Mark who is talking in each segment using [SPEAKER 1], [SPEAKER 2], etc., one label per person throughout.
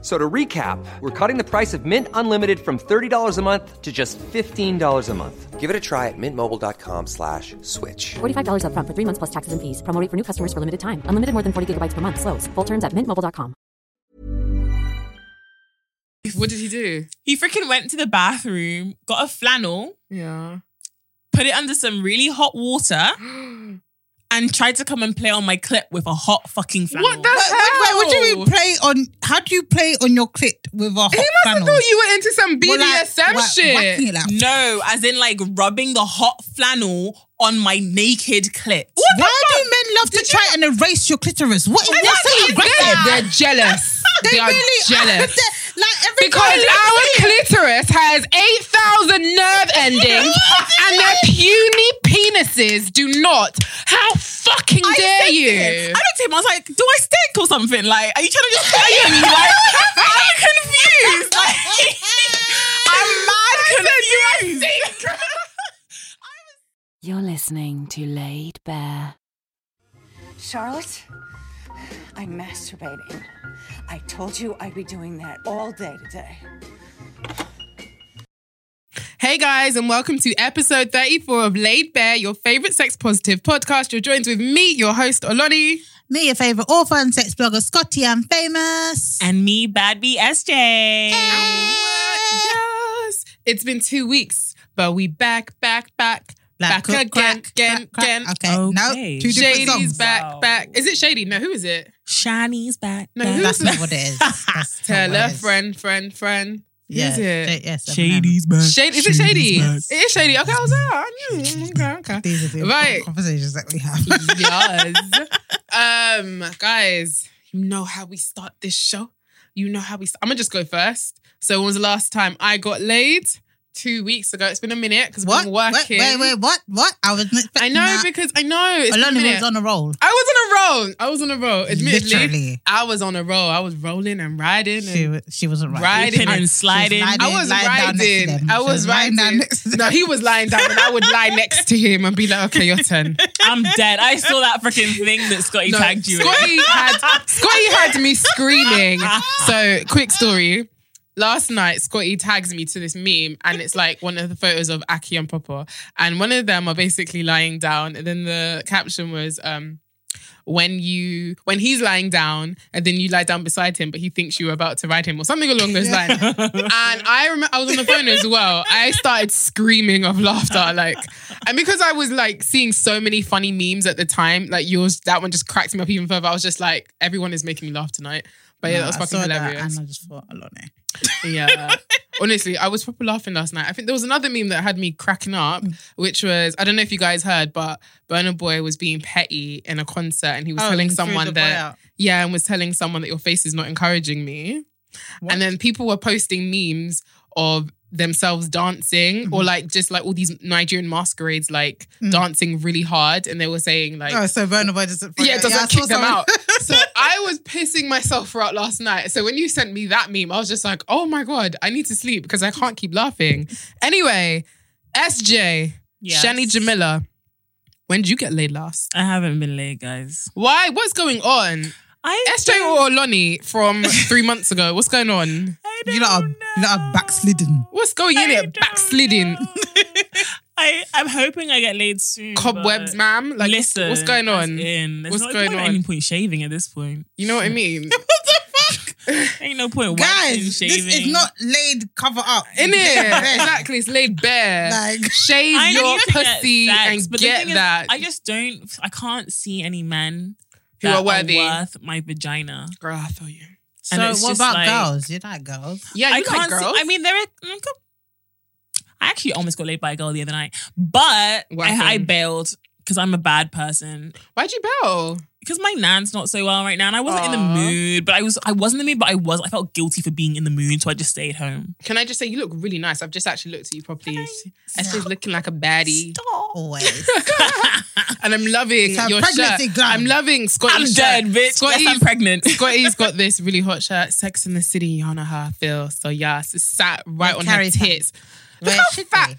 [SPEAKER 1] So to recap, we're cutting the price of Mint Unlimited from $30 a month to just $15 a month. Give it a try at mintmobile.com slash switch.
[SPEAKER 2] $45 upfront for three months plus taxes and fees. Promo rate for new customers for limited time. Unlimited more than 40 gigabytes per month. Slows. Full terms at mintmobile.com.
[SPEAKER 3] What did he do?
[SPEAKER 4] He freaking went to the bathroom, got a flannel,
[SPEAKER 3] Yeah.
[SPEAKER 4] put it under some really hot water, and tried to come and play on my clip with a hot fucking flannel.
[SPEAKER 3] What the
[SPEAKER 5] Wait, wait,
[SPEAKER 3] hell?
[SPEAKER 5] what do you mean play on? How do you play on your clit with a hot
[SPEAKER 3] He must
[SPEAKER 5] flannel?
[SPEAKER 3] have thought you were into some
[SPEAKER 5] Well, like,
[SPEAKER 3] BDSM
[SPEAKER 5] wha- whacking
[SPEAKER 3] shit.
[SPEAKER 5] it out.
[SPEAKER 4] No, as in like rubbing the hot flannel on my naked clit.
[SPEAKER 5] Why do men love to try and erase your clitoris? What? What's so
[SPEAKER 3] They're-
[SPEAKER 5] aggressive?
[SPEAKER 3] They're jealous.
[SPEAKER 5] They
[SPEAKER 3] They, are
[SPEAKER 5] really are.
[SPEAKER 3] jealous.
[SPEAKER 5] They're- like every
[SPEAKER 3] Because
[SPEAKER 5] guy-
[SPEAKER 3] our clitoris has 8,000 nerve endings and their puny penises do not. How fucking
[SPEAKER 4] I
[SPEAKER 3] dare
[SPEAKER 4] said
[SPEAKER 3] you?
[SPEAKER 4] this. I looked at him. I was like, "Do I stick or something? Like, are you trying to just play me? Like, I'm confused. Like, I'm mad confused."
[SPEAKER 6] You're listening to Laid Bear.
[SPEAKER 7] Charlotte, I'm masturbating. I told you I'd be doing that all day today.
[SPEAKER 3] Hey guys, and welcome to episode 34 of Laid Bare, your favorite sex positive podcast. You're joined with me, your host, Oloni.
[SPEAKER 5] Me, your favorite author and sex blogger, Scotty, I'm famous.
[SPEAKER 4] and me, bad BSJ.
[SPEAKER 3] Yes. It's been two weeks, but we back, back, back,
[SPEAKER 5] Like,
[SPEAKER 3] back
[SPEAKER 5] crack,
[SPEAKER 3] again,
[SPEAKER 5] crack,
[SPEAKER 3] again,
[SPEAKER 5] crack,
[SPEAKER 3] again.
[SPEAKER 5] crack. Okay, no,
[SPEAKER 4] Okay.
[SPEAKER 5] two different
[SPEAKER 3] Shady's
[SPEAKER 5] songs.
[SPEAKER 3] back,
[SPEAKER 4] Wow.
[SPEAKER 3] back. Is it Shady? No, who is it?
[SPEAKER 4] Shiny's back.
[SPEAKER 3] No,
[SPEAKER 4] back.
[SPEAKER 3] who's
[SPEAKER 5] That's
[SPEAKER 3] that?
[SPEAKER 5] not what it is. That's not
[SPEAKER 3] Tell
[SPEAKER 5] what it
[SPEAKER 3] her
[SPEAKER 5] is.
[SPEAKER 3] friend, friend, friend.
[SPEAKER 5] Yeah,
[SPEAKER 3] Who's it?
[SPEAKER 5] Sh- yes,
[SPEAKER 4] Shady's back.
[SPEAKER 3] Shady. Is it Shady?
[SPEAKER 4] back.
[SPEAKER 3] It is Shady. Okay, I was like, oh, mm, okay, okay.
[SPEAKER 5] These are the
[SPEAKER 3] Right.
[SPEAKER 5] conversations that we have.
[SPEAKER 3] yes. Um, guys, you know how we start this show. You know how we. St- I'm gonna just go first. So when was the last time I got laid? Two weeks ago. It's been a minute because
[SPEAKER 5] What?
[SPEAKER 3] I'm
[SPEAKER 5] Wait,
[SPEAKER 3] working.
[SPEAKER 5] wait, wait, what? What? I was.
[SPEAKER 3] I know because I know. It's been a
[SPEAKER 5] Alone
[SPEAKER 3] minute.
[SPEAKER 5] was on a roll.
[SPEAKER 3] I was on a roll. I was on a roll. Admittedly,
[SPEAKER 5] Literally.
[SPEAKER 3] I was on a roll. I was rolling and riding.
[SPEAKER 5] She,
[SPEAKER 3] And-
[SPEAKER 5] wa- she wasn't right.
[SPEAKER 3] Riding
[SPEAKER 5] She was
[SPEAKER 4] and sliding.
[SPEAKER 5] lying-
[SPEAKER 3] I was
[SPEAKER 5] lying down next to
[SPEAKER 3] riding.
[SPEAKER 5] them.
[SPEAKER 3] I
[SPEAKER 5] She
[SPEAKER 3] was
[SPEAKER 5] lying
[SPEAKER 3] riding.
[SPEAKER 5] down next to them.
[SPEAKER 3] No, he was lying down, and I would lie next to him and be like, "Okay, your turn."
[SPEAKER 4] I'm dead. I saw that freaking thing that Scotty
[SPEAKER 3] No,
[SPEAKER 4] tagged you. in.
[SPEAKER 3] Scotty had Scotty had me screaming. So quick story. Last night, Scotty tags me to this meme, and it's like one of the photos of Aki and Papa. And one of them are basically lying down. And then the caption was, um, when you when he's lying down, and then you lie down beside him, but he thinks you're about to ride him or something along those lines. And I remember I was on the phone as well. I started screaming of laughter, like, and because I was like seeing so many funny memes at the time, like yours, that one just cracked me up even further. I was just like, everyone is making me laugh tonight. But Oh, yeah,
[SPEAKER 5] No,
[SPEAKER 3] that was
[SPEAKER 5] I saw
[SPEAKER 3] fucking
[SPEAKER 5] that
[SPEAKER 3] hilarious.
[SPEAKER 5] and I just thought, Alone.
[SPEAKER 3] Yeah. Honestly, I was proper laughing last night. I think there was another meme that had me cracking up, which was I don't know if you guys heard, but Burner Boy was being petty in a concert and he was
[SPEAKER 5] Oh,
[SPEAKER 3] telling
[SPEAKER 5] he threw the
[SPEAKER 3] someone
[SPEAKER 5] boy
[SPEAKER 3] that
[SPEAKER 5] out.
[SPEAKER 3] yeah, and was telling someone that your face is not encouraging me. And then people were posting memes of themselves dancing
[SPEAKER 5] Mm-hmm.
[SPEAKER 3] or like just like all these Nigerian masquerades like
[SPEAKER 5] Mm.
[SPEAKER 3] dancing really hard and they were saying like
[SPEAKER 5] Oh, so vulnerable doesn't.
[SPEAKER 3] yeah, it doesn't
[SPEAKER 5] I saw
[SPEAKER 3] kick them
[SPEAKER 5] someone-
[SPEAKER 3] out. So I was pissing myself throughout last night. So when you sent me that meme, I was just like, oh my God, I need to sleep because I can't keep laughing. Anyway, SJ,
[SPEAKER 4] Yes.
[SPEAKER 3] Shani Jamila, when did you get laid last?
[SPEAKER 4] I haven't been late, guys.
[SPEAKER 3] Why? What's going on?
[SPEAKER 4] I
[SPEAKER 3] SJ or Lonnie from three months ago? What's going on?
[SPEAKER 5] You lot are, you lot are backslidden.
[SPEAKER 3] What's going in
[SPEAKER 4] I
[SPEAKER 3] it? Backsliding.
[SPEAKER 4] I I'm hoping I get laid soon.
[SPEAKER 3] Cobwebs,
[SPEAKER 4] but-
[SPEAKER 3] ma'am. Like,
[SPEAKER 4] Listen,
[SPEAKER 3] what's going
[SPEAKER 4] as
[SPEAKER 3] on?
[SPEAKER 4] In. There's
[SPEAKER 3] What's
[SPEAKER 4] no
[SPEAKER 3] going
[SPEAKER 4] point
[SPEAKER 3] on?
[SPEAKER 4] At any point shaving at this point.
[SPEAKER 3] You know what I mean?
[SPEAKER 4] Ain't no point. waxing,
[SPEAKER 5] Guys,
[SPEAKER 4] shaving.
[SPEAKER 5] this is not laid cover up.
[SPEAKER 3] In it.
[SPEAKER 5] Yeah.
[SPEAKER 3] exactly. It's laid bare.
[SPEAKER 5] Like-
[SPEAKER 3] Shave
[SPEAKER 4] I know
[SPEAKER 3] your
[SPEAKER 4] you can get
[SPEAKER 3] pussy
[SPEAKER 4] sex,
[SPEAKER 3] and
[SPEAKER 4] but the
[SPEAKER 3] get
[SPEAKER 4] thing is,
[SPEAKER 3] that.
[SPEAKER 4] I just don't. I can't see any men
[SPEAKER 3] Who
[SPEAKER 4] that
[SPEAKER 3] are worthy.
[SPEAKER 4] worth my vagina.
[SPEAKER 3] Girl, I feel you.
[SPEAKER 5] So
[SPEAKER 4] And it's
[SPEAKER 5] what
[SPEAKER 4] just
[SPEAKER 5] about
[SPEAKER 4] like-
[SPEAKER 5] girls? You like girls?
[SPEAKER 3] Yeah, you
[SPEAKER 4] I
[SPEAKER 3] like
[SPEAKER 4] can't.
[SPEAKER 3] girls.
[SPEAKER 4] see, I mean, there are. mm, come- I actually almost got laid by a girl the other night, but
[SPEAKER 3] What
[SPEAKER 4] I, I
[SPEAKER 3] happened?
[SPEAKER 4] bailed because I'm a bad person.
[SPEAKER 3] why'd you bail?
[SPEAKER 4] because my nan's not so well right now, and I wasn't in the mood. But I was, I wasn't in the mood, but I was. I felt guilty for being in the mood, so I just stayed home.
[SPEAKER 3] Can I just say you look really nice? I've just actually looked at you properly. I she's looking like a baddie,
[SPEAKER 5] Always.
[SPEAKER 3] and I'm loving
[SPEAKER 5] her
[SPEAKER 3] your
[SPEAKER 5] pregnancy
[SPEAKER 3] shirt.
[SPEAKER 5] gum.
[SPEAKER 3] I'm loving Scotty's
[SPEAKER 4] I'm
[SPEAKER 3] shirt.
[SPEAKER 4] dead, bitch.
[SPEAKER 3] Scotty's,
[SPEAKER 4] yes, I'm pregnant.
[SPEAKER 3] Scotty's got this really hot shirt, Sex in the City, y'all know how I feel. So yeah, it's sat right on her
[SPEAKER 5] carries her.
[SPEAKER 3] tits.
[SPEAKER 5] Where
[SPEAKER 3] how
[SPEAKER 5] it should be.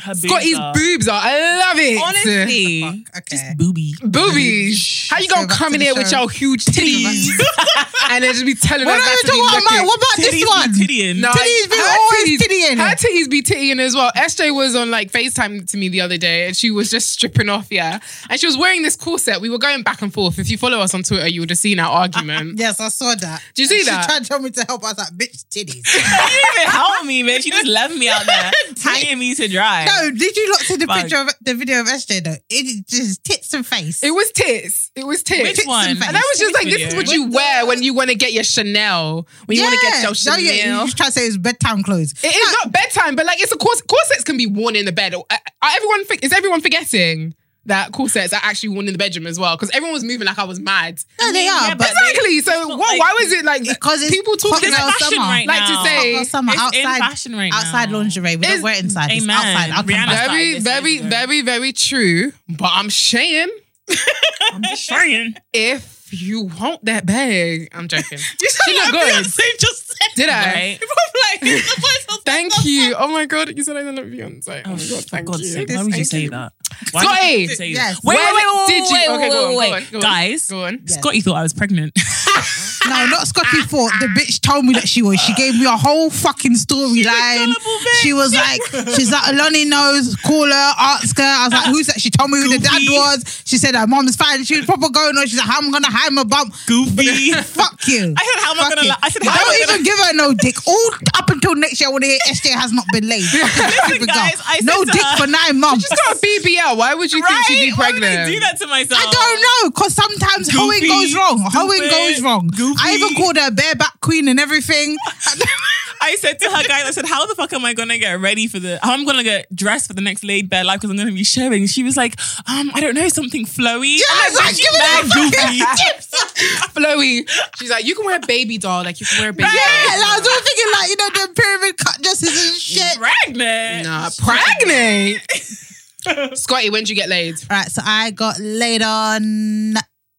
[SPEAKER 4] Her boobs
[SPEAKER 3] Scotty's
[SPEAKER 4] are-
[SPEAKER 3] boobs are. I love it.
[SPEAKER 4] Honestly,
[SPEAKER 5] Okay.
[SPEAKER 4] booby.
[SPEAKER 3] Boobies. How you
[SPEAKER 5] So
[SPEAKER 3] gonna
[SPEAKER 5] back
[SPEAKER 3] come
[SPEAKER 5] to
[SPEAKER 3] in
[SPEAKER 5] the
[SPEAKER 3] here with
[SPEAKER 5] show.
[SPEAKER 3] your huge titties and then just be telling
[SPEAKER 5] What
[SPEAKER 3] us
[SPEAKER 5] are
[SPEAKER 3] that
[SPEAKER 5] you
[SPEAKER 3] to be
[SPEAKER 5] doing? What, am I-
[SPEAKER 3] looking?
[SPEAKER 5] what about
[SPEAKER 4] Titties
[SPEAKER 5] this
[SPEAKER 4] be
[SPEAKER 5] one?
[SPEAKER 4] tittying.
[SPEAKER 3] No,
[SPEAKER 5] Titties be
[SPEAKER 3] her
[SPEAKER 5] always
[SPEAKER 3] titties-
[SPEAKER 5] tittying.
[SPEAKER 3] Her titties be tittying as well. SJ was on like FaceTime to me the other day and she was just stripping off, yeah. And she was wearing this corset. We were going back and forth. If you follow us on Twitter, you would have seen our argument.
[SPEAKER 5] Uh, Yes, I saw that.
[SPEAKER 3] Did you see
[SPEAKER 5] she
[SPEAKER 3] that?
[SPEAKER 5] She tried to tell me to help. I was like, bitch, titties.
[SPEAKER 4] She didn't even help me, man. She just left me out there, tying me to dry.
[SPEAKER 5] no, did you not see the
[SPEAKER 4] Fuck.
[SPEAKER 5] picture of the video of SJ though? It is just tits and face.
[SPEAKER 3] It was tits. It was tits.
[SPEAKER 4] Which one?
[SPEAKER 5] And
[SPEAKER 3] And I was just like, this is what you
[SPEAKER 5] With
[SPEAKER 3] wear
[SPEAKER 5] the-
[SPEAKER 3] when you want to get your Chanel. When you want to get your
[SPEAKER 5] No,
[SPEAKER 3] Chanel.
[SPEAKER 5] yeah, you just try to say it's bedtime clothes.
[SPEAKER 3] It is not bedtime, but like it's a corset. Corsets can be worn in the bed. Uh, uh, Everyone think- is everyone forgetting that corsets are actually worn in the bedroom as well because everyone was moving like I was mad.
[SPEAKER 5] No, they are, but
[SPEAKER 3] exactly. So what,
[SPEAKER 4] like-
[SPEAKER 3] why was it like
[SPEAKER 5] because it's
[SPEAKER 3] people talking?
[SPEAKER 5] hot girl
[SPEAKER 3] about
[SPEAKER 4] fashion
[SPEAKER 5] summer.
[SPEAKER 4] right
[SPEAKER 3] Like to
[SPEAKER 4] now.
[SPEAKER 3] say-
[SPEAKER 5] Hot girl summer
[SPEAKER 4] It's in
[SPEAKER 5] outside
[SPEAKER 4] fashion right now.
[SPEAKER 5] outside lingerie. We
[SPEAKER 3] It's-
[SPEAKER 5] don't wear it inside. It's
[SPEAKER 4] Amen.
[SPEAKER 5] outside. I'll come
[SPEAKER 4] Rihanna
[SPEAKER 5] back.
[SPEAKER 4] style.
[SPEAKER 3] Very,
[SPEAKER 4] Yes,
[SPEAKER 3] very,
[SPEAKER 4] yes, yes.
[SPEAKER 3] very, very true. But I'm saying
[SPEAKER 4] I'm trying.
[SPEAKER 3] if you want that bag, I'm joking. she look good.
[SPEAKER 4] just said
[SPEAKER 3] Did I?
[SPEAKER 4] Right?
[SPEAKER 3] Thank you. Oh my god, you said I don't love Beyonce. Oh my god,
[SPEAKER 4] For
[SPEAKER 3] thank
[SPEAKER 4] God's
[SPEAKER 3] you.
[SPEAKER 4] sake, why would you say that? Why
[SPEAKER 3] Scotty!
[SPEAKER 4] would you say that?
[SPEAKER 5] Yes.
[SPEAKER 4] Wait, wait,
[SPEAKER 3] When
[SPEAKER 4] wait, wait,
[SPEAKER 3] did you?
[SPEAKER 4] wait,
[SPEAKER 3] okay,
[SPEAKER 4] wait,
[SPEAKER 3] go on,
[SPEAKER 4] wait,
[SPEAKER 3] go on,
[SPEAKER 4] wait.
[SPEAKER 3] go on.
[SPEAKER 4] Guys,
[SPEAKER 3] go on.
[SPEAKER 4] Scotty thought I was pregnant.
[SPEAKER 5] No, not Scotty Ford. The bitch told me that she was. She gave me a whole fucking storyline. She was like, she's like, Aloni knows, call her, ask her. I was like, who's that? She told me who the dad
[SPEAKER 4] Goofy.
[SPEAKER 5] was. She said her mom's fine. She was proper going on. She's like, how am I gonna hide my bump?
[SPEAKER 4] Goofy.
[SPEAKER 5] Fuck you.
[SPEAKER 4] I said, how am I
[SPEAKER 5] Fuck
[SPEAKER 4] gonna
[SPEAKER 5] you.
[SPEAKER 4] lie? I said,
[SPEAKER 5] Don't
[SPEAKER 4] how am I
[SPEAKER 5] even
[SPEAKER 4] gonna-
[SPEAKER 5] give her no dick. All up until next year, I want to hear SJ has not been laid. Stupid girl.
[SPEAKER 4] guys, I said
[SPEAKER 5] no
[SPEAKER 4] to
[SPEAKER 5] dick
[SPEAKER 4] her-
[SPEAKER 5] for nine months.
[SPEAKER 3] She's got a BBL. Why would you think she'd be
[SPEAKER 4] Why would
[SPEAKER 3] pregnant?
[SPEAKER 4] I do that to myself?
[SPEAKER 5] I don't know because sometimes hoeing
[SPEAKER 4] Goofy,
[SPEAKER 5] goes wrong. Hoeing
[SPEAKER 4] stupid,
[SPEAKER 5] goes wrong. I even
[SPEAKER 4] goofy.
[SPEAKER 5] called her bareback queen and everything.
[SPEAKER 4] I said to her guys, I said, how the fuck am I gonna get ready for the? How am I gonna get dressed for the next laid bare life because I'm gonna be showing? She was like, um, I don't know, something flowy.
[SPEAKER 5] Yeah, I
[SPEAKER 4] I'm
[SPEAKER 5] was like,
[SPEAKER 4] "Bitch,
[SPEAKER 5] give me
[SPEAKER 4] mad
[SPEAKER 5] that fucking
[SPEAKER 4] goofy."
[SPEAKER 5] tips.
[SPEAKER 3] flowy. She's like, you can wear a baby doll, like you can wear a baby
[SPEAKER 5] Yeah, and
[SPEAKER 3] doll.
[SPEAKER 5] I was all thinking like you know the pyramid cut dresses and shit. Right.
[SPEAKER 4] Pregnant.
[SPEAKER 3] Nah, pregnant. Scotty, when did you get laid?
[SPEAKER 5] so I got laid on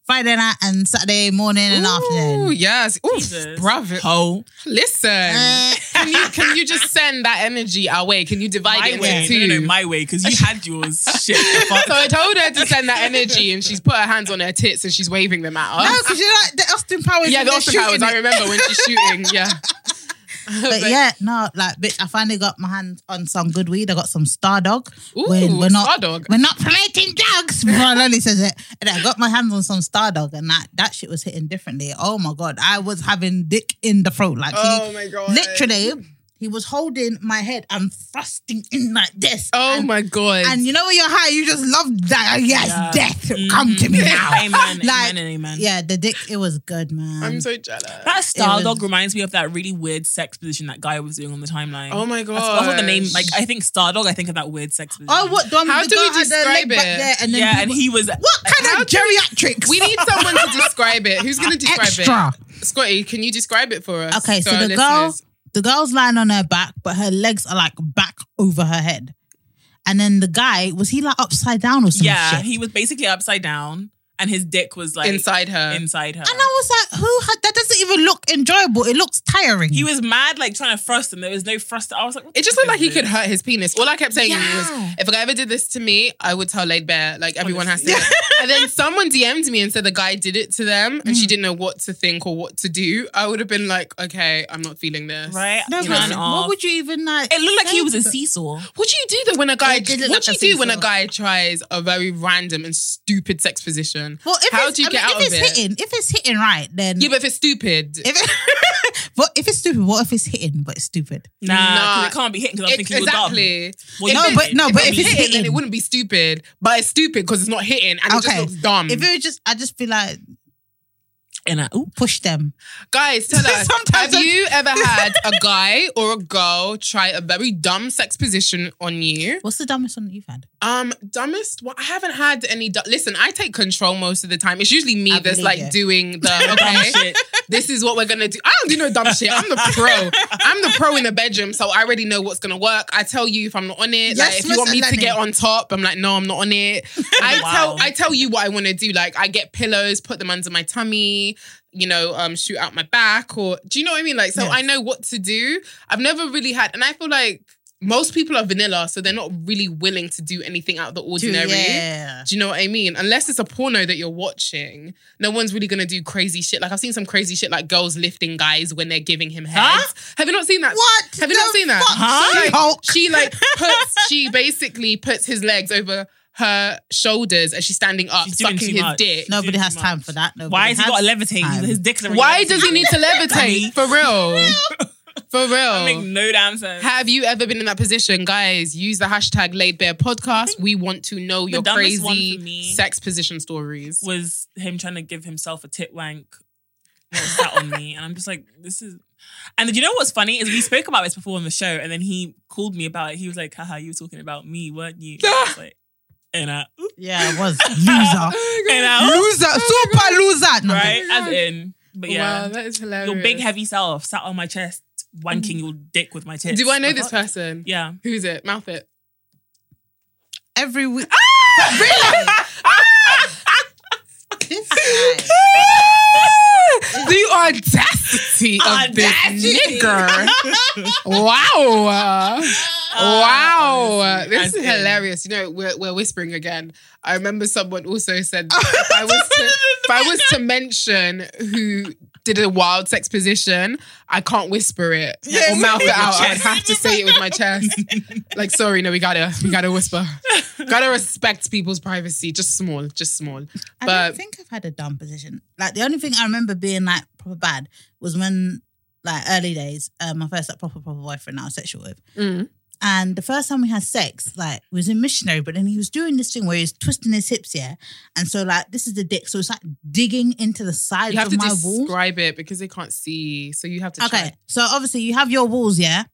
[SPEAKER 5] Friday night and Saturday morning and
[SPEAKER 3] Ooh,
[SPEAKER 5] afternoon.
[SPEAKER 3] yes. Ooh,
[SPEAKER 4] Jesus.
[SPEAKER 3] brother.
[SPEAKER 4] Ho.
[SPEAKER 3] Listen,
[SPEAKER 5] Uh,
[SPEAKER 3] can you can you just send that energy our way? Can you divide
[SPEAKER 4] My
[SPEAKER 3] it
[SPEAKER 4] way.
[SPEAKER 3] into two?
[SPEAKER 4] No, no, no, my way, because you had yours. Shit. the fuck?
[SPEAKER 3] so I told her to send that energy, and she's put her hands on her tits and she's waving them at us.
[SPEAKER 5] No, because you're like the Austin Powers.
[SPEAKER 3] yeah,
[SPEAKER 5] and
[SPEAKER 3] the
[SPEAKER 5] they're
[SPEAKER 3] Austin
[SPEAKER 5] shooting
[SPEAKER 3] Powers. I
[SPEAKER 5] it.
[SPEAKER 3] remember when she's shooting. Yeah,
[SPEAKER 5] But yeah, no, like bitch, I finally got my hands on some good weed. I got some Star Dog.
[SPEAKER 3] Ooh,
[SPEAKER 5] When we're not,
[SPEAKER 3] Star Dog.
[SPEAKER 5] We're not promoting drugs. Bro, Lolly says it. And I got my hands on some Star Dog, and that that shit was hitting differently. Oh my god, I was having dick in the throat. Like,
[SPEAKER 3] Oh
[SPEAKER 5] he,
[SPEAKER 3] my God.
[SPEAKER 5] literally, he was holding my head and thrusting in like this.
[SPEAKER 3] Oh
[SPEAKER 5] and,
[SPEAKER 3] my god.
[SPEAKER 5] And you know when you're high, you just love that. Yes, death, come to me now.
[SPEAKER 4] Mm-hmm. Amen.
[SPEAKER 5] Like,
[SPEAKER 4] amen. And amen.
[SPEAKER 5] Yeah, the dick. It was good, man.
[SPEAKER 3] I'm so jealous.
[SPEAKER 4] That Star
[SPEAKER 5] was-
[SPEAKER 4] Dog reminds me of that really weird sex position that guy was doing on the timeline.
[SPEAKER 3] Oh my god.
[SPEAKER 4] That's also the name. Like, I think Star Dog, I think of that weird sex position.
[SPEAKER 5] Oh, what? The one with
[SPEAKER 3] How
[SPEAKER 5] the
[SPEAKER 3] do
[SPEAKER 5] girl
[SPEAKER 3] we
[SPEAKER 5] had their leg
[SPEAKER 3] describe
[SPEAKER 5] back
[SPEAKER 3] it?
[SPEAKER 5] there and then
[SPEAKER 4] yeah,
[SPEAKER 5] people-
[SPEAKER 4] and he was.
[SPEAKER 5] What kind of geriatrics?
[SPEAKER 3] We need someone to describe it. Who's going to describe
[SPEAKER 5] Extra.
[SPEAKER 3] it? Scotty, can you describe it for us?
[SPEAKER 5] Okay, so
[SPEAKER 3] for our
[SPEAKER 5] the girl,
[SPEAKER 3] listeners?
[SPEAKER 5] the girl's lying on her back, but her legs are like back over her head. And then the guy was he like upside down or some
[SPEAKER 4] Yeah,
[SPEAKER 5] shit?
[SPEAKER 4] he was basically upside down, and his dick was like
[SPEAKER 3] inside her.
[SPEAKER 4] Inside her.
[SPEAKER 5] and I was like, who had that? Doesn't even look enjoyable. It looks tiring.
[SPEAKER 4] He was mad, like trying to thrust him. There was no thrust. I was like, what
[SPEAKER 3] it just
[SPEAKER 4] the
[SPEAKER 3] looked like
[SPEAKER 4] fuck
[SPEAKER 3] he
[SPEAKER 4] is
[SPEAKER 3] could
[SPEAKER 4] this?
[SPEAKER 3] hurt his penis. All I kept saying
[SPEAKER 5] Yeah.
[SPEAKER 3] was, if a guy ever did this to me, I would tell laid bare. Like everyone has to. and then someone DM'd me and said the guy did it to them, and
[SPEAKER 5] Mm.
[SPEAKER 3] she didn't know what to think or what to do. I would have been like, okay, I'm not feeling this.
[SPEAKER 4] right.
[SPEAKER 5] no,
[SPEAKER 4] You
[SPEAKER 5] but
[SPEAKER 4] know,
[SPEAKER 5] what would you even like?
[SPEAKER 4] It looked like he
[SPEAKER 5] say
[SPEAKER 4] was a
[SPEAKER 5] to-
[SPEAKER 4] seesaw.
[SPEAKER 3] What do you do though when a guy?
[SPEAKER 5] It did look
[SPEAKER 3] What do
[SPEAKER 5] like
[SPEAKER 3] you do
[SPEAKER 5] a
[SPEAKER 3] when a
[SPEAKER 5] seesaw.
[SPEAKER 3] guy tries a very random and stupid sex position?
[SPEAKER 5] Well, if
[SPEAKER 3] How
[SPEAKER 5] it's,
[SPEAKER 3] do you
[SPEAKER 5] I
[SPEAKER 3] get
[SPEAKER 5] mean,
[SPEAKER 3] out
[SPEAKER 5] if
[SPEAKER 3] of
[SPEAKER 5] it's
[SPEAKER 3] it?
[SPEAKER 5] hitting, if it's hitting right, then
[SPEAKER 3] Yeah, but if it's stupid,
[SPEAKER 5] if it, but if it's stupid, what if it's hitting but it's stupid?
[SPEAKER 4] Nah, 'cause
[SPEAKER 3] Nah.
[SPEAKER 4] it can't be hitting because I'm
[SPEAKER 3] It-
[SPEAKER 4] thinking you're dumb.
[SPEAKER 3] exactly.
[SPEAKER 4] Well,
[SPEAKER 5] no,
[SPEAKER 4] you-
[SPEAKER 5] but no, but if
[SPEAKER 3] it's
[SPEAKER 5] it's
[SPEAKER 3] hitting, then
[SPEAKER 5] hitting,
[SPEAKER 3] it wouldn't be stupid. But it's stupid because it's not hitting and it just looks dumb.
[SPEAKER 5] If it was just, I just feel like
[SPEAKER 4] And I, oop.
[SPEAKER 5] Push them.
[SPEAKER 3] Guys, tell us.
[SPEAKER 5] Sometimes
[SPEAKER 3] have
[SPEAKER 5] I-
[SPEAKER 3] you ever had a guy or a girl try a very dumb sex position on you?
[SPEAKER 5] What's the dumbest one that you've had?
[SPEAKER 3] Um, dumbest. Well, I haven't had any. Du- Listen, I take control most of the time. It's usually me
[SPEAKER 5] I
[SPEAKER 3] that's
[SPEAKER 5] believe
[SPEAKER 3] like
[SPEAKER 5] you.
[SPEAKER 3] doing the okay.
[SPEAKER 4] shit.
[SPEAKER 3] This is what we're gonna do. I don't do no dumb shit. I'm the pro. I'm the pro in the bedroom, so I already know what's gonna work. I tell you if I'm not on it. like
[SPEAKER 5] Yes,
[SPEAKER 3] if
[SPEAKER 5] Miss
[SPEAKER 3] you want me to
[SPEAKER 5] Eleni.
[SPEAKER 3] get on top, I'm like, no, I'm not on it. I
[SPEAKER 4] Wow.
[SPEAKER 3] tell I tell you what I want to do. Like I get pillows, put them under my tummy. You know, um, shoot out my back, or do you know what I mean? Like, so
[SPEAKER 5] Yes.
[SPEAKER 3] I know what to do. I've never really had, and I feel like most people are vanilla, so they're not really willing to do anything out of the ordinary.
[SPEAKER 5] Yeah.
[SPEAKER 3] Do you know what I mean? Unless it's a porno that you're watching, no one's really gonna do crazy shit. Like I've seen some crazy shit, like girls lifting guys when they're giving him head.
[SPEAKER 4] Huh?
[SPEAKER 3] Have you not seen that?
[SPEAKER 5] What?
[SPEAKER 3] Have you
[SPEAKER 5] the
[SPEAKER 3] not seen that?
[SPEAKER 5] fuck,
[SPEAKER 4] Huh?
[SPEAKER 3] She, like,
[SPEAKER 5] She-Hulk?
[SPEAKER 3] she like puts, she basically puts his legs over her shoulders as she's standing up,
[SPEAKER 4] She's doing
[SPEAKER 3] sucking
[SPEAKER 4] too
[SPEAKER 3] his
[SPEAKER 4] much.
[SPEAKER 3] dick.
[SPEAKER 5] Nobody
[SPEAKER 4] Too
[SPEAKER 5] has
[SPEAKER 4] much.
[SPEAKER 5] time for that. Nobody
[SPEAKER 4] Why has he got
[SPEAKER 5] has
[SPEAKER 4] to levitate?
[SPEAKER 5] time.
[SPEAKER 4] His dick's already
[SPEAKER 3] Why
[SPEAKER 4] levitating.
[SPEAKER 3] does he need to levitate? For real, for
[SPEAKER 4] That makes
[SPEAKER 3] real.
[SPEAKER 4] no damn sense.
[SPEAKER 3] Have you ever been in that position, guys? Use the hashtag Laid Bare Podcast. We want to know your
[SPEAKER 4] dumbest one for
[SPEAKER 3] crazy
[SPEAKER 4] me
[SPEAKER 3] sex position stories.
[SPEAKER 4] was him trying to give himself a tit wank. What was that on me? And I'm just like, this is. And do you know what's funny is we spoke about this before on the show, and then he called me about it. He was like, "Haha, you were talking about me, weren't you?" And I was like, and I, oop,
[SPEAKER 5] Yeah, it was
[SPEAKER 4] and
[SPEAKER 5] loser.
[SPEAKER 4] I, oop,
[SPEAKER 3] Oh
[SPEAKER 5] loser, super loser. No,
[SPEAKER 4] right, as in, but
[SPEAKER 3] Wow,
[SPEAKER 4] yeah,
[SPEAKER 3] that is hilarious. Mm.
[SPEAKER 4] your big heavy self sat on my chest, wanking your dick with my tits.
[SPEAKER 3] Do I know
[SPEAKER 4] What?
[SPEAKER 3] this person?
[SPEAKER 4] Uh-huh. Yeah,
[SPEAKER 3] Who is it? Mouth it.
[SPEAKER 5] Every week. really?
[SPEAKER 3] Ah!
[SPEAKER 5] this guy.
[SPEAKER 3] the audacity of
[SPEAKER 4] Audacity.
[SPEAKER 3] this nigger. wow. Wow,
[SPEAKER 4] honestly,
[SPEAKER 3] this
[SPEAKER 4] as
[SPEAKER 3] is
[SPEAKER 4] in-
[SPEAKER 3] hilarious. You know, we're, we're whispering again. I remember someone also said if, I was to, if I was to mention who did a wild sex position, I can't whisper it
[SPEAKER 5] Yes.
[SPEAKER 3] or mouth it
[SPEAKER 5] With your
[SPEAKER 3] out. I'd
[SPEAKER 5] chest.
[SPEAKER 3] have to say it with my chest. like, sorry, no, we gotta, we gotta whisper. gotta respect people's privacy. Just small, just small.
[SPEAKER 5] I
[SPEAKER 3] But
[SPEAKER 5] don't think I've had a dumb position. Like the only thing I remember being like proper bad was when like early days, uh, my first like proper proper boyfriend I was sexual with.
[SPEAKER 3] Mm.
[SPEAKER 5] And the first time we had sex, like we was in missionary, but then he was doing this thing where he was twisting his hips, yeah. And so like this is the dick, so it's like digging into the sides
[SPEAKER 3] You have
[SPEAKER 5] of
[SPEAKER 3] to
[SPEAKER 5] my
[SPEAKER 3] describe
[SPEAKER 5] walls.
[SPEAKER 3] it because they can't see. So you have to.
[SPEAKER 5] Okay,
[SPEAKER 3] Try.
[SPEAKER 5] so obviously you have your walls, yeah,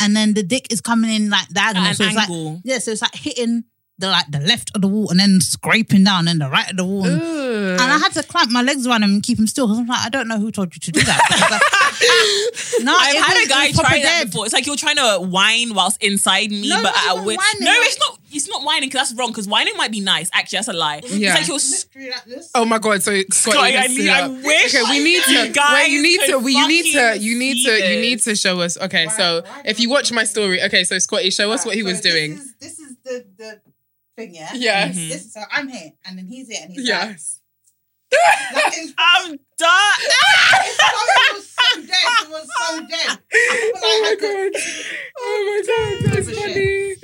[SPEAKER 5] and then the dick is coming in like diagonal,
[SPEAKER 4] At
[SPEAKER 5] so
[SPEAKER 4] an
[SPEAKER 5] it's like
[SPEAKER 4] angle.
[SPEAKER 5] yeah, so it's like hitting the like the left of the wall and then scraping down and the right of the wall. And,
[SPEAKER 3] Ooh.
[SPEAKER 5] and I had to clamp my legs around him and keep him still. 'cause I'm like, I don't know who told you to do that. no,
[SPEAKER 4] I've
[SPEAKER 5] it
[SPEAKER 4] had
[SPEAKER 5] was-
[SPEAKER 4] a guy
[SPEAKER 5] it was proper
[SPEAKER 4] try that
[SPEAKER 5] dead.
[SPEAKER 4] before. It's like you're trying to whine whilst inside me,
[SPEAKER 5] No,
[SPEAKER 4] but
[SPEAKER 5] not
[SPEAKER 4] at a
[SPEAKER 5] even
[SPEAKER 4] wi-
[SPEAKER 5] whining,
[SPEAKER 4] no,
[SPEAKER 5] like-
[SPEAKER 4] it's not. It's not whining because that's wrong. Because whining might be nice. Actually, that's a lie.
[SPEAKER 3] Yeah.
[SPEAKER 4] It's like you're. s-
[SPEAKER 3] Oh my god! So Scotty,
[SPEAKER 4] Scotty, I
[SPEAKER 3] let's
[SPEAKER 4] need-
[SPEAKER 3] do that.
[SPEAKER 4] I wish
[SPEAKER 3] Okay, we need
[SPEAKER 4] you
[SPEAKER 3] to.
[SPEAKER 4] guys
[SPEAKER 3] wait, you need to.
[SPEAKER 4] could
[SPEAKER 3] We, you need to.
[SPEAKER 4] fucking
[SPEAKER 3] You need
[SPEAKER 4] see
[SPEAKER 3] to. You
[SPEAKER 4] this.
[SPEAKER 3] need to show us. Okay, so if you watch my story, okay, so Scotty, show us what he was doing.
[SPEAKER 5] This is, this is the the thing, yeah.
[SPEAKER 3] Yes.
[SPEAKER 4] Mhm.
[SPEAKER 5] This, so I'm here, and then he's here, and he's like,
[SPEAKER 3] Yes.
[SPEAKER 5] that is
[SPEAKER 4] I'm done.
[SPEAKER 5] it was so dead. It was so dead.
[SPEAKER 3] Oh my god! Oh my god! That's funny.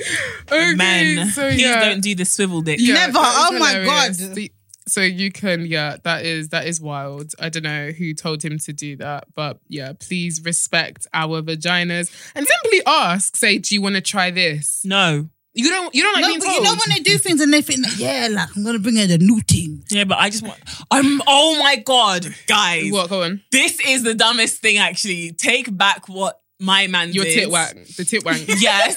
[SPEAKER 3] Okay,
[SPEAKER 4] Man,
[SPEAKER 3] so
[SPEAKER 4] please
[SPEAKER 3] yeah.
[SPEAKER 4] don't do the swivel dick.
[SPEAKER 3] Yeah,
[SPEAKER 5] Never.
[SPEAKER 3] that is
[SPEAKER 5] Oh my
[SPEAKER 3] hilarious.
[SPEAKER 5] God.
[SPEAKER 3] The- so you can, yeah, that is that is wild. I don't know who told him to do that, but yeah, please respect our vaginas and simply ask. Say, do you want to try this?
[SPEAKER 4] No.
[SPEAKER 3] You don't. You don't like
[SPEAKER 5] No,
[SPEAKER 3] being
[SPEAKER 5] but
[SPEAKER 3] told.
[SPEAKER 5] you know when they do things and they think, like, yeah, like I'm gonna bring her the new thing.
[SPEAKER 4] Yeah, but I just want. I'm. Oh my god, guys!
[SPEAKER 3] what? Go on.
[SPEAKER 4] This is the dumbest thing. Actually, take back what my man
[SPEAKER 3] Your
[SPEAKER 4] did.
[SPEAKER 3] tit wank. The tit wank.
[SPEAKER 4] Yes,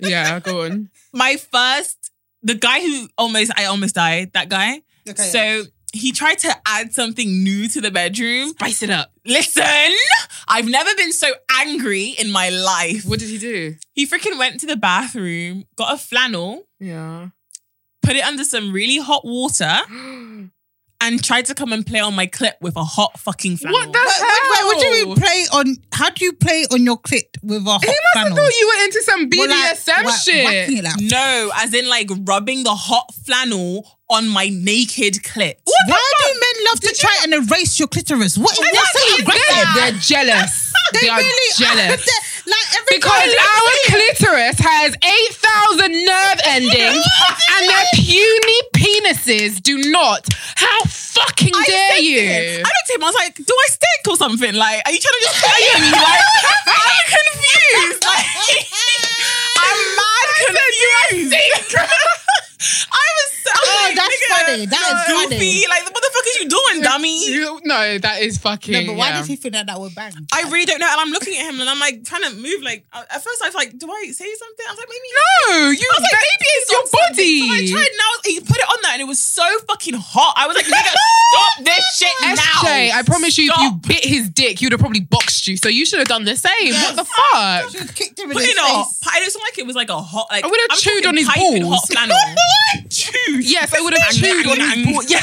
[SPEAKER 3] yeah, go on.
[SPEAKER 4] my first. The guy who almost I almost died. That guy. so he tried to add something new to the bedroom.
[SPEAKER 3] Spice it up.
[SPEAKER 4] Listen, I've never been so angry in my life.
[SPEAKER 3] What did he do?
[SPEAKER 4] He freaking went to the bathroom, got a flannel,
[SPEAKER 3] Yeah.
[SPEAKER 4] put it under some really hot water, and tried to come and play on my clip with a hot fucking flannel.
[SPEAKER 3] What the
[SPEAKER 5] Wait, wait,
[SPEAKER 3] hell?
[SPEAKER 5] what do you play on? How do you play on your clit with a hot
[SPEAKER 3] He must have
[SPEAKER 5] panel?
[SPEAKER 3] thought you were into some
[SPEAKER 5] Well, like,
[SPEAKER 3] BDSM
[SPEAKER 5] wha- whacking it
[SPEAKER 3] shit.
[SPEAKER 5] out.
[SPEAKER 4] No, as in like rubbing the hot flannel on my naked clit.
[SPEAKER 5] Why do men love to try and erase your clitoris? What is that so
[SPEAKER 3] They're-
[SPEAKER 5] aggressive?
[SPEAKER 3] They're jealous. They,
[SPEAKER 5] They
[SPEAKER 3] are
[SPEAKER 5] really
[SPEAKER 3] jealous.
[SPEAKER 5] They're- Like every
[SPEAKER 3] Because
[SPEAKER 5] guy-
[SPEAKER 3] our clitoris has 8,000 nerve endings and their puny penises do not. How fucking
[SPEAKER 4] I
[SPEAKER 3] dare
[SPEAKER 4] said
[SPEAKER 3] you?
[SPEAKER 4] this. I looked at him. I was like, "Do I stink or something? Like, are you trying to just play on me? Like, I'm confused. Like, I'm mad confused. I was so
[SPEAKER 5] Oh,
[SPEAKER 4] like,
[SPEAKER 5] that's
[SPEAKER 4] nigga,
[SPEAKER 5] funny. That is
[SPEAKER 4] goofy.
[SPEAKER 5] funny.
[SPEAKER 4] Like the motherfucker fuck are you doing, dummy?
[SPEAKER 3] You- No, that is fucking.
[SPEAKER 5] No, but why
[SPEAKER 3] yeah.
[SPEAKER 5] did he think that that would bang?
[SPEAKER 4] I really don't know. And I'm looking at him and I'm like trying to move. Like I- at first I was like, do I say something? I was like, maybe
[SPEAKER 3] No, you.
[SPEAKER 4] I was like,
[SPEAKER 3] baby, it's your
[SPEAKER 4] So I
[SPEAKER 3] body.
[SPEAKER 4] tried and I was, he put it on there and it was so fucking hot. I was like, nigga, stop this shit
[SPEAKER 3] SJ,
[SPEAKER 4] now.
[SPEAKER 3] I promise you, if you
[SPEAKER 4] Stop.
[SPEAKER 3] bit his dick, you'd have probably boxed you. So you should have done the same. What the fuck?
[SPEAKER 5] Just kicked him in
[SPEAKER 4] Put
[SPEAKER 5] his
[SPEAKER 4] it on.
[SPEAKER 5] face.
[SPEAKER 4] I just like it was like a hot. Like,
[SPEAKER 3] I would have
[SPEAKER 4] I'm
[SPEAKER 3] chewed
[SPEAKER 4] talking
[SPEAKER 3] on his
[SPEAKER 4] piping Hot
[SPEAKER 3] balls.
[SPEAKER 4] flannel. chewed.
[SPEAKER 3] Yes, I would have chewed on his ball. Yeah.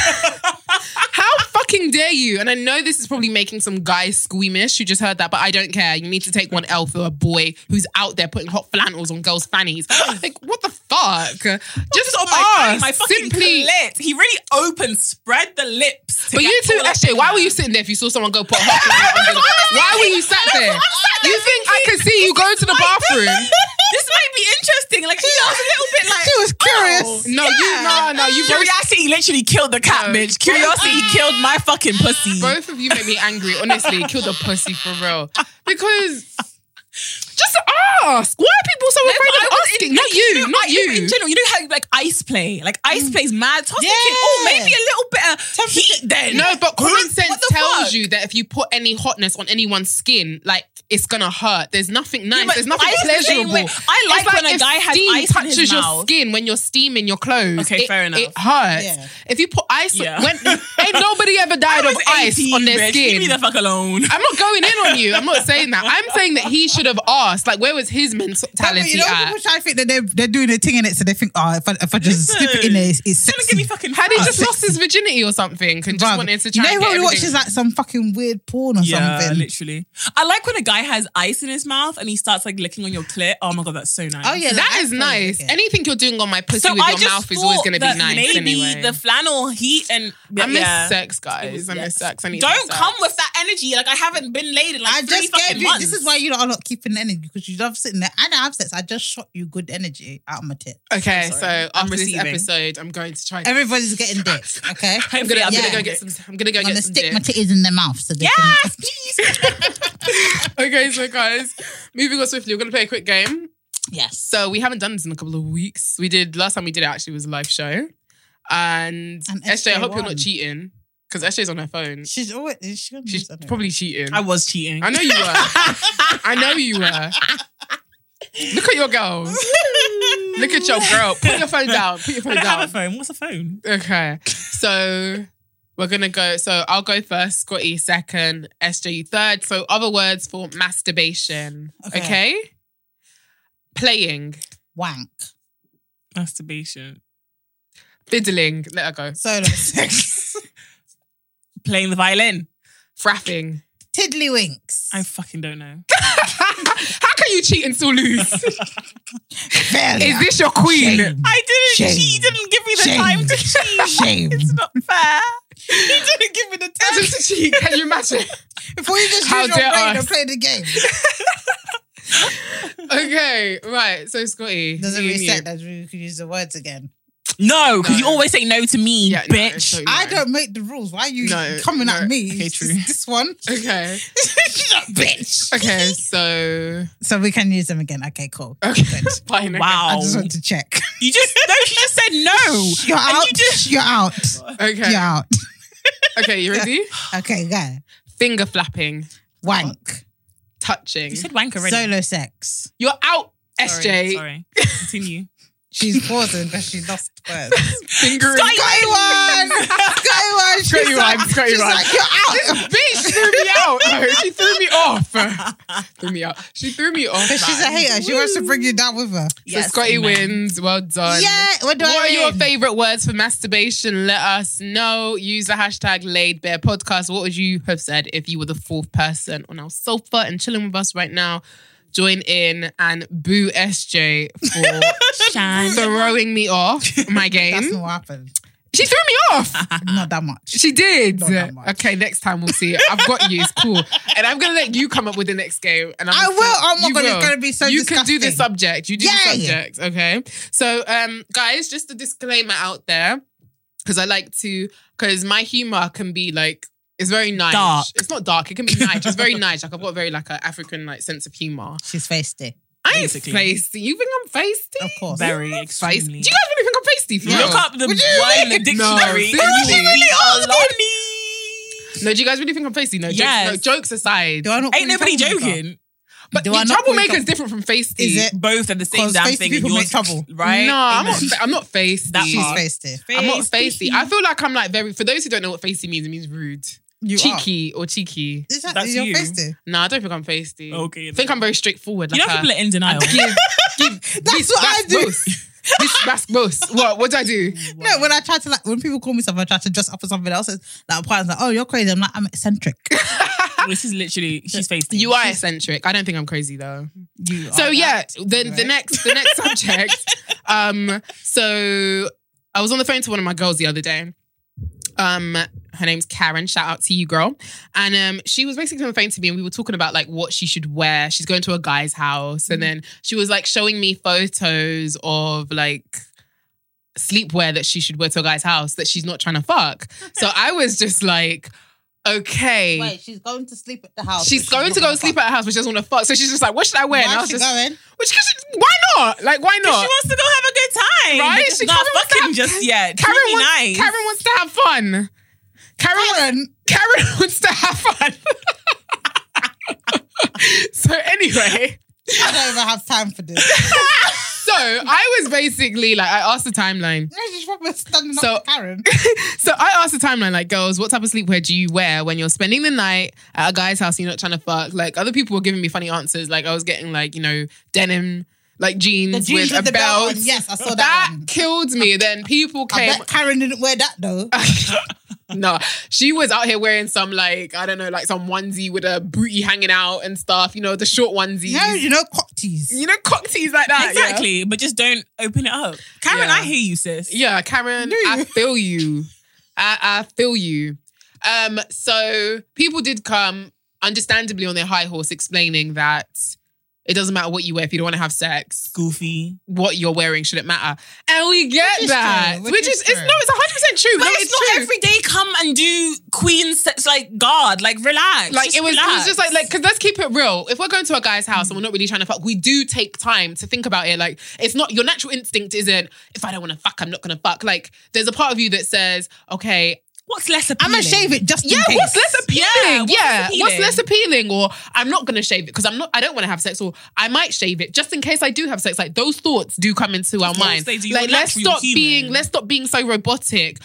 [SPEAKER 3] How fucking dare you? And I know this is probably making some guy squeamish who just heard that, but I don't care. You need to take one L for a boy who's out there putting hot flannels on girls' fannies. Like, what the fuck? Just
[SPEAKER 4] on my,
[SPEAKER 3] ask.
[SPEAKER 4] my fucking
[SPEAKER 3] simply.
[SPEAKER 4] clit. He really opened, spread the lips. to
[SPEAKER 3] But
[SPEAKER 4] get
[SPEAKER 3] you too,
[SPEAKER 4] all up
[SPEAKER 3] SJ,
[SPEAKER 4] in
[SPEAKER 3] why
[SPEAKER 4] there.
[SPEAKER 3] were you sitting there if you saw someone go put a hot flannel on your Why were you sat there? You think I can see you go to the bathroom?
[SPEAKER 4] This might be interesting. Like she was a little bit like oh.
[SPEAKER 5] She was curious.
[SPEAKER 3] No, you, no, no, you both
[SPEAKER 4] Curiosity literally killed the cat,
[SPEAKER 3] No.
[SPEAKER 4] bitch. Curiosity killed my fucking pussy.
[SPEAKER 3] Both of you make me angry, honestly. Kill the pussy for real. Because just ask. Why are people so
[SPEAKER 4] No,
[SPEAKER 3] afraid
[SPEAKER 4] but I
[SPEAKER 3] of
[SPEAKER 4] was
[SPEAKER 3] asking?
[SPEAKER 4] in-
[SPEAKER 3] not
[SPEAKER 4] like,
[SPEAKER 3] you,
[SPEAKER 4] know,
[SPEAKER 3] not
[SPEAKER 4] I-
[SPEAKER 3] you. Mm.
[SPEAKER 4] In general, you know how like ice play, like ice plays mad. So I was
[SPEAKER 5] Yeah.
[SPEAKER 4] thinking, oh, maybe a little bit of heat then.
[SPEAKER 3] no, but common
[SPEAKER 4] What
[SPEAKER 3] sense
[SPEAKER 4] the
[SPEAKER 3] tells
[SPEAKER 4] fuck?
[SPEAKER 3] you that if you put any hotness on anyone's skin, like it's gonna hurt. There's nothing nice.
[SPEAKER 4] but
[SPEAKER 3] There's nothing
[SPEAKER 4] ice is the same
[SPEAKER 3] pleasurable.
[SPEAKER 4] way. I
[SPEAKER 3] It's
[SPEAKER 4] like when a
[SPEAKER 3] if
[SPEAKER 4] guy has ice
[SPEAKER 3] steam
[SPEAKER 4] in his
[SPEAKER 3] touches your
[SPEAKER 4] mouth.
[SPEAKER 3] skin when you're steaming your clothes.
[SPEAKER 4] Okay,
[SPEAKER 3] it,
[SPEAKER 4] fair enough.
[SPEAKER 3] It hurts.
[SPEAKER 5] Yeah.
[SPEAKER 3] If you put ice,
[SPEAKER 4] Yeah.
[SPEAKER 3] when ain't nobody ever
[SPEAKER 4] I
[SPEAKER 3] died of
[SPEAKER 4] was
[SPEAKER 3] ice
[SPEAKER 4] 18,
[SPEAKER 3] on their
[SPEAKER 4] bitch.
[SPEAKER 3] skin.
[SPEAKER 4] Leave me the fuck alone.
[SPEAKER 3] I'm not going in on you. I'm not saying that. I'm saying that he should have asked. Like, where was his
[SPEAKER 5] But
[SPEAKER 3] mentality
[SPEAKER 5] you know,
[SPEAKER 3] at?
[SPEAKER 5] people try to think that they're, they're doing a thing in it, so they think, oh, if I, if I just slip it in there, it's, it's
[SPEAKER 4] Trying to
[SPEAKER 5] sexy.
[SPEAKER 4] give me fucking.
[SPEAKER 3] Had he
[SPEAKER 4] fuck.
[SPEAKER 3] just lost his virginity or something and just
[SPEAKER 5] Bruv,
[SPEAKER 3] wanted to
[SPEAKER 5] you
[SPEAKER 3] try
[SPEAKER 5] know, he
[SPEAKER 3] and get
[SPEAKER 5] probably
[SPEAKER 3] everything?
[SPEAKER 5] watches like some fucking weird porn or
[SPEAKER 4] Yeah,
[SPEAKER 5] something.
[SPEAKER 4] literally. I like when a guy has ice in his mouth and he starts like licking on your clit. Oh my god, that's so nice.
[SPEAKER 5] Oh, yeah,
[SPEAKER 3] that
[SPEAKER 5] like,
[SPEAKER 3] is
[SPEAKER 5] iPhone,
[SPEAKER 3] nice.
[SPEAKER 5] okay.
[SPEAKER 3] Anything you're doing on my pussy with your mouth is always
[SPEAKER 4] thought
[SPEAKER 3] going to be
[SPEAKER 4] that
[SPEAKER 3] nice
[SPEAKER 4] Maybe
[SPEAKER 3] anyway.
[SPEAKER 4] the flannel heat and
[SPEAKER 3] I miss
[SPEAKER 4] yeah.
[SPEAKER 3] sex, guys. I miss sex. I need
[SPEAKER 4] Don't
[SPEAKER 3] some sex.
[SPEAKER 4] come with that energy. Like I haven't been laid in like
[SPEAKER 5] I
[SPEAKER 4] three
[SPEAKER 5] just
[SPEAKER 4] fucking
[SPEAKER 5] gave you.
[SPEAKER 4] months.
[SPEAKER 5] This is why you lot are not keeping the energy because you love sitting there. And I have sex. I just shot you good energy out of my tits.
[SPEAKER 3] Okay, so
[SPEAKER 4] sorry.
[SPEAKER 3] after
[SPEAKER 4] I'm
[SPEAKER 3] this
[SPEAKER 4] receiving.
[SPEAKER 3] episode, I'm going to try.
[SPEAKER 5] Everybody's getting dick. Okay,
[SPEAKER 3] I'm gonna, I'm
[SPEAKER 5] Yeah.
[SPEAKER 3] gonna go get some. I'm gonna go
[SPEAKER 5] I'm
[SPEAKER 3] get
[SPEAKER 5] gonna
[SPEAKER 3] some
[SPEAKER 5] stick
[SPEAKER 3] dick.
[SPEAKER 5] my titties in their mouth so they can.
[SPEAKER 4] Yes, please.
[SPEAKER 3] okay, so guys, moving on swiftly, we're gonna play a quick game.
[SPEAKER 5] Yes.
[SPEAKER 3] So we haven't done this in a couple of weeks. We did last time we did it actually was a live show, and,
[SPEAKER 5] And
[SPEAKER 3] SJ, I hope you're
[SPEAKER 5] won.
[SPEAKER 3] not cheating because SJ's on her phone.
[SPEAKER 5] She's always she's, gonna
[SPEAKER 3] She's
[SPEAKER 5] do something.
[SPEAKER 3] probably cheating.
[SPEAKER 4] I was cheating.
[SPEAKER 3] I know you were. I know you were. Look at your girls. Look at your girl. Put your phone down. Put your
[SPEAKER 4] I
[SPEAKER 3] phone
[SPEAKER 4] don't have a
[SPEAKER 3] down.
[SPEAKER 4] phone. What's a phone?
[SPEAKER 3] Okay. So we're gonna go. So I'll go first, Scotty second, SJ you third. So other words for masturbation. Okay.
[SPEAKER 5] Okay.
[SPEAKER 3] Playing,
[SPEAKER 5] wank.
[SPEAKER 4] Masturbation.
[SPEAKER 3] fiddling, let her go.
[SPEAKER 5] Solo sex.
[SPEAKER 4] Playing the violin.
[SPEAKER 3] Frapping.
[SPEAKER 5] Tiddlywinks.
[SPEAKER 4] I fucking don't know.
[SPEAKER 3] How can you cheat and still lose? Is
[SPEAKER 5] failure.
[SPEAKER 3] this your queen?
[SPEAKER 5] Shame.
[SPEAKER 4] I didn't
[SPEAKER 5] Shame.
[SPEAKER 4] cheat. He didn't give me the
[SPEAKER 5] Shame.
[SPEAKER 4] time to cheat.
[SPEAKER 5] Shame.
[SPEAKER 4] It's not fair. He didn't give me the time to cheat.
[SPEAKER 3] Cheat, Can you imagine?
[SPEAKER 5] Before you just
[SPEAKER 3] How
[SPEAKER 5] use your
[SPEAKER 3] dare
[SPEAKER 5] brain
[SPEAKER 3] us.
[SPEAKER 5] and play the game.
[SPEAKER 3] Okay, right. So Scotty,
[SPEAKER 5] Doesn't
[SPEAKER 3] you- you.
[SPEAKER 5] reset that you could use the words again.
[SPEAKER 4] No, because
[SPEAKER 3] No.
[SPEAKER 4] you always say no to me,
[SPEAKER 3] Yeah, no, it's
[SPEAKER 4] bitch.
[SPEAKER 3] totally
[SPEAKER 5] I
[SPEAKER 3] right.
[SPEAKER 5] don't make the rules. Why are you
[SPEAKER 3] No,
[SPEAKER 5] coming
[SPEAKER 3] no.
[SPEAKER 5] at me?
[SPEAKER 4] Okay, true.
[SPEAKER 5] It's This one.
[SPEAKER 3] Okay.
[SPEAKER 5] She's a bitch.
[SPEAKER 3] Okay. So.
[SPEAKER 5] So we can use them again. Okay, cool.
[SPEAKER 3] Okay. Oh. Fine. okay.
[SPEAKER 5] I
[SPEAKER 4] wow.
[SPEAKER 5] just want to check.
[SPEAKER 4] You just no, she just said
[SPEAKER 3] Oh.
[SPEAKER 4] no.
[SPEAKER 5] You're
[SPEAKER 4] And
[SPEAKER 5] out.
[SPEAKER 4] you just
[SPEAKER 5] You're out.
[SPEAKER 3] Okay.
[SPEAKER 5] You're out.
[SPEAKER 3] Okay. You ready?
[SPEAKER 5] Okay, go.
[SPEAKER 3] Finger flapping,
[SPEAKER 5] Wank.
[SPEAKER 3] touching.
[SPEAKER 4] You said wank already.
[SPEAKER 5] Solo sex.
[SPEAKER 3] You're out,
[SPEAKER 4] Sorry,
[SPEAKER 3] SJ.
[SPEAKER 4] Sorry. Continue.
[SPEAKER 5] She's pausing because she lost words.
[SPEAKER 3] Fingering.
[SPEAKER 5] Got one. Got one. She's
[SPEAKER 3] Got you
[SPEAKER 5] like,
[SPEAKER 3] one, got you
[SPEAKER 5] she's
[SPEAKER 3] one.
[SPEAKER 5] like, you're out.
[SPEAKER 3] Bitch threw me out. No, she threw me off. threw me out. She threw me off.
[SPEAKER 5] Because she's a
[SPEAKER 3] man.
[SPEAKER 5] hater. She wants to bring you down with her.
[SPEAKER 3] So Scotty
[SPEAKER 4] amen.
[SPEAKER 3] wins. Well done.
[SPEAKER 5] Yeah, what do I
[SPEAKER 3] What are your
[SPEAKER 5] win?
[SPEAKER 3] favorite words for masturbation? Let us know. Use the hashtag laid bare podcast. What would you have said if you were the fourth person on our sofa and chilling with us right now? Join in and boo SJ for
[SPEAKER 4] Shan.
[SPEAKER 3] throwing me off
[SPEAKER 5] That's
[SPEAKER 3] my game.
[SPEAKER 5] not what happened.
[SPEAKER 3] She threw me off.
[SPEAKER 5] Not that much.
[SPEAKER 3] She did.
[SPEAKER 5] Not that much.
[SPEAKER 3] Okay, next time we'll see. I've got you. It's cool. And I'm gonna let you come up with the next game. And I'm
[SPEAKER 5] I will. Oh my
[SPEAKER 3] You
[SPEAKER 5] God, it's
[SPEAKER 3] will.
[SPEAKER 5] gonna be so
[SPEAKER 3] You can do the
[SPEAKER 5] disgusting.
[SPEAKER 3] subject. You do the
[SPEAKER 5] Yay.
[SPEAKER 3] subject. Okay. So, um, guys, just a disclaimer out there because I like to because my humor can be like. It's very nice.
[SPEAKER 4] Dark.
[SPEAKER 3] It's not dark. It can be nice. It's very nice. Like I've got very like an African like sense of humor.
[SPEAKER 5] She's feisty.
[SPEAKER 3] I ain't
[SPEAKER 4] Basically.
[SPEAKER 3] feisty. You think I'm feisty?
[SPEAKER 5] Of course.
[SPEAKER 4] Very
[SPEAKER 3] Feisty. Do
[SPEAKER 4] extremely.
[SPEAKER 3] you guys really think I'm feisty? For
[SPEAKER 5] Yeah.
[SPEAKER 3] real?
[SPEAKER 4] Look up the
[SPEAKER 5] Would you
[SPEAKER 4] wine
[SPEAKER 5] really?
[SPEAKER 4] dictionary.
[SPEAKER 3] No,
[SPEAKER 4] and
[SPEAKER 3] seriously.
[SPEAKER 4] you see
[SPEAKER 3] No, do you guys really think I'm feisty? No,
[SPEAKER 4] Yes.
[SPEAKER 3] jokes, no, jokes aside.
[SPEAKER 5] Do I not
[SPEAKER 4] Ain't
[SPEAKER 5] call you
[SPEAKER 4] nobody
[SPEAKER 5] troublemaker?
[SPEAKER 4] joking.
[SPEAKER 3] but
[SPEAKER 5] do
[SPEAKER 3] the
[SPEAKER 5] I not call you
[SPEAKER 3] troublemaker is
[SPEAKER 5] trouble-
[SPEAKER 3] different from feisty.
[SPEAKER 5] Is it?
[SPEAKER 4] Both are the same
[SPEAKER 5] 'Cause
[SPEAKER 4] damn
[SPEAKER 5] feisty
[SPEAKER 4] thing.
[SPEAKER 5] people
[SPEAKER 4] and
[SPEAKER 5] make
[SPEAKER 4] yours-
[SPEAKER 5] trouble.
[SPEAKER 4] right?
[SPEAKER 3] No, I'm not.
[SPEAKER 4] Ain't
[SPEAKER 3] I'm not feisty.
[SPEAKER 4] That
[SPEAKER 5] She's
[SPEAKER 4] part.
[SPEAKER 5] feisty.
[SPEAKER 3] I'm not feisty. I feel like I'm like very. For those who don't know what feisty means, it means rude,
[SPEAKER 5] You are.
[SPEAKER 3] cheeky, or cheeky.
[SPEAKER 5] Is that
[SPEAKER 4] That's
[SPEAKER 5] you're
[SPEAKER 4] you.
[SPEAKER 5] feisty?
[SPEAKER 3] No, I don't think I'm feisty.
[SPEAKER 4] Okay,
[SPEAKER 3] I think I'm very straightforward.
[SPEAKER 4] You
[SPEAKER 3] like uh,
[SPEAKER 4] know
[SPEAKER 3] a-
[SPEAKER 4] people are in denial.
[SPEAKER 3] give, give. this
[SPEAKER 5] what I
[SPEAKER 3] back
[SPEAKER 5] do.
[SPEAKER 3] boss. This back boss. What? What do I do?
[SPEAKER 5] No, when I try to like when people call me something, I try to dress up for something else. it's Like partner's like, oh, you're crazy. I'm like, I'm eccentric.
[SPEAKER 4] this is literally she's faced.
[SPEAKER 3] You are eccentric. I don't think I'm crazy though.
[SPEAKER 5] You
[SPEAKER 3] so
[SPEAKER 5] are
[SPEAKER 3] yeah,
[SPEAKER 5] that.
[SPEAKER 3] the the next the next subject. Um, so I was on the phone to one of my girls the other day. Um, her name's Karen. Shout out to you, girl. And um, she was basically on the phone to me, and we were talking about like what she should wear. She's going to a guy's house, and then she was like showing me photos of like sleepwear that she should wear to a guy's house that she's not trying to fuck. so I was just like, okay.
[SPEAKER 5] Wait, oh, she's going to sleep at the house.
[SPEAKER 3] She's going to go sleep at her house, but she doesn't want to fuck. So she's just like, "What should I wear?" and I
[SPEAKER 5] Why
[SPEAKER 3] was
[SPEAKER 5] is she
[SPEAKER 3] just,
[SPEAKER 5] going?
[SPEAKER 3] which cause she, why not? Like, why
[SPEAKER 4] She
[SPEAKER 3] not?
[SPEAKER 4] wants to go have a good time.
[SPEAKER 3] Right?
[SPEAKER 4] But It's
[SPEAKER 3] She-
[SPEAKER 4] not
[SPEAKER 3] Karen wants to
[SPEAKER 4] fucking
[SPEAKER 3] have-
[SPEAKER 4] just yet.
[SPEAKER 3] Karen
[SPEAKER 4] Truly
[SPEAKER 3] wants,
[SPEAKER 4] nice.
[SPEAKER 3] Karen wants to have fun. Karen,
[SPEAKER 5] Karen,
[SPEAKER 3] Karen wants to have fun. so anyway,
[SPEAKER 5] I don't even have time for this.
[SPEAKER 3] so I was basically like, I asked the timeline.
[SPEAKER 5] No, she's probably standing
[SPEAKER 3] So-
[SPEAKER 5] up for Karen.
[SPEAKER 3] So I asked the timeline, like, girls, what type of sleepwear do you wear when you're spending the night at a guy's house and you're not trying to fuck? Like, other people were giving me funny answers. Like, I was getting like, you know, denim, like jeans,
[SPEAKER 5] The jeans
[SPEAKER 3] with, a
[SPEAKER 5] belt.
[SPEAKER 3] belt.
[SPEAKER 5] on. Yes, I saw that.
[SPEAKER 3] That
[SPEAKER 5] one.
[SPEAKER 3] killed me. Then people
[SPEAKER 5] I
[SPEAKER 3] came.
[SPEAKER 5] bet Karen didn't wear that though.
[SPEAKER 3] no, she was out here wearing some like I don't know, like some onesie with a booty hanging out and stuff. You know, the short onesies.
[SPEAKER 5] No, you know, cocktees.
[SPEAKER 3] you know, cocktees like that. yeah.
[SPEAKER 4] Exactly, but just don't open it up. Karen,
[SPEAKER 3] Yeah.
[SPEAKER 4] I hear you, sis.
[SPEAKER 3] Yeah, Karen, I feel you. I, I feel you. Um, so people did come, understandably, on their high horse, explaining that it doesn't matter what you wear if you don't want to have sex.
[SPEAKER 4] Goofy.
[SPEAKER 3] What you're wearing shouldn't matter, and we get
[SPEAKER 5] is
[SPEAKER 3] that.
[SPEAKER 5] true,
[SPEAKER 3] Which,
[SPEAKER 5] which
[SPEAKER 3] is,
[SPEAKER 5] is
[SPEAKER 3] it's
[SPEAKER 5] true.
[SPEAKER 3] no, it's 100 percent true.
[SPEAKER 4] But
[SPEAKER 3] no,
[SPEAKER 4] it's, not
[SPEAKER 3] true.
[SPEAKER 4] every day come and do queen sets like God. Like relax.
[SPEAKER 3] Like
[SPEAKER 4] Just
[SPEAKER 3] it was, it was
[SPEAKER 4] relax.
[SPEAKER 3] just like, like, cause let's keep it real. If we're going to a guy's house and we're not really trying to fuck, we do take time to think about it. Like, it's not your natural instinct isn't if I don't want to fuck, I'm not gonna fuck. Like, there's a part of you that says, okay,
[SPEAKER 4] what's less
[SPEAKER 5] I'm
[SPEAKER 4] appealing?
[SPEAKER 5] gonna shave it just
[SPEAKER 3] yeah,
[SPEAKER 5] in case.
[SPEAKER 3] what's less appealing? Yeah,
[SPEAKER 4] what's less
[SPEAKER 3] what's
[SPEAKER 4] appealing?
[SPEAKER 3] less appealing? Or I'm not gonna shave it because I'm not. I don't want to have sex, or I might shave it just in case I do have sex. Like those thoughts do come into our
[SPEAKER 4] course
[SPEAKER 3] mind.
[SPEAKER 4] they do.
[SPEAKER 3] Like
[SPEAKER 4] You're
[SPEAKER 3] let's
[SPEAKER 4] natural,
[SPEAKER 3] stop
[SPEAKER 4] you're
[SPEAKER 3] being
[SPEAKER 4] human.
[SPEAKER 3] let's stop being so robotic.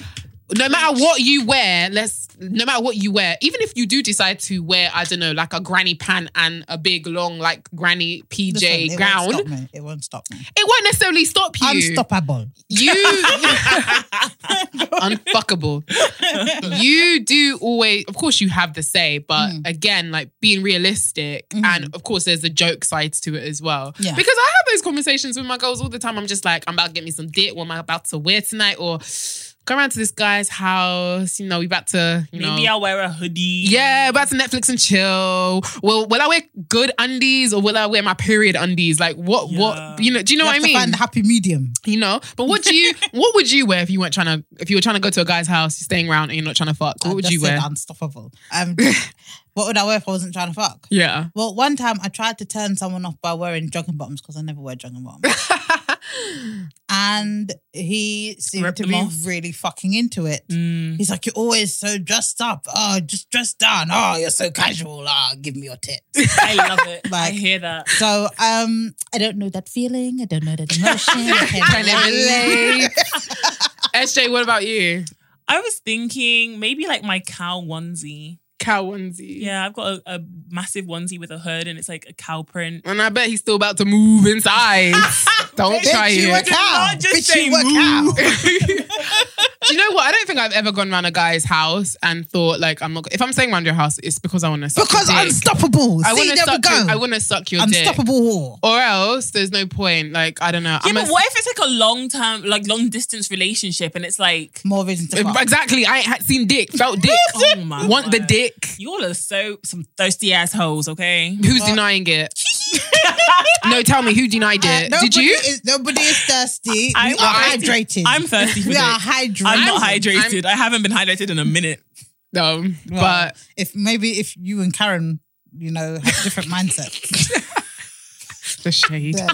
[SPEAKER 3] No matter what you wear, let's no matter what you wear, even if you do decide to wear, I don't know, like a granny pant and a big long like granny PJ
[SPEAKER 5] Listen, it
[SPEAKER 3] gown,
[SPEAKER 5] Won't stop me. It won't stop me.
[SPEAKER 3] it won't necessarily stop you.
[SPEAKER 5] Unstoppable.
[SPEAKER 3] You unfuckable. You do always, of course, you have the say, but
[SPEAKER 5] Mm.
[SPEAKER 3] again, like being realistic, and of course, there's the joke sides to it as well.
[SPEAKER 5] Yeah.
[SPEAKER 3] Because I have those conversations with my girls all the time. I'm just like, I'm about to get me some dick. What am I about to wear tonight? Or come around to this guy's house. You know, we about to, you know,
[SPEAKER 4] Maybe I'll wear a hoodie.
[SPEAKER 3] yeah, about to Netflix and chill. Will will I wear good undies or will I wear my period undies? Like what?
[SPEAKER 4] Yeah.
[SPEAKER 3] What you know? Do you know
[SPEAKER 5] You
[SPEAKER 3] what I
[SPEAKER 5] have to
[SPEAKER 3] mean?
[SPEAKER 5] find the happy medium.
[SPEAKER 3] you know. But what do you what would you wear if you weren't trying to if you were trying to go to a guy's house, you're staying around and you're not trying to fuck? What
[SPEAKER 5] I
[SPEAKER 3] would
[SPEAKER 5] just
[SPEAKER 3] you
[SPEAKER 5] said
[SPEAKER 3] wear?
[SPEAKER 5] Unstoppable. Um, what would I wear if I wasn't trying to fuck?
[SPEAKER 3] Yeah.
[SPEAKER 5] Well, one time I tried to turn someone off by wearing jogging bottoms because I never wear jogging bottoms, and he seemed
[SPEAKER 4] Ripped
[SPEAKER 5] to
[SPEAKER 4] them
[SPEAKER 5] be
[SPEAKER 4] off.
[SPEAKER 5] really fucking into it.
[SPEAKER 3] Mm.
[SPEAKER 5] He's like, "You're always so dressed up. Oh, just dress down. Oh, you're so casual. Ah, give me your tits."
[SPEAKER 4] I love it. I
[SPEAKER 5] Like-
[SPEAKER 4] hear that.
[SPEAKER 5] so, um, I don't know that feeling. I don't know that emotion. I
[SPEAKER 3] Can I
[SPEAKER 5] can't relate.
[SPEAKER 3] relate? SJ, what about you?
[SPEAKER 4] I was thinking maybe like my cow onesie.
[SPEAKER 3] Cow onesie.
[SPEAKER 4] Yeah, I've got a, a massive onesie with a hood and it's like a cow print.
[SPEAKER 3] And I bet he's still about to move inside. Don't
[SPEAKER 5] Bitch,
[SPEAKER 3] try
[SPEAKER 5] you a
[SPEAKER 3] it.
[SPEAKER 5] cow.
[SPEAKER 4] just
[SPEAKER 5] Bitch,
[SPEAKER 4] say
[SPEAKER 5] you a cow.
[SPEAKER 3] Do you know what? I don't think I've ever gone round a guy's house and thought like I'm not. If I'm staying round your house, it's because I want to.
[SPEAKER 5] Because
[SPEAKER 3] your dick.
[SPEAKER 5] unstoppable.
[SPEAKER 3] I
[SPEAKER 5] See,
[SPEAKER 3] wanna
[SPEAKER 5] there we
[SPEAKER 3] suck
[SPEAKER 5] go.
[SPEAKER 3] your- I want to suck your dick.
[SPEAKER 5] unstoppable whore.
[SPEAKER 3] Or else there's no point. Like I don't know.
[SPEAKER 4] Yeah,
[SPEAKER 3] I'm
[SPEAKER 4] but
[SPEAKER 3] a-
[SPEAKER 4] what if it's like a long term, like long distance relationship and it's like,
[SPEAKER 5] More reason to fuck.
[SPEAKER 3] Exactly. I ain't had seen dick. Felt dick.
[SPEAKER 4] Oh my
[SPEAKER 3] Want the
[SPEAKER 4] word.
[SPEAKER 3] dick.
[SPEAKER 4] you all are so, some thirsty assholes, okay?
[SPEAKER 3] Who's denying it? no, tell me who denied it.
[SPEAKER 5] Nobody
[SPEAKER 3] Did you?
[SPEAKER 5] Is, nobody is thirsty.
[SPEAKER 4] I'm
[SPEAKER 5] we are
[SPEAKER 4] thirsty.
[SPEAKER 5] hydrated.
[SPEAKER 4] I'm thirsty for
[SPEAKER 5] we are
[SPEAKER 4] dick.
[SPEAKER 5] hydrated.
[SPEAKER 4] I'm not
[SPEAKER 3] I'm-
[SPEAKER 4] hydrated. I'm, I have not been hydrated in a minute.
[SPEAKER 3] No,
[SPEAKER 5] Well,
[SPEAKER 3] but
[SPEAKER 5] if maybe if you and Karen, you know, have different mindsets.
[SPEAKER 3] the shade.
[SPEAKER 5] then-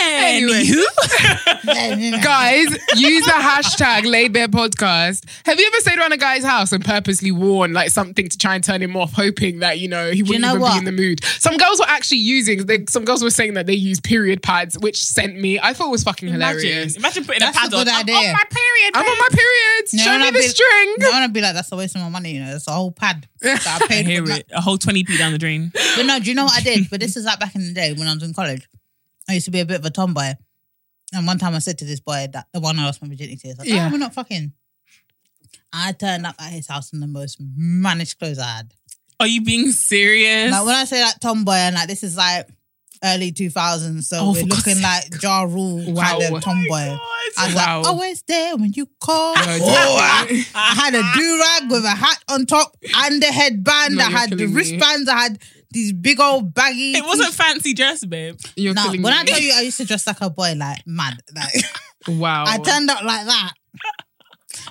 [SPEAKER 3] Anyway. guys, use the hashtag Laid Bare Podcast. Have you ever stayed around a guy's house and purposely worn like something to try and turn him off, hoping that you know he wouldn't
[SPEAKER 5] know
[SPEAKER 3] even
[SPEAKER 5] what?
[SPEAKER 3] be in the mood? Some girls were actually using. They, some girls were saying that they use period pads, which sent me. I thought it was fucking hilarious.
[SPEAKER 4] Imagine putting
[SPEAKER 5] That's
[SPEAKER 4] a
[SPEAKER 5] a
[SPEAKER 4] pad
[SPEAKER 5] good
[SPEAKER 4] on.
[SPEAKER 5] idea.
[SPEAKER 4] I'm on my period.
[SPEAKER 3] I'm on my periods.
[SPEAKER 5] No,
[SPEAKER 3] Show
[SPEAKER 5] and
[SPEAKER 3] me
[SPEAKER 5] I'd
[SPEAKER 3] the
[SPEAKER 5] be-
[SPEAKER 3] string.
[SPEAKER 5] No, and I'd be like, that's a waste of my money, you know. It's a whole pad that I
[SPEAKER 4] I
[SPEAKER 5] paid
[SPEAKER 4] hear
[SPEAKER 5] for.
[SPEAKER 4] it. A whole 20p down the drain.
[SPEAKER 5] But no, do you know what I did? But this is like back in the day when I was in college. I used to be a bit of a tomboy. And one time I said to this boy that the one I lost my virginity to, I was like,
[SPEAKER 3] Yeah.
[SPEAKER 5] oh, we're not fucking. I turned up at his house in the most managed clothes I had.
[SPEAKER 4] Are you being serious?
[SPEAKER 5] Like when I say like tomboy and like this is like early 2000s, so
[SPEAKER 3] Oh,
[SPEAKER 5] we're
[SPEAKER 3] for God's
[SPEAKER 5] looking like Ja Rule
[SPEAKER 3] Wow.
[SPEAKER 5] kind of
[SPEAKER 4] Oh
[SPEAKER 5] tomboy. I was
[SPEAKER 3] Wow.
[SPEAKER 5] like, always there when you call.
[SPEAKER 3] definitely.
[SPEAKER 5] I, I had a do rag with a hat on top and a headband.
[SPEAKER 3] No,
[SPEAKER 5] I
[SPEAKER 3] you're
[SPEAKER 5] had the
[SPEAKER 3] killing me.
[SPEAKER 5] wristbands. I had these big old baggy.
[SPEAKER 4] it wasn't fancy dress, babe.
[SPEAKER 3] You're
[SPEAKER 5] No,
[SPEAKER 3] killing
[SPEAKER 5] when
[SPEAKER 3] me.
[SPEAKER 5] I tell you, I used to dress like a boy, like mad. Like
[SPEAKER 3] wow.
[SPEAKER 5] I turned up like that.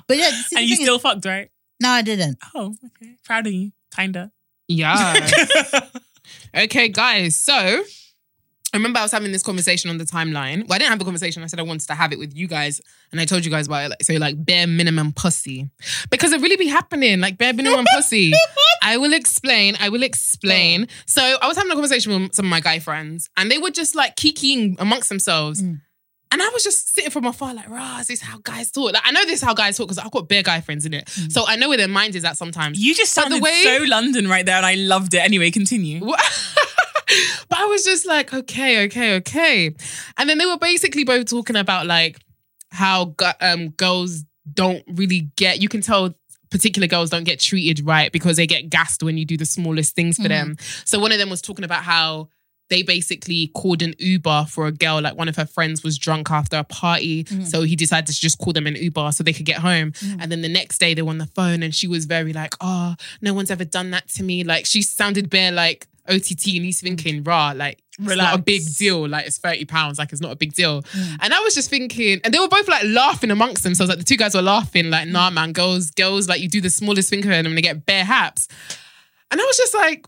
[SPEAKER 5] But yeah, see, the
[SPEAKER 4] And you
[SPEAKER 5] thing is-
[SPEAKER 4] still fucked, right?
[SPEAKER 5] no, I didn't.
[SPEAKER 4] Oh, okay. Proud of you. Kinda.
[SPEAKER 3] Yeah. okay, guys. So I remember I was having this conversation on the timeline. Well, I didn't have a conversation. I said I wanted to have it with you guys. And I told you guys about it. Like, so, like, bare minimum pussy. Because it really be happening, like, bare minimum pussy. I will explain. I will explain. So I was having a conversation with some of my guy friends, and they were just like kikiing amongst themselves. And I was just sitting from afar, like, rah, is this how guys talk? Like, I know this is how guys talk because I've got bare guy friends in it. So I know where their mind is at sometimes.
[SPEAKER 4] You just
[SPEAKER 3] But the
[SPEAKER 4] sounded
[SPEAKER 3] way-
[SPEAKER 4] so London right there, and I loved it. Anyway, continue.
[SPEAKER 3] What- but I was just like, okay, okay, okay. And then they were basically both talking about like how gu- um, girls don't really get, you can tell particular girls don't get treated right because they get gassed when you do the smallest things for them. So one of them was talking about how they basically called an Uber for a girl. Like one of her friends was drunk after a party. So he decided to just call them an Uber so they could get home. And then the next day they were on the phone and she was very like, oh, no one's ever done that to me. Like she sounded bare like OTT and he's thinking, rah, like it's not a
[SPEAKER 4] Relax.
[SPEAKER 3] big deal. Like it's 30 pounds. Like it's not a big deal. And I was just thinking, and they were both like laughing amongst themselves. Like the two guys were laughing, like, nah, man, girls, girls, like you do the smallest thing for them and they get bare haps. And I was just like,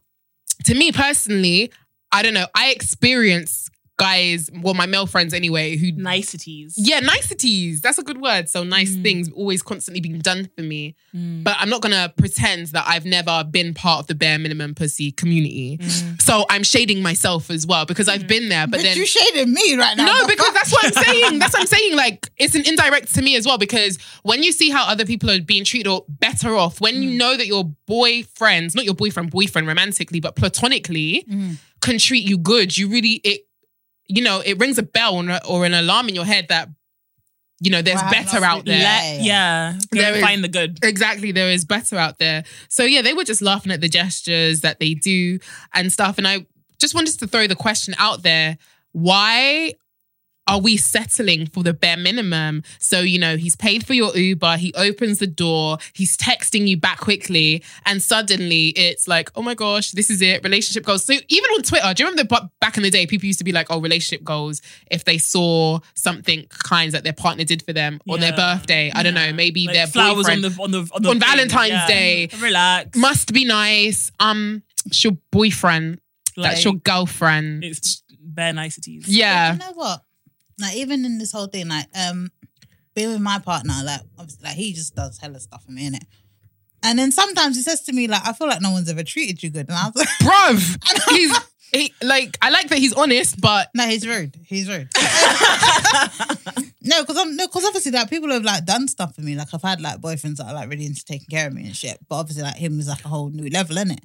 [SPEAKER 3] to me personally, I don't know. I experience guys, well, my male friends anyway, who
[SPEAKER 4] Niceties.
[SPEAKER 3] yeah, niceties. That's a good word. So nice things always constantly being done for me. But I'm not gonna pretend that I've never been part of the bare minimum pussy community. So I'm shading myself as well because I've been there. But,
[SPEAKER 5] But
[SPEAKER 3] then
[SPEAKER 5] you shaded me right now.
[SPEAKER 3] no,
[SPEAKER 5] The
[SPEAKER 3] because
[SPEAKER 5] fuck?
[SPEAKER 3] that's what I'm saying. That's what I'm saying. Like it's an indirect to me as well because when you see how other people are being treated or better off, when
[SPEAKER 5] Mm.
[SPEAKER 3] you know that your boyfriends, not your boyfriend, boyfriend romantically, but platonically,
[SPEAKER 5] Mm.
[SPEAKER 3] can treat you good, you really it, you know, it rings a bell or an, or an alarm in your head that you know there's
[SPEAKER 5] Wow,
[SPEAKER 3] better
[SPEAKER 5] that's
[SPEAKER 3] out there.
[SPEAKER 5] really-
[SPEAKER 4] Yeah. yeah. Go
[SPEAKER 3] There is-
[SPEAKER 4] find the good.
[SPEAKER 3] Exactly, there is better out there. So yeah, they were just laughing at the gestures that they do and stuff. And I just wanted to throw the question out there: Why are we settling for the bare minimum? So you know, he's paid for your Uber, he opens the door, he's texting you back quickly, and suddenly it's like, oh my gosh, this is it. Relationship goals. So even on Twitter, do you remember bu- back in the day, people used to be like, oh, relationship goals if they saw something kind that their partner did for them or their
[SPEAKER 4] Yeah.
[SPEAKER 3] birthday. I don't know, maybe
[SPEAKER 4] Like
[SPEAKER 3] their
[SPEAKER 4] flowers
[SPEAKER 3] boyfriend
[SPEAKER 4] on the on the on, the
[SPEAKER 3] on
[SPEAKER 4] thing.
[SPEAKER 3] Valentine's Day.
[SPEAKER 4] Relax.
[SPEAKER 3] must be nice. Um, it's your boyfriend. that's
[SPEAKER 4] Like,
[SPEAKER 3] your girlfriend.
[SPEAKER 4] It's bare niceties.
[SPEAKER 3] yeah.
[SPEAKER 5] But you know what? Like even in this whole thing, like um, being with my partner, like obviously, like he just does hella stuff for me, innit? And then sometimes he says to me, like, I feel like no one's ever treated you good, and I was like,
[SPEAKER 3] Bruv. He's he, like, I like that he's honest, but
[SPEAKER 5] No, he's rude. He's rude. no, because I'm no, because obviously like people have like done stuff for me. Like I've had like boyfriends that are like really into taking care of me and shit. But obviously like him is like a whole new level, is it?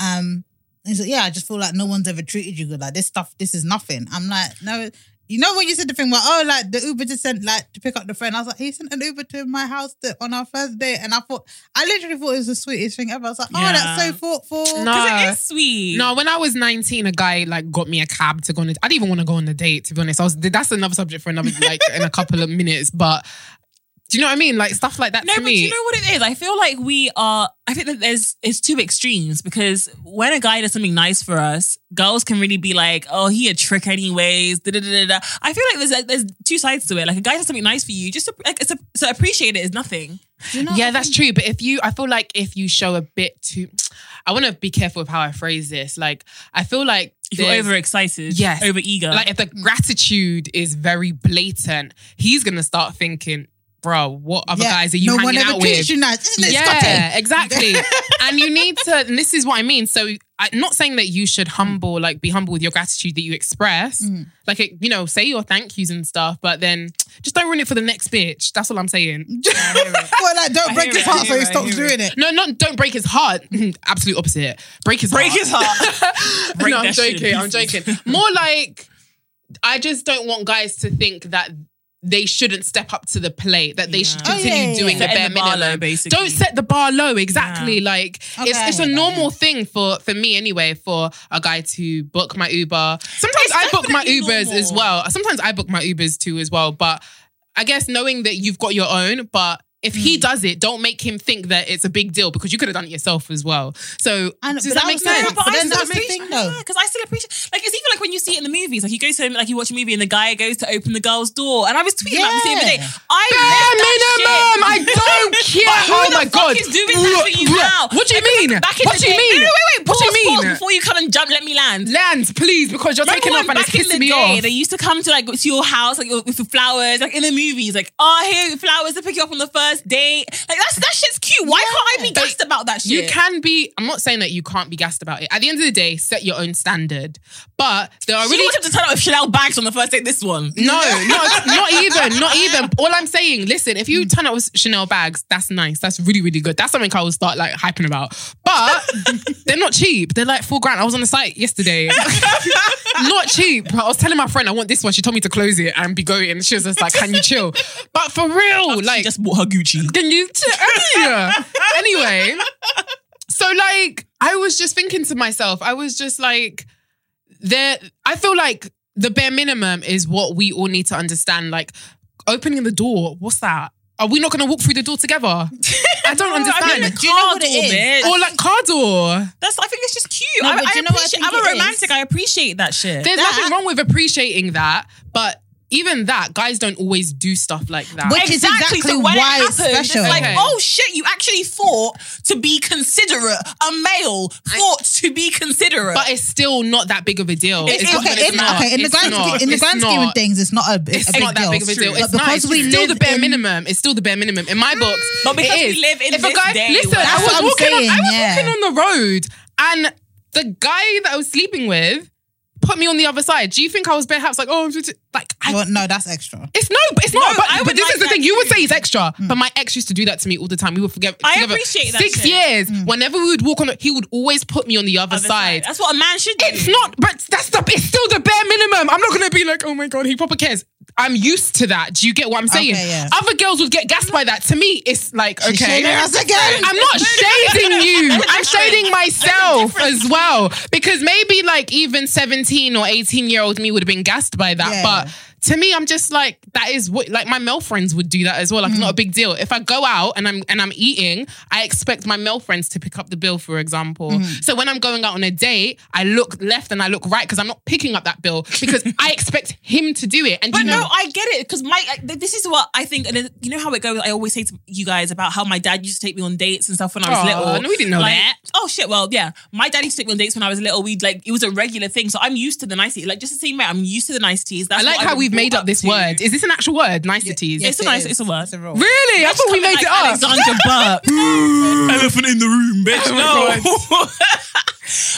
[SPEAKER 5] Um, he's like, yeah, I just feel like no one's ever treated you good. Like this stuff, this is nothing. I'm like, no. You know when you said the thing where oh like the Uber just sent like to pick up the friend I was like he sent an Uber to my house to, on our first date and I thought I literally thought it was the sweetest thing ever I was like oh
[SPEAKER 4] Yeah.
[SPEAKER 5] that's so thoughtful
[SPEAKER 3] No.
[SPEAKER 4] Because it is sweet.
[SPEAKER 3] no, when I was 19, a guy like got me a cab to go on a, I didn't even want to go on a date, to be honest. I was that's another subject for another like in a couple of minutes. But do you know what I mean? Like stuff like that
[SPEAKER 4] No,
[SPEAKER 3] to
[SPEAKER 4] but
[SPEAKER 3] me.
[SPEAKER 4] you know what it is? I feel like we are I think that there's it's two extremes because when a guy does something nice for us, girls can really be like, oh, he a trick anyways. Da, da, da, da, da. I feel like there's like, there's two sides to it. Like a guy does something nice for you, just to, like it's a, so appreciate it is nothing.
[SPEAKER 5] Do you know
[SPEAKER 3] yeah,
[SPEAKER 5] what I
[SPEAKER 3] that's
[SPEAKER 5] think?
[SPEAKER 3] true. But if you, I feel like if you show a bit too, I want to be careful with how I phrase this. Like, I feel like
[SPEAKER 4] If you're
[SPEAKER 3] there's-
[SPEAKER 4] overexcited,
[SPEAKER 3] Yes.
[SPEAKER 4] over eager,
[SPEAKER 3] Like if the gratitude is very blatant, he's gonna start thinking, bro, what other guys are you
[SPEAKER 5] no
[SPEAKER 3] hanging
[SPEAKER 5] one ever
[SPEAKER 3] out
[SPEAKER 5] treats
[SPEAKER 3] with?
[SPEAKER 5] you nice. Isn't it,
[SPEAKER 3] yeah,
[SPEAKER 5] Scotty?
[SPEAKER 3] exactly. and you need to. And this is what I mean. So I'm not saying that you should humble, like be humble with your gratitude that you express.
[SPEAKER 5] Mm.
[SPEAKER 3] Like it, you know, say your thank yous and stuff, but then just don't ruin it for the next bitch. That's all I'm saying.
[SPEAKER 5] well, like, don't
[SPEAKER 4] I
[SPEAKER 5] break
[SPEAKER 4] hear
[SPEAKER 5] his
[SPEAKER 4] it, I
[SPEAKER 5] heart so
[SPEAKER 4] hear
[SPEAKER 5] he
[SPEAKER 4] it, I
[SPEAKER 5] stops
[SPEAKER 4] hear it.
[SPEAKER 5] doing it.
[SPEAKER 3] No, not don't break his heart. Absolute opposite. Break his
[SPEAKER 4] break
[SPEAKER 3] heart.
[SPEAKER 4] his heart. Break
[SPEAKER 3] no, I'm
[SPEAKER 4] that shit in
[SPEAKER 3] joking. I'm
[SPEAKER 4] pieces.
[SPEAKER 3] joking. More like I just don't want guys to think that they shouldn't step up to the plate, that they should
[SPEAKER 5] Yeah. Oh, yeah,
[SPEAKER 3] continue
[SPEAKER 5] yeah,
[SPEAKER 3] doing
[SPEAKER 5] yeah.
[SPEAKER 3] the
[SPEAKER 4] Set
[SPEAKER 3] bare
[SPEAKER 4] the bar
[SPEAKER 3] minimum.
[SPEAKER 4] low, basically.
[SPEAKER 3] Don't set the bar low. Exactly.
[SPEAKER 4] Yeah.
[SPEAKER 3] Like
[SPEAKER 5] Okay,
[SPEAKER 3] it's
[SPEAKER 5] I
[SPEAKER 3] it's a
[SPEAKER 5] hear that,
[SPEAKER 3] normal
[SPEAKER 5] yeah.
[SPEAKER 3] thing for for me anyway. For a guy to book my Uber. Sometimes I book my
[SPEAKER 4] definitely
[SPEAKER 3] Ubers as
[SPEAKER 4] normal.
[SPEAKER 3] well. Sometimes I book my Ubers too as well. But I guess knowing that you've got your own, but. If he does it, don't make him think that it's a big deal because you could have done it yourself as well. So
[SPEAKER 5] And-
[SPEAKER 3] does
[SPEAKER 5] but
[SPEAKER 3] that
[SPEAKER 5] I
[SPEAKER 3] make
[SPEAKER 5] was like,
[SPEAKER 3] sense?
[SPEAKER 5] but I then
[SPEAKER 4] still
[SPEAKER 5] that's the
[SPEAKER 4] appreciate-
[SPEAKER 5] thing, though.
[SPEAKER 4] Yeah, because I still appreciate. Like it's even like when you see it in the movies. Like you go to him, like you watch a movie and the guy goes to open the girl's door. And I was tweeting about this the other day.
[SPEAKER 5] Yeah.
[SPEAKER 4] I
[SPEAKER 3] Bare
[SPEAKER 4] love
[SPEAKER 3] minimum. I
[SPEAKER 4] that shit.
[SPEAKER 3] don't care.
[SPEAKER 4] But who
[SPEAKER 3] oh
[SPEAKER 4] the
[SPEAKER 3] my
[SPEAKER 4] fuck
[SPEAKER 3] god.
[SPEAKER 4] is doing that for you
[SPEAKER 3] Bruh,
[SPEAKER 4] now?
[SPEAKER 3] What do you
[SPEAKER 4] Like,
[SPEAKER 3] mean?
[SPEAKER 4] Back in
[SPEAKER 3] What
[SPEAKER 4] the
[SPEAKER 3] do
[SPEAKER 4] day-
[SPEAKER 3] you mean?
[SPEAKER 4] No, wait, wait. Pause,
[SPEAKER 3] What do you
[SPEAKER 4] Pause
[SPEAKER 3] mean?
[SPEAKER 4] before you come and jump. Let me land.
[SPEAKER 3] Land, please, because you're taking off
[SPEAKER 4] Remember
[SPEAKER 3] and
[SPEAKER 4] when
[SPEAKER 3] it's
[SPEAKER 4] back in the
[SPEAKER 3] pissing me
[SPEAKER 4] day
[SPEAKER 3] off.
[SPEAKER 4] they used to come to like to your house like with the flowers like in the movies like oh here are your flowers to pick you up on the first date like that's that shit's cute why can't I be gassed about that shit
[SPEAKER 3] You can be. I'm not saying that you can't be gassed about it. At the end of the day, set your own standard. But there are
[SPEAKER 4] I really
[SPEAKER 3] really
[SPEAKER 4] want him to turn out with Chanel bags on the first date this one
[SPEAKER 3] No, not not even, not even. All I'm saying, listen, if
[SPEAKER 4] Mm.
[SPEAKER 3] you turn out with Chanel bags, that's nice. That's really, really good. That's something I would start like hyping about. But they're not cheap. They're like four grand. I was on the site yesterday. not cheap. I was telling my friend I want this one. She told me to close it and be going. She was just like, "Can you chill?" But for real,
[SPEAKER 4] she
[SPEAKER 3] like,
[SPEAKER 4] just bought her Gucci
[SPEAKER 3] can you? T- anyway, so like, I was just thinking to myself, I was just like, there. I feel like the bare minimum is what we all need to understand. Like, opening the door. What's that? Are we not going to walk through the door together? I don't understand.
[SPEAKER 5] Do you know what it is?
[SPEAKER 4] bitch.
[SPEAKER 3] or like car door.
[SPEAKER 4] that's I think it's just cute
[SPEAKER 5] No,
[SPEAKER 4] I,
[SPEAKER 5] but
[SPEAKER 4] I
[SPEAKER 5] do you know what I
[SPEAKER 4] appreciate,
[SPEAKER 5] think
[SPEAKER 4] I'm a
[SPEAKER 5] it is?
[SPEAKER 4] romantic I appreciate that shit
[SPEAKER 3] There's
[SPEAKER 5] That-
[SPEAKER 3] nothing wrong with appreciating that, but even that, guys don't always do stuff like that.
[SPEAKER 5] Which is exactly
[SPEAKER 4] so when
[SPEAKER 5] why
[SPEAKER 4] it
[SPEAKER 5] it's
[SPEAKER 4] happened,
[SPEAKER 5] special.
[SPEAKER 4] It's like,
[SPEAKER 3] Okay.
[SPEAKER 4] oh shit, you actually fought to be considerate. A male fought to be considerate.
[SPEAKER 3] but it's still not that big of a deal.
[SPEAKER 4] It-
[SPEAKER 3] It's
[SPEAKER 4] it-
[SPEAKER 3] not-
[SPEAKER 5] okay,
[SPEAKER 3] it's
[SPEAKER 5] in,
[SPEAKER 3] not.
[SPEAKER 5] okay, in the
[SPEAKER 3] It's
[SPEAKER 5] grand
[SPEAKER 3] not.
[SPEAKER 5] scheme, in the
[SPEAKER 3] It's
[SPEAKER 5] grand scheme
[SPEAKER 3] not.
[SPEAKER 5] of things, it's not a,
[SPEAKER 3] It's
[SPEAKER 5] a big
[SPEAKER 3] not that
[SPEAKER 5] deal.
[SPEAKER 3] big of a deal.
[SPEAKER 5] But
[SPEAKER 3] It's
[SPEAKER 5] because
[SPEAKER 3] nice.
[SPEAKER 5] we
[SPEAKER 3] It's still
[SPEAKER 5] live
[SPEAKER 3] the bare
[SPEAKER 5] in-
[SPEAKER 3] minimum. It's still the bare minimum in my books.
[SPEAKER 4] But because
[SPEAKER 3] it
[SPEAKER 4] we
[SPEAKER 3] is.
[SPEAKER 4] live in
[SPEAKER 3] if a
[SPEAKER 4] this
[SPEAKER 3] guy,
[SPEAKER 4] day
[SPEAKER 3] listen,
[SPEAKER 4] where-
[SPEAKER 3] I
[SPEAKER 4] That's
[SPEAKER 3] was
[SPEAKER 5] what I'm
[SPEAKER 3] walking. on, I
[SPEAKER 5] saying,
[SPEAKER 3] was
[SPEAKER 5] yeah.
[SPEAKER 3] walking on the road, and the guy that I was sleeping with put me on the other side. Do you think I was perhaps like, oh, I'm just- like I
[SPEAKER 5] Well, no, that's extra.
[SPEAKER 3] it's no, but it's not.
[SPEAKER 4] No,
[SPEAKER 3] but,
[SPEAKER 4] I
[SPEAKER 3] but
[SPEAKER 4] would
[SPEAKER 3] this
[SPEAKER 4] like
[SPEAKER 3] is the
[SPEAKER 4] that
[SPEAKER 3] thing. You would
[SPEAKER 4] too.
[SPEAKER 3] say it's extra, but my ex used to do that to me all the time. We would forget.
[SPEAKER 4] I
[SPEAKER 3] together.
[SPEAKER 4] appreciate that
[SPEAKER 3] Six
[SPEAKER 4] shit.
[SPEAKER 3] years, whenever we would walk on, the- he would always put me on the other,
[SPEAKER 4] Other
[SPEAKER 3] side.
[SPEAKER 4] That's what a man should do.
[SPEAKER 3] It's not, but that's the. It's still the bare minimum. I'm not gonna be like, oh my god, he proper cares. I'm used to that. Do you get what I'm saying?
[SPEAKER 5] Okay, yeah.
[SPEAKER 3] Other girls would get gassed by that. To me, it's like
[SPEAKER 5] She's
[SPEAKER 3] okay.
[SPEAKER 5] shading us again.
[SPEAKER 3] I'm not shading you. I'm shading myself as well because maybe like even 17 or 18 year old me would have been gassed by that,
[SPEAKER 5] Yeah.
[SPEAKER 3] but. To me, I'm just like that is what like my male friends would do that as well. Like, it's not a big deal. If I go out and I'm and I'm eating, I expect my male friends to pick up the bill, for example. So when I'm going out on a date, I look left and I look right because I'm not picking up that bill because I expect him to do it. And
[SPEAKER 4] But
[SPEAKER 3] you know,
[SPEAKER 4] no, I get it because my like, th- this is what I think, and it- you know how it goes. I always say to you guys about how my dad used to take me on dates and stuff when I was
[SPEAKER 3] Aw,
[SPEAKER 4] little.
[SPEAKER 3] no, we didn't know
[SPEAKER 4] Like,
[SPEAKER 3] that.
[SPEAKER 4] Oh shit! Well, yeah, my dad used to take me on dates when I was little. We'd like it was a regular thing, so I'm used to the niceties. Like just the same way, I'm used to the niceties. That's
[SPEAKER 3] I like
[SPEAKER 4] what
[SPEAKER 3] how
[SPEAKER 4] was
[SPEAKER 3] we've
[SPEAKER 4] brought
[SPEAKER 3] made up this
[SPEAKER 4] to.
[SPEAKER 3] word. Is this an actual word? Niceties.
[SPEAKER 4] It's a
[SPEAKER 5] It
[SPEAKER 4] nice.
[SPEAKER 5] is.
[SPEAKER 4] It's a word.
[SPEAKER 5] It's a rule.
[SPEAKER 3] Really? I thought we made
[SPEAKER 4] like
[SPEAKER 3] it up.
[SPEAKER 4] Alexandra Burke. Elephant in the room, bitch. no.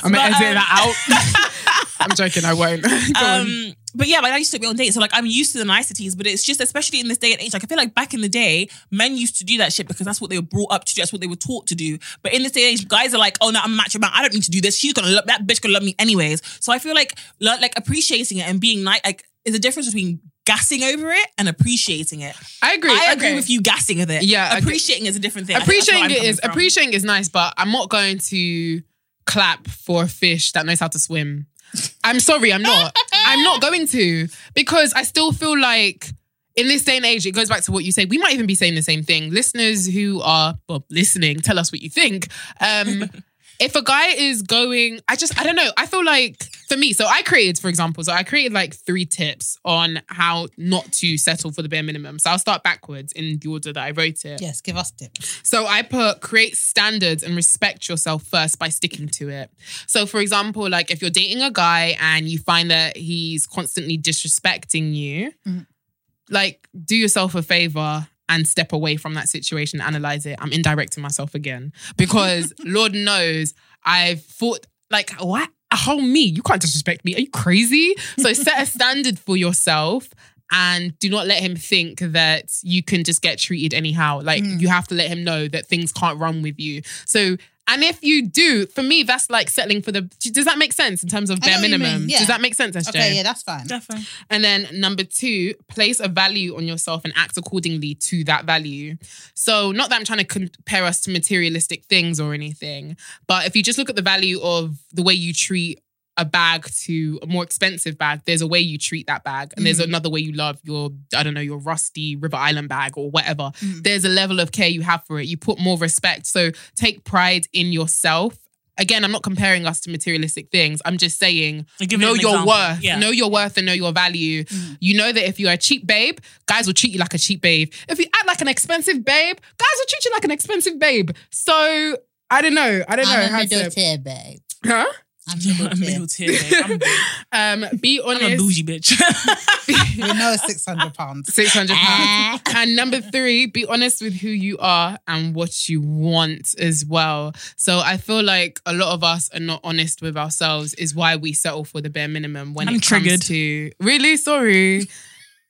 [SPEAKER 3] I'm gonna
[SPEAKER 4] But,
[SPEAKER 3] edit
[SPEAKER 4] um,
[SPEAKER 3] that out. I'm joking. I won't. Go on.
[SPEAKER 4] Um, but yeah, my dad used to take me on dates, so like I'm used to the niceties. But it's just, especially in this day and age, like I feel like back in the day, men used to do that shit because that's what they were brought up to do. That's what they were taught to do. But in this day and age, guys are like, oh no, I'm a macho man. I don't need to do this. She's gonna love that bitch. Gonna love me anyways. So I feel like lo- like appreciating it and being nice, like, is a difference between gassing over it and appreciating it.
[SPEAKER 3] I agree.
[SPEAKER 4] I agree
[SPEAKER 3] Okay.
[SPEAKER 4] with you gassing of it.
[SPEAKER 3] Yeah, I agree.
[SPEAKER 4] appreciating is a different thing. I think that's where
[SPEAKER 3] appreciating
[SPEAKER 4] I'm
[SPEAKER 3] it
[SPEAKER 4] coming
[SPEAKER 3] is
[SPEAKER 4] from.
[SPEAKER 3] appreciating is nice, but I'm not going to clap for a fish that knows how to swim. I'm sorry, I'm not. I'm not going to because I still feel like in this day and age, it goes back to what you say. We might even be saying the same thing. Listeners who are well listening, tell us what you think. Um, if a guy is going, I just I don't know. I feel like for me, so I created, for example, so I created like three tips on how not to settle for the bare minimum. So I'll start backwards in the order that I wrote it.
[SPEAKER 5] Yes, give us tips.
[SPEAKER 3] So I put create standards and respect yourself first by sticking to it. So for example, like if you're dating a guy and you find that he's constantly disrespecting you, like do yourself a favor and step away from that situation, analyze it. I'm indirecting myself again because Lord knows I've thought like what a whole me. You can't disrespect me. Are you crazy? So set a standard for yourself and do not let him think that you can just get treated anyhow. Like
[SPEAKER 5] Hmm.
[SPEAKER 3] you have to let him know that things can't run with you. So and if you do, for me, that's like settling for the. Does that make sense in terms of
[SPEAKER 5] I
[SPEAKER 3] bare
[SPEAKER 5] know what you
[SPEAKER 3] minimum?
[SPEAKER 5] mean, yeah.
[SPEAKER 3] Does that make sense, SJ?
[SPEAKER 5] Okay, yeah, that's fine.
[SPEAKER 4] Definitely.
[SPEAKER 3] And then number two, place a value on yourself and act accordingly to that value. So, not that I'm trying to compare us to materialistic things or anything, but if you just look at the value of the way you treat a bag to a more expensive bag, there's a way you treat that bag. And
[SPEAKER 4] Mm.
[SPEAKER 3] there's another way you love your, I don't know, your rusty River Island bag or whatever.
[SPEAKER 4] Mm.
[SPEAKER 3] There's a level of care you have for it. You put more respect. So, take pride in yourself. Again, I'm not comparing us to materialistic things. I'm just saying
[SPEAKER 4] Like, give it
[SPEAKER 3] know
[SPEAKER 4] an
[SPEAKER 3] your
[SPEAKER 4] example.
[SPEAKER 3] worth.
[SPEAKER 4] Yeah. Mm.
[SPEAKER 3] Know your worth and know your value. You know that if you're a cheap babe, guys will treat you like a cheap babe. If you act like an expensive babe, guys will treat you like an expensive babe. So I don't know. I don't know
[SPEAKER 5] I'm a
[SPEAKER 3] how
[SPEAKER 5] middle
[SPEAKER 3] to.
[SPEAKER 5] tier, babe.
[SPEAKER 3] Huh?
[SPEAKER 5] I'm
[SPEAKER 4] I'm a
[SPEAKER 5] middle tier.
[SPEAKER 4] middle tier. babe. I'm, big.
[SPEAKER 3] Um, be honest.
[SPEAKER 4] I'm a bougie bitch.
[SPEAKER 5] You know, it's six hundred pounds.
[SPEAKER 3] Six hundred pounds.
[SPEAKER 4] Eh.
[SPEAKER 3] and number three, be honest with who you are and what you want as well. So I feel like a lot of us are not honest with ourselves, is why we settle for the bare minimum when
[SPEAKER 4] I'm
[SPEAKER 3] it
[SPEAKER 4] triggered.
[SPEAKER 3] comes to really sorry.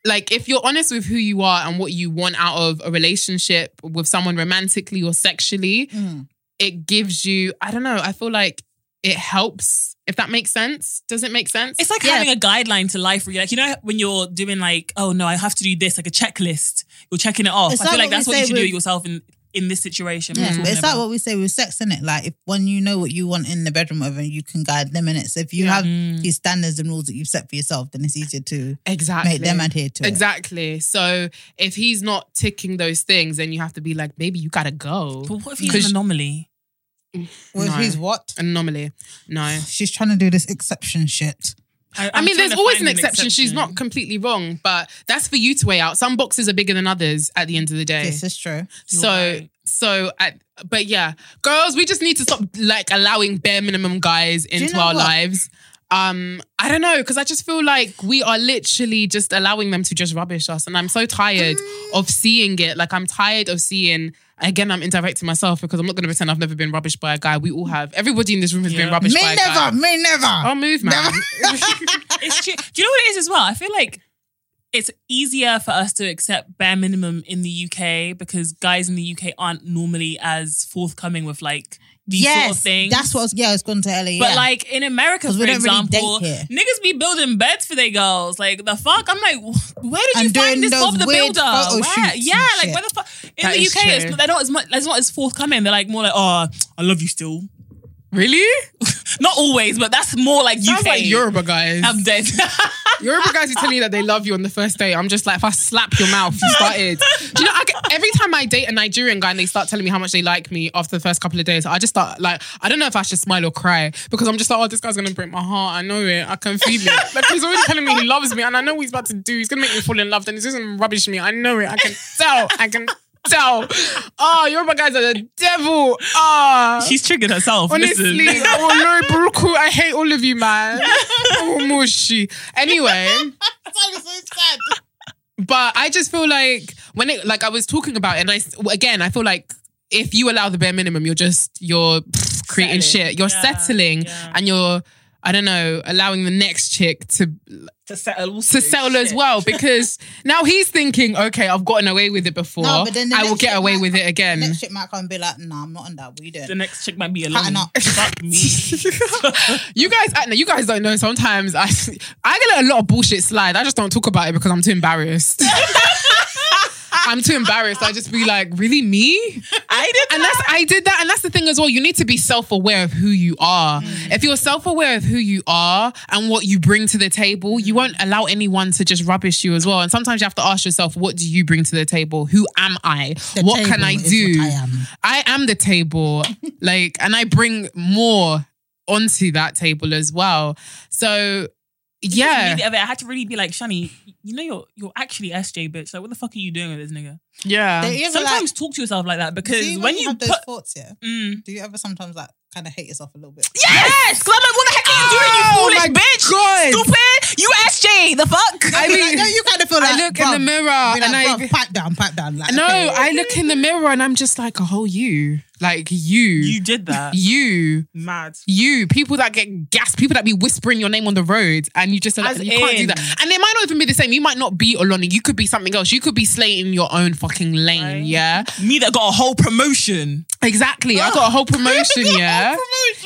[SPEAKER 3] Like if you're honest with who you are and what you want out of a relationship with someone romantically or sexually,
[SPEAKER 5] Mm.
[SPEAKER 3] it gives you, I don't know, I feel like it helps, if that makes sense. Does it make sense?
[SPEAKER 4] It's like having a guideline to life where you're like, you know, when you're doing like, oh no, I have to do this, like a checklist, you're checking it off.
[SPEAKER 5] It's
[SPEAKER 4] I feel
[SPEAKER 5] like
[SPEAKER 4] like
[SPEAKER 5] what we
[SPEAKER 4] that's what you
[SPEAKER 5] say
[SPEAKER 4] should do
[SPEAKER 5] with-
[SPEAKER 4] yourself in, in this situation. we're
[SPEAKER 5] Yeah,
[SPEAKER 4] talking
[SPEAKER 5] but it's like
[SPEAKER 4] about.
[SPEAKER 5] what we say with sex, is it? Like if when you know what you want in the bedroom, whatever, you can guide them in it. So if you have these standards and rules that you've set for yourself, then it's easier to
[SPEAKER 3] exactly.
[SPEAKER 5] make them adhere to it.
[SPEAKER 3] Exactly. So if he's not ticking those things, then you have to be like, maybe you gotta go.
[SPEAKER 4] But what if he's an anomaly?
[SPEAKER 5] Well,
[SPEAKER 3] No.
[SPEAKER 5] if he's what?
[SPEAKER 3] Anomaly. No.
[SPEAKER 5] She's trying to do this exception shit.
[SPEAKER 3] I
[SPEAKER 4] I'm
[SPEAKER 3] mean,
[SPEAKER 4] trying to
[SPEAKER 3] there's always an
[SPEAKER 4] find
[SPEAKER 3] exception. She's not completely wrong, but that's for you to weigh out. Some boxes are bigger than others at the end of the day.
[SPEAKER 5] This is true.
[SPEAKER 3] so,
[SPEAKER 4] right.
[SPEAKER 3] so, at, but yeah, girls, we just need to stop like allowing bare minimum guys into
[SPEAKER 5] know
[SPEAKER 3] our
[SPEAKER 5] what?
[SPEAKER 3] lives. Um, I don't know because I just feel like we are literally just allowing them to just rubbish us, and I'm so tired of seeing it. Like I'm tired of seeing. Again, I'm indirecting myself because I'm not going to pretend I've never been rubbish by a guy. We all have. Everybody in this room has been
[SPEAKER 4] Yeah.
[SPEAKER 3] rubbish
[SPEAKER 5] Me
[SPEAKER 3] by a guy.
[SPEAKER 5] never, me never.
[SPEAKER 3] I'll move, man.
[SPEAKER 4] It's true. Do you know what it is as well? I feel like it's easier for us to accept bare minimum in the UK because guys in the UK aren't normally as forthcoming with like these
[SPEAKER 5] yes,
[SPEAKER 4] sort of things.
[SPEAKER 5] that's what. I was- Yeah, I was going to LA.
[SPEAKER 4] But
[SPEAKER 5] yeah.
[SPEAKER 4] like in America,
[SPEAKER 5] 'Cause
[SPEAKER 4] for
[SPEAKER 5] we don't really date
[SPEAKER 4] example,
[SPEAKER 5] here.
[SPEAKER 4] niggas be building beds for their girls. Like the fuck, I'm like, where did
[SPEAKER 5] And
[SPEAKER 4] you
[SPEAKER 5] doing
[SPEAKER 4] find this
[SPEAKER 5] those
[SPEAKER 4] Bob the
[SPEAKER 5] weird
[SPEAKER 4] Builder?
[SPEAKER 5] photo
[SPEAKER 4] Where?
[SPEAKER 5] shoots
[SPEAKER 4] Yeah,
[SPEAKER 5] and
[SPEAKER 4] like
[SPEAKER 5] shit.
[SPEAKER 4] where the fuck? In
[SPEAKER 3] That
[SPEAKER 4] the
[SPEAKER 3] is
[SPEAKER 4] UK,
[SPEAKER 3] true.
[SPEAKER 4] it's, they're not as much. It's not as forthcoming. They're like more like, oh, I love you still.
[SPEAKER 3] really?
[SPEAKER 4] Not always, but that's more like
[SPEAKER 3] Sounds
[SPEAKER 4] UK.
[SPEAKER 3] like Yoruba guys.
[SPEAKER 4] I'm dead.
[SPEAKER 3] Yoruba guys who tell you that they love you on the first date, I'm just like, if I slap your mouth, you started. Do you know, I get, every time I date a Nigerian guy and they start telling me how much they like me after the first couple of days, I just start like, I don't know if I should smile or cry because I'm just like, oh, this guy's going to break my heart. I know it. I can feel it. Like, he's already telling me he loves me and I know what he's about to do. He's going to make me fall in love. Then he's just going to rubbish me. I know it. I can tell. I can tell. Oh, Yoruba guys are the devil. Ah.
[SPEAKER 4] She's triggered herself.
[SPEAKER 3] Honestly,
[SPEAKER 4] Listen.
[SPEAKER 3] oh no, Buruku, I hate all of you, man. Oh, mushy. Anyway,
[SPEAKER 5] That's so sad.
[SPEAKER 3] but I just feel like when it like I was talking about, it and I s- again I feel like if you allow the bare minimum, you're just you're pff, creating
[SPEAKER 4] Settling.
[SPEAKER 3] shit. You're
[SPEAKER 4] Yeah,
[SPEAKER 3] settling,
[SPEAKER 4] yeah.
[SPEAKER 3] and you're I don't know allowing the next chick to
[SPEAKER 4] to settle,
[SPEAKER 3] to settle as well because now he's thinking, okay, I've gotten away with it before.
[SPEAKER 5] No, but then the
[SPEAKER 3] I will
[SPEAKER 5] next
[SPEAKER 3] get
[SPEAKER 5] chick
[SPEAKER 3] away
[SPEAKER 5] might-
[SPEAKER 3] with it again.
[SPEAKER 5] Next shit might come and be like, nah, I'm not on that. What you doing?
[SPEAKER 4] The next chick might be alone.
[SPEAKER 5] Pattern up.
[SPEAKER 4] Fuck me.
[SPEAKER 3] you guys, I, you guys don't know. Sometimes I, I get a lot of bullshit slide. I just don't talk about it because I'm too embarrassed. I'm too embarrassed. I just be like, really me? I did, and that's I did that, and that's the thing as well. You need to be self aware of who you are. If you're self aware of who you are and what you bring to the table, you won't allow anyone to just rubbish you as well. And sometimes you have to ask yourself, what do you bring to the table? Who am I?
[SPEAKER 5] The
[SPEAKER 3] what can
[SPEAKER 5] table
[SPEAKER 3] I
[SPEAKER 5] is
[SPEAKER 3] do? Um,
[SPEAKER 5] what I am.
[SPEAKER 3] I am the table, like, and I bring more onto that table as well. So yeah,
[SPEAKER 4] Really, I had to really be like, Shani, you know you're you're actually SJ bitch. Like, what the fuck are you doing with this nigga?
[SPEAKER 5] Do
[SPEAKER 3] yeah.
[SPEAKER 5] you ever,
[SPEAKER 4] Sometimes talk to yourself like that
[SPEAKER 5] like,
[SPEAKER 4] because
[SPEAKER 5] do you
[SPEAKER 4] when
[SPEAKER 5] ever
[SPEAKER 4] you
[SPEAKER 5] have
[SPEAKER 4] put
[SPEAKER 5] those thoughts, yeah,
[SPEAKER 4] Mm.
[SPEAKER 5] do you ever sometimes like kind of hate yourself a little bit?
[SPEAKER 4] yes, because I'm like, what the heck are you doing, you
[SPEAKER 3] Oh
[SPEAKER 4] foolish
[SPEAKER 3] my
[SPEAKER 4] bitch?
[SPEAKER 3] God.
[SPEAKER 4] Stupid, you SJ. The fuck?
[SPEAKER 3] I
[SPEAKER 5] Be
[SPEAKER 3] mean,
[SPEAKER 5] like, no, you kind of feel like
[SPEAKER 3] I look in the
[SPEAKER 5] bruv,
[SPEAKER 3] mirror
[SPEAKER 5] be like,
[SPEAKER 3] and I
[SPEAKER 5] bruv, pipe down, pipe down. Like,
[SPEAKER 3] no,
[SPEAKER 5] okay.
[SPEAKER 3] I look in the mirror and I'm just like, oh you, like
[SPEAKER 4] you did that.
[SPEAKER 3] you.
[SPEAKER 4] Mad.
[SPEAKER 3] you, people that get gassed, people that be whispering your name on the road, and you just are like,
[SPEAKER 4] As
[SPEAKER 3] you can't do
[SPEAKER 4] in.
[SPEAKER 3] that. And it might not even be the same. You might not be Oloni. You could be something else. You could be slating your own fucking lane.
[SPEAKER 4] Right.
[SPEAKER 3] Yeah,
[SPEAKER 4] Me that got a whole promotion.
[SPEAKER 3] exactly. I got a whole promotion. yeah.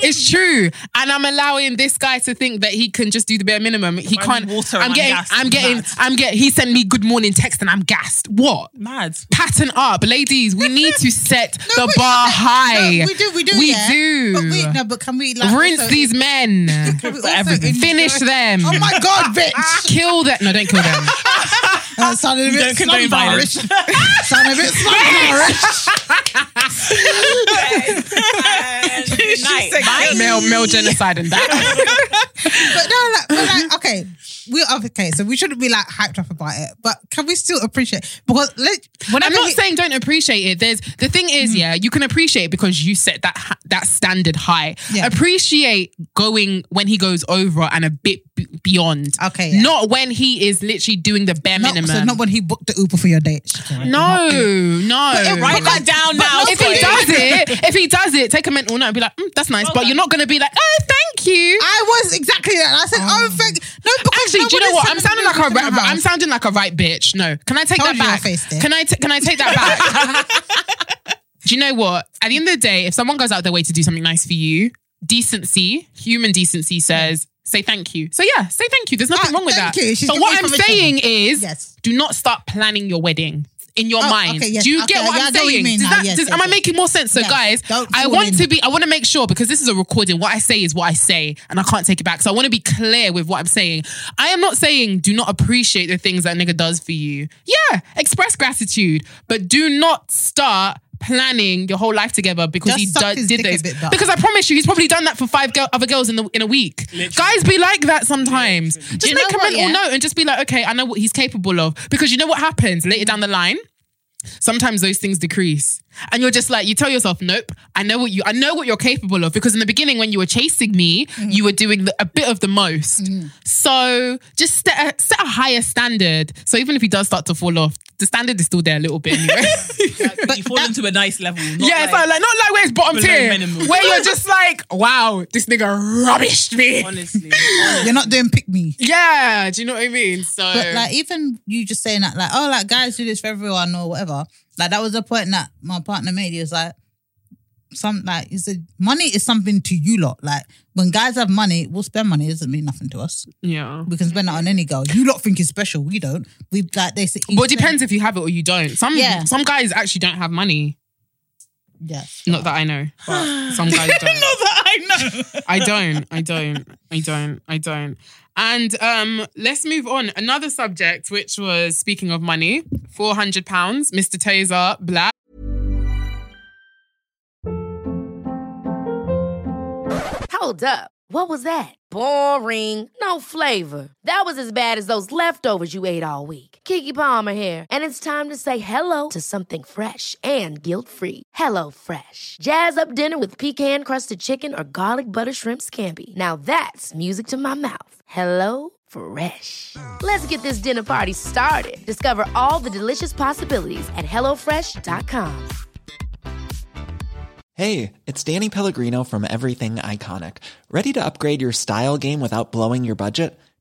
[SPEAKER 3] It's true, and I'm allowing this guy to think that he can just do the bare minimum. He
[SPEAKER 4] I'm
[SPEAKER 3] can't.
[SPEAKER 4] water
[SPEAKER 3] I'm
[SPEAKER 4] and I'm
[SPEAKER 3] getting.
[SPEAKER 4] gassed.
[SPEAKER 3] I'm getting.
[SPEAKER 4] Mad.
[SPEAKER 3] I'm getting. He sent me good morning text, and I'm gassed. What?
[SPEAKER 4] Mad.
[SPEAKER 3] Pattern up, ladies. We need to set
[SPEAKER 5] No,
[SPEAKER 3] the
[SPEAKER 5] but-
[SPEAKER 3] bar
[SPEAKER 5] no,
[SPEAKER 3] high.
[SPEAKER 5] we do, we do,
[SPEAKER 3] We
[SPEAKER 5] yeah.
[SPEAKER 3] do.
[SPEAKER 5] But we, no, but can we like
[SPEAKER 3] Rinse
[SPEAKER 5] also-
[SPEAKER 3] these men.
[SPEAKER 5] can we
[SPEAKER 4] for
[SPEAKER 5] also
[SPEAKER 4] everything.
[SPEAKER 5] enjoy-
[SPEAKER 3] Finish them.
[SPEAKER 5] Oh my god, bitch!
[SPEAKER 3] Kill them. No, don't kill them.
[SPEAKER 5] That sounded a bit
[SPEAKER 4] Don't condone violence.
[SPEAKER 5] slumbar-ish. sounded a bit slumberish.
[SPEAKER 3] male, male genocide and that.
[SPEAKER 5] but no, like, but like, okay, we are okay, so we shouldn't be like hyped up about it. But can we still appreciate? Because let,
[SPEAKER 3] When
[SPEAKER 5] I
[SPEAKER 3] I'm
[SPEAKER 5] mean,
[SPEAKER 3] not
[SPEAKER 5] we-
[SPEAKER 3] saying don't appreciate it, there's the thing
[SPEAKER 5] Mm-hmm.
[SPEAKER 3] is, yeah, you can appreciate it because you set that ha- that standard high.
[SPEAKER 5] Yeah.
[SPEAKER 3] Appreciate going when he goes over and a bit b- beyond.
[SPEAKER 5] Okay, yeah.
[SPEAKER 3] Not when he is literally doing the bare
[SPEAKER 5] not,
[SPEAKER 3] minimum.
[SPEAKER 5] so not when he booked the Uber for your date.
[SPEAKER 3] no, no.
[SPEAKER 4] Write that down now.
[SPEAKER 3] If he does it, if he does it, take a mental note and be like, mm, that's nice. But you're not going to be like, oh, thank you.
[SPEAKER 5] I was exactly that. I said, oh, thank no. Because
[SPEAKER 3] Actually,
[SPEAKER 5] no
[SPEAKER 3] do
[SPEAKER 5] one
[SPEAKER 3] you know
[SPEAKER 5] is
[SPEAKER 3] what? I'm
[SPEAKER 5] sending
[SPEAKER 3] sounding
[SPEAKER 5] Ubers
[SPEAKER 3] like
[SPEAKER 5] to
[SPEAKER 3] a
[SPEAKER 5] my
[SPEAKER 3] right, I'm
[SPEAKER 5] house.
[SPEAKER 3] sounding like a right bitch. No, can I take
[SPEAKER 5] Told
[SPEAKER 3] that
[SPEAKER 5] you I
[SPEAKER 3] back?
[SPEAKER 5] faced it.
[SPEAKER 3] Can I t- can I take that back? do you know what? At the end of the day, if someone goes out of their way to do something nice for you, decency, human decency says. Say thank you. So yeah, say thank you. There's nothing
[SPEAKER 5] Ah,
[SPEAKER 3] wrong with
[SPEAKER 5] thank
[SPEAKER 3] that.
[SPEAKER 5] you. She's
[SPEAKER 3] but
[SPEAKER 5] giving
[SPEAKER 3] what
[SPEAKER 5] me
[SPEAKER 3] I'm
[SPEAKER 5] permission.
[SPEAKER 3] saying is,
[SPEAKER 5] Yes.
[SPEAKER 3] do not start planning your wedding in your
[SPEAKER 5] Oh,
[SPEAKER 3] mind.
[SPEAKER 5] okay, yes.
[SPEAKER 3] Do you
[SPEAKER 5] Okay,
[SPEAKER 3] get what
[SPEAKER 5] yeah, I
[SPEAKER 3] I'm
[SPEAKER 5] know what you
[SPEAKER 3] saying?
[SPEAKER 5] mean
[SPEAKER 3] Does
[SPEAKER 5] now.
[SPEAKER 3] that-
[SPEAKER 5] Yes,
[SPEAKER 3] does-
[SPEAKER 5] yes,
[SPEAKER 3] am I
[SPEAKER 5] yes.
[SPEAKER 3] making more sense? So
[SPEAKER 5] Yes.
[SPEAKER 3] guys,
[SPEAKER 5] Don't
[SPEAKER 3] I
[SPEAKER 5] fall
[SPEAKER 3] want
[SPEAKER 5] in.
[SPEAKER 3] to be. I want to make sure because this is a recording. What I say is what I say, and I can't take it back. So I want to be clear with what I'm saying. I am not saying do not appreciate the things that nigga does for you. Yeah, express gratitude, but do not start planning your whole life together because
[SPEAKER 5] Just
[SPEAKER 3] he
[SPEAKER 5] suck
[SPEAKER 3] do,
[SPEAKER 5] his
[SPEAKER 3] did
[SPEAKER 5] dick a
[SPEAKER 3] this.
[SPEAKER 5] bit, though.
[SPEAKER 3] Because I promise you, he's probably done that for five girl, other girls in the in a week. Guys be like that sometimes. Just
[SPEAKER 8] you
[SPEAKER 3] make
[SPEAKER 8] know
[SPEAKER 3] a
[SPEAKER 8] what,
[SPEAKER 3] mental
[SPEAKER 8] yeah?
[SPEAKER 3] note and just be like, okay, I know what he's capable of. Because you know what happens later down the line sometimes those things decrease. And you're just like, you tell yourself, nope, I know what you, I know what you're capable of. Because in the beginning, when you were chasing me,
[SPEAKER 8] Mm-hmm.
[SPEAKER 3] you were doing the, a bit of the most. So just set a, set a higher standard. So even if he does start to fall off, the standard is still there a little bit anyway.
[SPEAKER 4] But you fall into a nice level. Not
[SPEAKER 3] yeah,
[SPEAKER 4] like,
[SPEAKER 3] so like not like where it's bottom
[SPEAKER 4] below
[SPEAKER 3] tier,
[SPEAKER 4] minimum.
[SPEAKER 3] where you're just like, wow, this nigga rubbished me.
[SPEAKER 4] honestly.
[SPEAKER 5] You're not doing pick me.
[SPEAKER 3] Yeah, do you know what I mean? So
[SPEAKER 5] But like even you just saying that, like, oh, like guys do this for everyone or whatever. Like that was the point that my partner made. He was like, some like he said, money is something to you lot. Like when guys have money, we'll spend money. It doesn't mean nothing to us.
[SPEAKER 3] yeah.
[SPEAKER 5] We can spend it on any girl. You lot think it's special. We don't. We like they say.
[SPEAKER 3] Well, it depends if you have it or you don't. Some
[SPEAKER 5] Yeah.
[SPEAKER 3] some guys actually don't have money.
[SPEAKER 5] Yeah.
[SPEAKER 3] Not that I know. But some guys don't.
[SPEAKER 4] I know.
[SPEAKER 3] I don't. I don't. I don't. I don't. And um, let's move on. Another subject, which was speaking of money, four hundred pounds. Mr. Taser Black.
[SPEAKER 8] Hold up. What was that? Boring. No flavor. That was as bad as those leftovers you ate all week. Kiki Palmer here, and it's time to say hello to something fresh and guilt-free. Hello Fresh. Jazz up dinner with pecan-crusted chicken or garlic butter shrimp scampi. Now that's music to my mouth. Hello Fresh. Let's get this dinner party started. Discover all the delicious possibilities at hellofresh.com.
[SPEAKER 9] Hey, it's Danny Pellegrino from Everything Iconic. Ready to upgrade your style game without blowing your budget?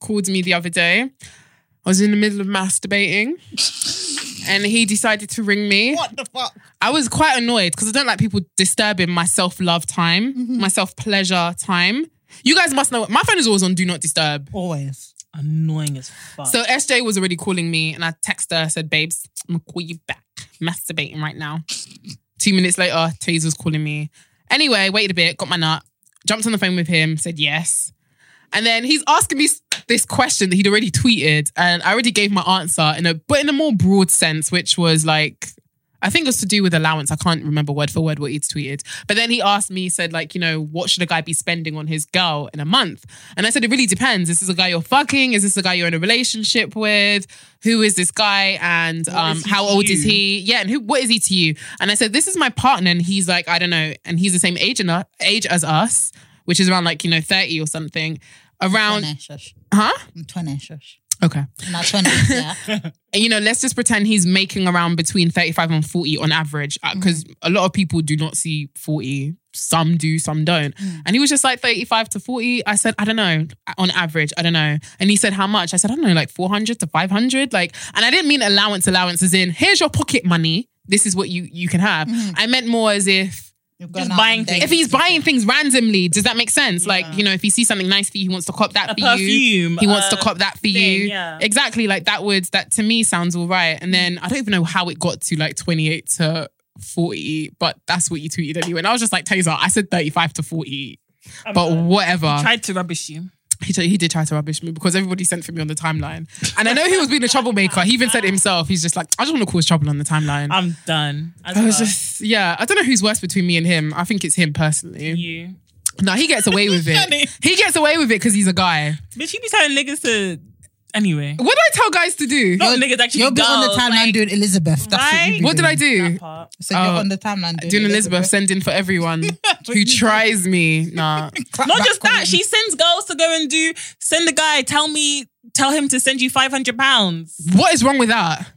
[SPEAKER 3] called me the other day. I was in the middle of masturbating, and he decided to ring me.
[SPEAKER 5] What the fuck?
[SPEAKER 3] I was quite annoyed because I don't like people disturbing my self love time, my self pleasure time. You guys must know. My phone is always on do not disturb.
[SPEAKER 5] Always.
[SPEAKER 4] Annoying as fuck.
[SPEAKER 3] So SJ was already calling me, and I texted her. I said, "Babes, I'm gonna call you back. Masturbating right now." Two minutes later, Taze was calling me. Anyway, waited a bit, got my nut, jumped on the phone with him, said yes, and then he's asking me s- this question that he'd already tweeted, and I already gave my answer in a but in a more broad sense, which was like. I think it was to do with allowance. I can't remember word for word what he'd tweeted. But then he asked me, he said, like, you know, what should a guy be spending on his girl in a month? And I said, it really depends. Is this a guy you're fucking? Is this a guy you're in a relationship with? Who is this guy? And um,
[SPEAKER 4] is he
[SPEAKER 3] how
[SPEAKER 4] to
[SPEAKER 3] old is
[SPEAKER 4] you?
[SPEAKER 3] he? Yeah, and who what is he to you? And I said, This is my partner. And he's like, I don't know. And he's the same age, in, age as us, which is around like, you know, 30 or something. Around
[SPEAKER 5] 20, shush.
[SPEAKER 3] Huh?
[SPEAKER 5] I'm 20, shush.
[SPEAKER 3] Okay.
[SPEAKER 5] I'm not 20, yeah.
[SPEAKER 3] you know, let's just pretend he's making around between 35 and 40 on average,
[SPEAKER 5] Mm.
[SPEAKER 3] because a lot of people do not see 40. Some do, some don't.
[SPEAKER 5] Mm.
[SPEAKER 3] And he was just like 35 to 40. I said, I don't know, on average, I don't know. And he said, How much? I said, I don't know, like 400 to 500. Like, and I didn't mean allowance, allowance as in, here's your pocket money. This is what you you can have. I meant more as if
[SPEAKER 5] You've
[SPEAKER 4] Just
[SPEAKER 5] Mm. gone out
[SPEAKER 4] buying
[SPEAKER 5] on dates.
[SPEAKER 4] things.
[SPEAKER 3] if he's buying things randomly, does that make sense? Like, you know, if he sees something nice for you, he wants to cop that
[SPEAKER 4] A
[SPEAKER 3] for you.
[SPEAKER 4] perfume,
[SPEAKER 3] He wants
[SPEAKER 4] a
[SPEAKER 3] to cop that for
[SPEAKER 4] Uh, thing,
[SPEAKER 3] you.
[SPEAKER 4] yeah.
[SPEAKER 3] Exactly. Like that would that to me sounds all right. And then I don't even know how it got to like 28 to 40, but that's what you tweeted anyway. And I was just like, Taser, I said 35 to 40. but whatever.
[SPEAKER 4] Tried to rubbish you.
[SPEAKER 3] He, t- he did try to rubbish me because everybody sent for me on the timeline. And I know he was being a troublemaker. He even said it himself, he's just like, I just want to cause trouble on the timeline.
[SPEAKER 4] I'm done. As
[SPEAKER 3] I was
[SPEAKER 4] well.
[SPEAKER 3] just, yeah, I don't know who's worse between me and him. I think it's him personally.
[SPEAKER 4] you.
[SPEAKER 3] No, he gets away with it. he gets away with it because he's a guy.
[SPEAKER 4] Bitch, you be telling niggas to anyway.
[SPEAKER 3] What do I tell guys to do?
[SPEAKER 4] Not niggas actually.
[SPEAKER 5] You'll be on the
[SPEAKER 4] girls,
[SPEAKER 5] timeline
[SPEAKER 4] like,
[SPEAKER 5] doing Elizabeth. That's what, you
[SPEAKER 4] right?
[SPEAKER 5] be
[SPEAKER 3] What did I
[SPEAKER 5] doing.
[SPEAKER 3] do?
[SPEAKER 4] that part.
[SPEAKER 5] So you're
[SPEAKER 3] Oh,
[SPEAKER 5] on the timeline doing,
[SPEAKER 3] Doing Elizabeth, sending for everyone who tries me. Nah.
[SPEAKER 4] Not just that, she sends girls to go and do. Send a guy. Tell me. Tell him to send you five hundred pounds.
[SPEAKER 3] What is wrong with that?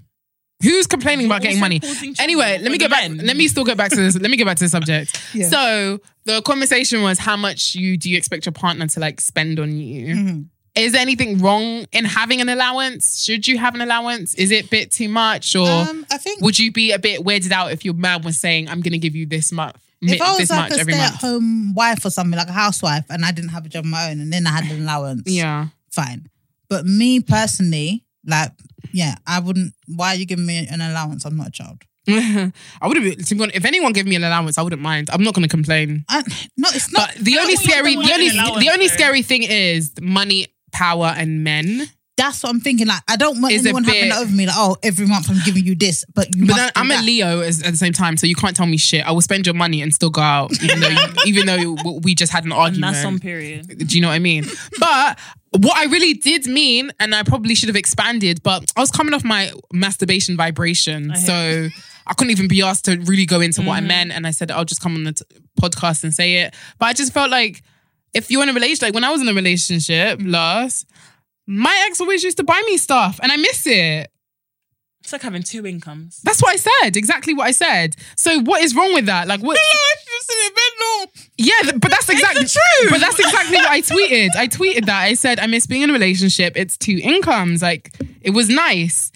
[SPEAKER 3] Who's complaining about getting
[SPEAKER 4] also
[SPEAKER 3] money?
[SPEAKER 4] causing trouble
[SPEAKER 3] Anyway, let
[SPEAKER 4] for
[SPEAKER 3] me
[SPEAKER 4] the
[SPEAKER 3] get back.
[SPEAKER 4] men.
[SPEAKER 3] Let me still get back to this. Let me get back to the subject.
[SPEAKER 5] Yeah.
[SPEAKER 3] So the conversation was how much you do you expect your partner to like spend on you?
[SPEAKER 5] Mhm.
[SPEAKER 3] Is there anything wrong in having an allowance? Should you have an allowance? Is it a bit too much or?
[SPEAKER 5] Um, I think
[SPEAKER 3] Would you be a bit weirded out if your man was saying, "I'm going to give you this month, mi-
[SPEAKER 5] if I was
[SPEAKER 3] this
[SPEAKER 5] like
[SPEAKER 3] much
[SPEAKER 5] a
[SPEAKER 3] every month"?
[SPEAKER 5] stay-at-home wife or something, like a housewife, and I didn't have a job of my own, and then I had an allowance,
[SPEAKER 3] Yeah,
[SPEAKER 5] fine. But me personally, like, yeah, I wouldn't. Why are you giving me an allowance? I'm not a child.
[SPEAKER 3] I would have. To be honest, if anyone gave me an allowance, I wouldn't mind. I'm not going to complain.
[SPEAKER 5] I, no, it's not.
[SPEAKER 3] But the only
[SPEAKER 4] want- I
[SPEAKER 3] scary,
[SPEAKER 4] don't
[SPEAKER 3] the
[SPEAKER 4] want
[SPEAKER 3] only,
[SPEAKER 4] an allowance,
[SPEAKER 3] the only
[SPEAKER 4] though.
[SPEAKER 3] scary thing is money, power, and men.
[SPEAKER 5] that's what I'm thinking. Like, I don't want
[SPEAKER 3] It's a
[SPEAKER 5] anyone having
[SPEAKER 3] bit-
[SPEAKER 5] it over me. Like, oh, every month I'm giving you this, but you.
[SPEAKER 3] But
[SPEAKER 5] must
[SPEAKER 3] then
[SPEAKER 5] do
[SPEAKER 3] I'm
[SPEAKER 5] that.
[SPEAKER 3] a Leo as, at the same time, so you can't tell me shit. I will spend your money and still go out, even though, you, even though w- we just had an
[SPEAKER 4] And
[SPEAKER 3] argument.
[SPEAKER 4] that's on period.
[SPEAKER 3] Do you know what I mean? But what I really did mean, and I probably should have expanded, but I was coming off my masturbation vibration. so I couldn't even be asked to really go into what I meant. And I said, I'll just come on the t- podcast and say it. But I just felt like if you're in a relationship, like when I was in a relationship last, my ex always used to buy me stuff and I miss it.
[SPEAKER 4] It's like having two incomes.
[SPEAKER 3] That's what I said. Exactly what I said. So what is wrong with that? Like what? Yeah, th- but that's exactly true. But that's exactly what I tweeted. I tweeted that I said I miss being in a relationship. It's two incomes. Like it was nice,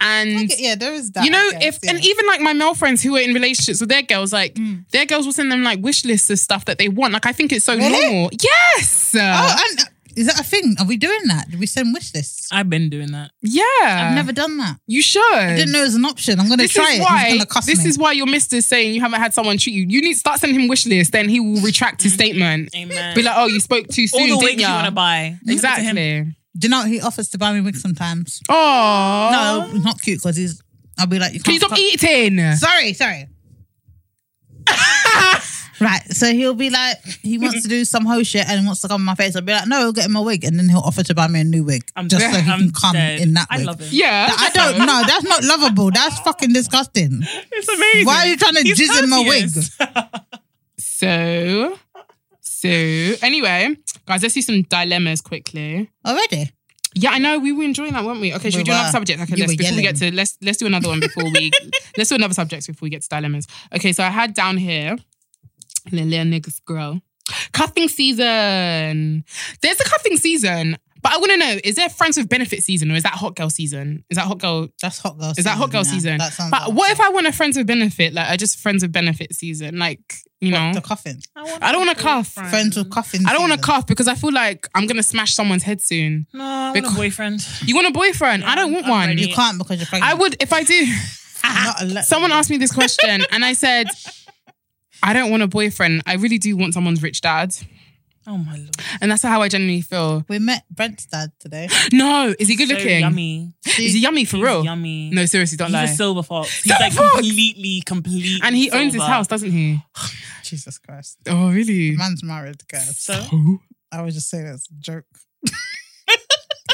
[SPEAKER 3] and
[SPEAKER 5] Yeah, there is that.
[SPEAKER 3] you know,
[SPEAKER 5] I guess,
[SPEAKER 3] if
[SPEAKER 5] yeah. Mm.
[SPEAKER 3] and even like my male friends who are in relationships with their girls, like their girls will send them like wish lists of stuff that they want. Like I think it's so normal. Yes.
[SPEAKER 5] oh, and, is that a thing? Are we doing that? Do we send wish lists?
[SPEAKER 4] I've been doing that.
[SPEAKER 3] yeah.
[SPEAKER 5] I've never done that.
[SPEAKER 3] You should.
[SPEAKER 5] I didn't know it was an option. I'm going to
[SPEAKER 3] This
[SPEAKER 5] try
[SPEAKER 3] is
[SPEAKER 5] it.
[SPEAKER 3] why.
[SPEAKER 5] He's going to cuss
[SPEAKER 3] This
[SPEAKER 5] me.
[SPEAKER 3] is why your mister's saying you haven't had someone treat you. You need to start sending him wish lists, then he will retract
[SPEAKER 5] Mm.
[SPEAKER 3] his statement.
[SPEAKER 4] Amen.
[SPEAKER 3] Be like, oh, you spoke too soon,
[SPEAKER 4] All the
[SPEAKER 3] didn't
[SPEAKER 4] wigs you want
[SPEAKER 3] ya?
[SPEAKER 4] to buy.
[SPEAKER 3] Exactly.
[SPEAKER 5] Do you know what? he offers to buy me wigs sometimes?
[SPEAKER 3] Oh,
[SPEAKER 5] No, it's not cute because he's. I'll be like, you
[SPEAKER 3] Can you
[SPEAKER 5] can't.
[SPEAKER 3] stop
[SPEAKER 5] cut-
[SPEAKER 3] eating?
[SPEAKER 5] Sorry, sorry. right, so he'll be like, he wants to do some hoe shit and he wants to come in my face. I'll be like, no, I'll get him a wig, and then he'll offer to buy me a new wig
[SPEAKER 4] I'm
[SPEAKER 5] just
[SPEAKER 4] dead.
[SPEAKER 5] so he
[SPEAKER 4] I'm
[SPEAKER 5] can come
[SPEAKER 4] dead.
[SPEAKER 5] in that
[SPEAKER 4] I
[SPEAKER 5] wig.
[SPEAKER 4] love it.
[SPEAKER 3] Yeah.
[SPEAKER 5] I don't know. That's not lovable. That's fucking disgusting.
[SPEAKER 4] It's amazing.
[SPEAKER 5] Why are you trying to
[SPEAKER 4] He's
[SPEAKER 5] jizz in my wig?
[SPEAKER 4] courteous.
[SPEAKER 3] So, so anyway, guys, let's do some dilemmas quickly.
[SPEAKER 5] Already?
[SPEAKER 3] Yeah, I know we were enjoying that, weren't we? Okay, should we,
[SPEAKER 5] We
[SPEAKER 3] do another
[SPEAKER 5] were.
[SPEAKER 3] subject? Okay,
[SPEAKER 5] You
[SPEAKER 3] let's
[SPEAKER 5] were
[SPEAKER 3] before we get
[SPEAKER 5] yelling.
[SPEAKER 3] to let's let's do another one before we let's do another subject before we get to dilemmas. Okay, so I had down here little niggas girl. Cuffing season. There's a cuffing season, But I want to know: is there friends with benefit season or is that hot girl season? Is that hot girl?
[SPEAKER 5] That's hot girl.
[SPEAKER 3] Is that hot girl
[SPEAKER 5] yeah.
[SPEAKER 3] season?
[SPEAKER 5] That sounds.
[SPEAKER 3] But what if I want a friends with benefit? Like I just friends with benefit season. Like you know,
[SPEAKER 5] the coffin?
[SPEAKER 3] I don't want to cuff.
[SPEAKER 5] Friends with coffins.
[SPEAKER 3] I don't want to cuff because I feel like I'm gonna smash someone's head soon.
[SPEAKER 4] No, I want a
[SPEAKER 3] Because-
[SPEAKER 4] boyfriend.
[SPEAKER 3] You want a boyfriend? I don't want
[SPEAKER 4] I'm
[SPEAKER 3] one.
[SPEAKER 4] ready.
[SPEAKER 5] You can't because you're pregnant.
[SPEAKER 3] I would if I do.
[SPEAKER 5] Not ele-
[SPEAKER 3] Someone asked me this question, and I said, "I don't want a boyfriend. I really do want someone's rich dad."
[SPEAKER 4] Oh my lord,
[SPEAKER 3] And that's how I genuinely feel.
[SPEAKER 5] We met Brent's dad today.
[SPEAKER 3] No, is he good looking?
[SPEAKER 4] So yummy.
[SPEAKER 3] Is he yummy for
[SPEAKER 4] He's
[SPEAKER 3] real?
[SPEAKER 4] Yummy.
[SPEAKER 3] No, seriously, don't
[SPEAKER 4] he's
[SPEAKER 3] lie.
[SPEAKER 4] a silver fox. He's
[SPEAKER 3] Silver
[SPEAKER 4] like
[SPEAKER 3] fox!
[SPEAKER 4] completely, completely.
[SPEAKER 3] and he owns his
[SPEAKER 4] silver.
[SPEAKER 3] house, doesn't he?
[SPEAKER 5] Jesus Christ.
[SPEAKER 3] Oh, really? Oh.
[SPEAKER 5] Man's married, guys.
[SPEAKER 4] So
[SPEAKER 5] I was just saying that's a joke.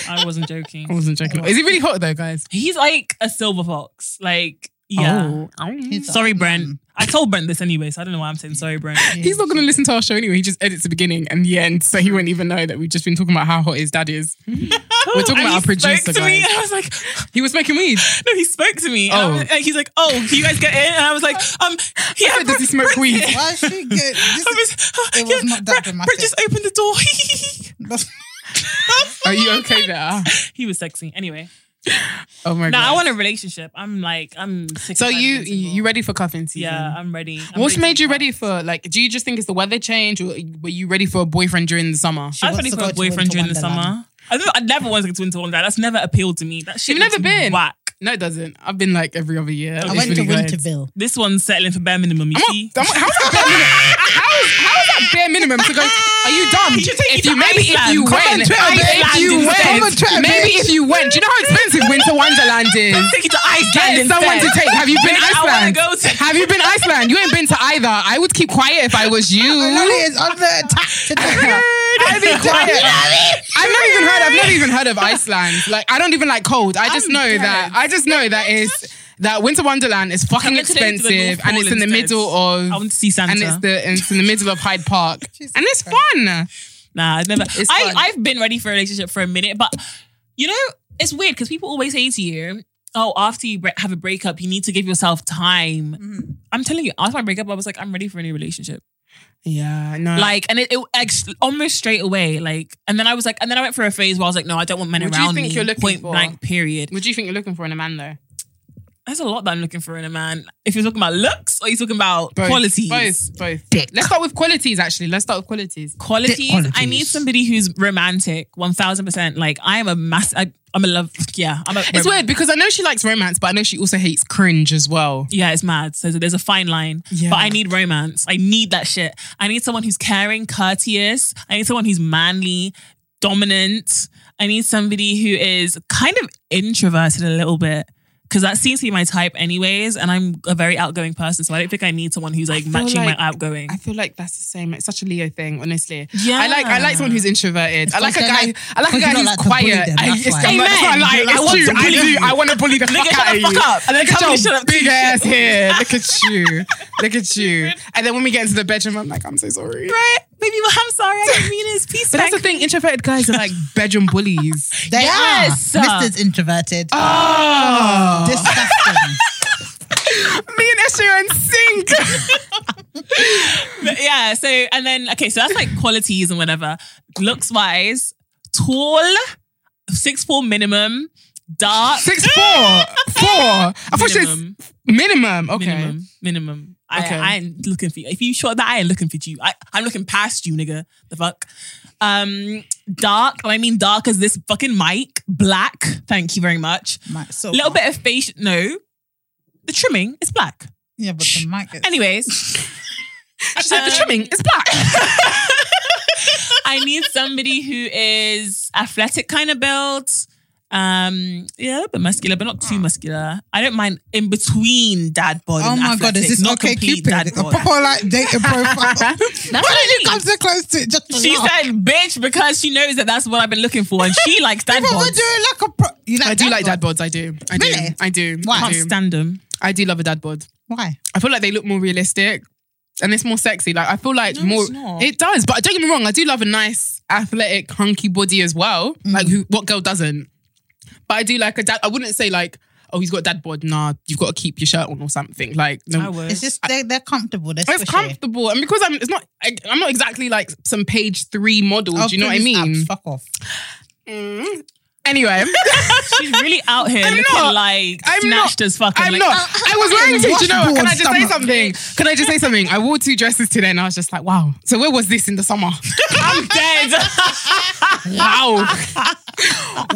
[SPEAKER 4] I wasn't
[SPEAKER 3] I
[SPEAKER 4] joking.
[SPEAKER 3] wasn't joking. Is he really hot though, guys?
[SPEAKER 4] He's like a silver fox. Like yeah.
[SPEAKER 3] Oh, oh.
[SPEAKER 5] He's
[SPEAKER 4] Sorry,
[SPEAKER 5] like,
[SPEAKER 4] Brent.
[SPEAKER 5] mm.
[SPEAKER 4] I told Brent this anyway, so I don't know why I'm saying sorry, Brent.
[SPEAKER 3] He's not going to listen to our show anyway. He just edits the beginning and the end, so he won't even know that we've just been talking about how hot his dad is. We're talking
[SPEAKER 4] And
[SPEAKER 3] about
[SPEAKER 4] he
[SPEAKER 3] our producer,
[SPEAKER 4] spoke to me,
[SPEAKER 3] guys.
[SPEAKER 4] and I was like,
[SPEAKER 3] He was making weed.
[SPEAKER 4] no, he spoke to me. And I
[SPEAKER 3] Oh.
[SPEAKER 4] was- and he's like, oh, can you guys get in? And I was like, um, yeah.
[SPEAKER 3] I said, does he smoke weed?
[SPEAKER 5] Why is she good? This
[SPEAKER 4] I
[SPEAKER 5] is-
[SPEAKER 4] was,
[SPEAKER 5] It was not that
[SPEAKER 4] Brett,
[SPEAKER 5] dramatic.
[SPEAKER 4] Brett just opened the door.
[SPEAKER 5] that's-
[SPEAKER 3] Are you okay there?
[SPEAKER 4] he was sexy. Anyway,
[SPEAKER 3] Oh my
[SPEAKER 4] no,
[SPEAKER 3] god.
[SPEAKER 4] I want a relationship. I'm like, I'm sick.
[SPEAKER 3] so
[SPEAKER 4] and tired
[SPEAKER 3] you
[SPEAKER 4] of being single.
[SPEAKER 3] you ready for cuffing season?
[SPEAKER 4] Yeah, I'm ready. I'm
[SPEAKER 3] What's
[SPEAKER 4] ready
[SPEAKER 3] made
[SPEAKER 4] to
[SPEAKER 3] you
[SPEAKER 4] fuck.
[SPEAKER 3] ready for like? Do you just think it's the weather change, or were you ready for a boyfriend during the summer?
[SPEAKER 5] She
[SPEAKER 4] I was
[SPEAKER 5] wants
[SPEAKER 4] ready
[SPEAKER 5] to
[SPEAKER 4] for
[SPEAKER 5] go
[SPEAKER 4] a
[SPEAKER 5] to
[SPEAKER 4] boyfriend during
[SPEAKER 5] Winter
[SPEAKER 4] the summer.
[SPEAKER 5] Wonderland.
[SPEAKER 4] I, never- I never wanted to go to Winter Wonderland. That's never appealed to me. That shit
[SPEAKER 3] You've never
[SPEAKER 4] is
[SPEAKER 3] been?
[SPEAKER 4] Whack.
[SPEAKER 3] No, it doesn't. I've been like every other year.
[SPEAKER 5] I
[SPEAKER 3] It's
[SPEAKER 5] went to
[SPEAKER 3] really good.
[SPEAKER 5] Winterville.
[SPEAKER 4] This one's settling for bare minimum. You
[SPEAKER 3] I'm
[SPEAKER 4] see,
[SPEAKER 3] not, I'm not- how's that bare minimum? How's, how's that bare minimum to go? Are you dumb?
[SPEAKER 4] You take
[SPEAKER 3] if
[SPEAKER 4] it
[SPEAKER 3] you
[SPEAKER 4] to
[SPEAKER 3] maybe if
[SPEAKER 4] Iceland.
[SPEAKER 3] you
[SPEAKER 4] Come
[SPEAKER 3] went,
[SPEAKER 4] on, Twitter,
[SPEAKER 3] maybe
[SPEAKER 4] babe.
[SPEAKER 3] if you
[SPEAKER 4] Come on,
[SPEAKER 3] went,
[SPEAKER 5] Twitter,
[SPEAKER 3] maybe
[SPEAKER 5] bitch.
[SPEAKER 3] if you went. Do you know how expensive Winter Wonderland is?
[SPEAKER 4] take it to Iceland.
[SPEAKER 3] Get
[SPEAKER 4] instead.
[SPEAKER 3] someone to take. Have you been
[SPEAKER 4] Bitch, I wanna
[SPEAKER 3] Iceland?
[SPEAKER 4] go to-
[SPEAKER 3] Have you been Iceland? You ain't been to either. I would keep quiet if I was you.
[SPEAKER 5] Lily is under attack today.
[SPEAKER 3] I'd be quiet. I've never even heard. I've never even heard of Iceland. Like I don't even like cold. I just
[SPEAKER 4] I'm
[SPEAKER 3] know
[SPEAKER 4] dead.
[SPEAKER 3] that. I just know that is that Winter Wonderland is fucking
[SPEAKER 4] Can I take you to the
[SPEAKER 3] expensive,
[SPEAKER 4] North
[SPEAKER 3] and it's in the
[SPEAKER 4] Pole
[SPEAKER 3] middle
[SPEAKER 4] instead?
[SPEAKER 3] of.
[SPEAKER 4] I want to see Santa.
[SPEAKER 3] And it's the and it's in the middle of Hyde Park, and it's fun.
[SPEAKER 4] Nah, I've never.
[SPEAKER 3] It's
[SPEAKER 4] I,
[SPEAKER 3] fun.
[SPEAKER 4] I've been ready for a relationship for a minute, but you know, it's weird because people always say to you, oh, after you bre- have a breakup, you need to give yourself time.
[SPEAKER 3] Mm-hmm.
[SPEAKER 4] I'm telling you, after my breakup, I was like, I'm ready for a new relationship.
[SPEAKER 3] Yeah, no.
[SPEAKER 4] Like, and it, it like, s- almost straight away. Like, and then I was like, and then I went for a phase where I was like, no, I don't want men
[SPEAKER 3] What do you
[SPEAKER 4] around
[SPEAKER 3] think
[SPEAKER 4] me.
[SPEAKER 3] you're looking
[SPEAKER 4] point
[SPEAKER 3] for?
[SPEAKER 4] blank, period.
[SPEAKER 3] what do you think you're looking for in a man though?
[SPEAKER 4] There's a lot that I'm looking for in a man. If you're talking about looks or you're talking about qualities.
[SPEAKER 3] both, both. Let's start with qualities. Actually, let's start with qualities.
[SPEAKER 4] qualities. I
[SPEAKER 5] qualities.
[SPEAKER 4] need somebody who's romantic, one thousand percent. Like I am a mass. I, I'm a love. Yeah, I'm a.
[SPEAKER 3] It's weird because I know she likes romance, but I know she also hates cringe as well.
[SPEAKER 4] Yeah, it's mad. So there's a fine line.
[SPEAKER 3] Yeah.
[SPEAKER 4] But I need romance. I need that shit. I need someone who's caring, courteous. I need someone who's manly, dominant. I need somebody who is kind of introverted a little bit. Cause that seems to be my type, anyways, and I'm a very outgoing person, so I don't think I need someone who's like
[SPEAKER 3] feel
[SPEAKER 4] matching
[SPEAKER 3] like-
[SPEAKER 4] my outgoing.
[SPEAKER 3] I feel like that's the same. It's such a Leo thing, honestly.
[SPEAKER 4] Yeah.
[SPEAKER 3] I like I like someone who's introverted. I like a
[SPEAKER 5] because
[SPEAKER 3] guy.
[SPEAKER 5] they like-
[SPEAKER 3] I like a
[SPEAKER 5] because you
[SPEAKER 3] guy
[SPEAKER 5] don't
[SPEAKER 3] who's
[SPEAKER 5] like to bully
[SPEAKER 3] quiet.
[SPEAKER 5] them,
[SPEAKER 3] I,
[SPEAKER 5] that's
[SPEAKER 3] it's
[SPEAKER 5] why.
[SPEAKER 3] I'm not- that's not a lie.
[SPEAKER 4] Amen.
[SPEAKER 3] It's
[SPEAKER 4] I want
[SPEAKER 3] true.
[SPEAKER 4] to
[SPEAKER 3] I
[SPEAKER 4] bully
[SPEAKER 3] do.
[SPEAKER 4] you.
[SPEAKER 3] I want to bully the fuck
[SPEAKER 4] shut
[SPEAKER 3] out
[SPEAKER 4] the
[SPEAKER 3] of
[SPEAKER 4] fuck
[SPEAKER 3] you.
[SPEAKER 4] up. And then
[SPEAKER 3] Look
[SPEAKER 4] tell me
[SPEAKER 3] at
[SPEAKER 4] shut
[SPEAKER 3] your
[SPEAKER 4] up too.
[SPEAKER 3] big ass hair. Look at you. Look at you. And then when we get into the bedroom, I'm like, I'm so sorry.
[SPEAKER 4] Brett, baby, well, I'm sorry, I didn't mean it. Peace.
[SPEAKER 3] But that's the thing. Introverted guys are like bedroom bullies.
[SPEAKER 5] They
[SPEAKER 4] Yes.
[SPEAKER 5] are. Mr.'s introverted.
[SPEAKER 3] Oh,
[SPEAKER 5] Disgusting.
[SPEAKER 3] me and Esha are in sync.
[SPEAKER 4] But yeah. So and then okay, so that's like qualities and whatever. Looks wise, tall, six four minimum, dark.
[SPEAKER 3] Six four four. I thought she was
[SPEAKER 4] Minimum,
[SPEAKER 3] minimum. Okay.
[SPEAKER 4] minimum, minimum. I,
[SPEAKER 3] Okay.
[SPEAKER 4] I ain't looking for you. If you short that, I ain't looking for you. I, I'm looking past you, nigga. The fuck. Um, dark. And I mean dark as this fucking mic. Black. Thank you very much.
[SPEAKER 5] Mic so
[SPEAKER 4] A little
[SPEAKER 5] black.
[SPEAKER 4] bit of face. No, the trimming is black.
[SPEAKER 5] Yeah, but the mic is.
[SPEAKER 4] Anyways.
[SPEAKER 3] She said the trimming is black.
[SPEAKER 4] I need somebody who is athletic kind of build. Um, yeah, a little bit muscular, but not too muscular. I don't mind in between dad bod.
[SPEAKER 5] Hmm. Oh
[SPEAKER 4] and
[SPEAKER 5] my god, is
[SPEAKER 4] athletic,
[SPEAKER 5] this
[SPEAKER 4] not
[SPEAKER 5] okay?
[SPEAKER 4] complete
[SPEAKER 5] Cupid,
[SPEAKER 4] dad
[SPEAKER 5] a
[SPEAKER 4] bod.
[SPEAKER 5] proper like dating profile. Why
[SPEAKER 4] what I
[SPEAKER 5] did you
[SPEAKER 4] mean.
[SPEAKER 5] come so close to it? Just to
[SPEAKER 4] She
[SPEAKER 5] laugh?
[SPEAKER 4] said, "Bitch," because she knows that that's what I've been looking for, and she likes dad
[SPEAKER 5] But we're
[SPEAKER 4] bods.
[SPEAKER 5] doing like a pro. You like
[SPEAKER 3] I do like dad
[SPEAKER 5] bod?
[SPEAKER 3] bods. I do. I do.
[SPEAKER 5] Really?
[SPEAKER 3] I do.
[SPEAKER 5] Why?
[SPEAKER 3] I
[SPEAKER 4] Can't
[SPEAKER 3] do.
[SPEAKER 4] stand them.
[SPEAKER 3] I do love a dad bod.
[SPEAKER 5] Why?
[SPEAKER 3] I feel like they look more realistic and it's more sexy. Like I feel like more
[SPEAKER 4] it's not.
[SPEAKER 3] it does, but don't get me wrong, I do love a nice athletic hunky body as well. Like who what girl doesn't? But I do like a dad I wouldn't say like, oh he's got a dad bod, nah, you've got to keep your shirt on or something. Like no
[SPEAKER 4] I would.
[SPEAKER 5] It's just they, they're comfortable. They're
[SPEAKER 3] it's
[SPEAKER 5] squishy.
[SPEAKER 3] comfortable, and because I'm, it's not. I, I'm not exactly like some page three model.
[SPEAKER 5] Oh,
[SPEAKER 3] do you know what I
[SPEAKER 5] please,
[SPEAKER 3] mean?
[SPEAKER 5] apps, fuck off.
[SPEAKER 3] Anyway,
[SPEAKER 4] She's really out here
[SPEAKER 3] I'm
[SPEAKER 4] looking
[SPEAKER 3] not.
[SPEAKER 4] like
[SPEAKER 3] I'm
[SPEAKER 4] snatched
[SPEAKER 3] not.
[SPEAKER 4] as fucking.
[SPEAKER 3] I'm
[SPEAKER 4] like, "Uh,
[SPEAKER 3] not. I was wearing two. do You know, what? can I just say
[SPEAKER 5] Washboard
[SPEAKER 3] something? Can I just say something? I wore two dresses today, and I was just like, wow. So where was this in the summer? Um,
[SPEAKER 4] I'm dead.
[SPEAKER 3] wow. where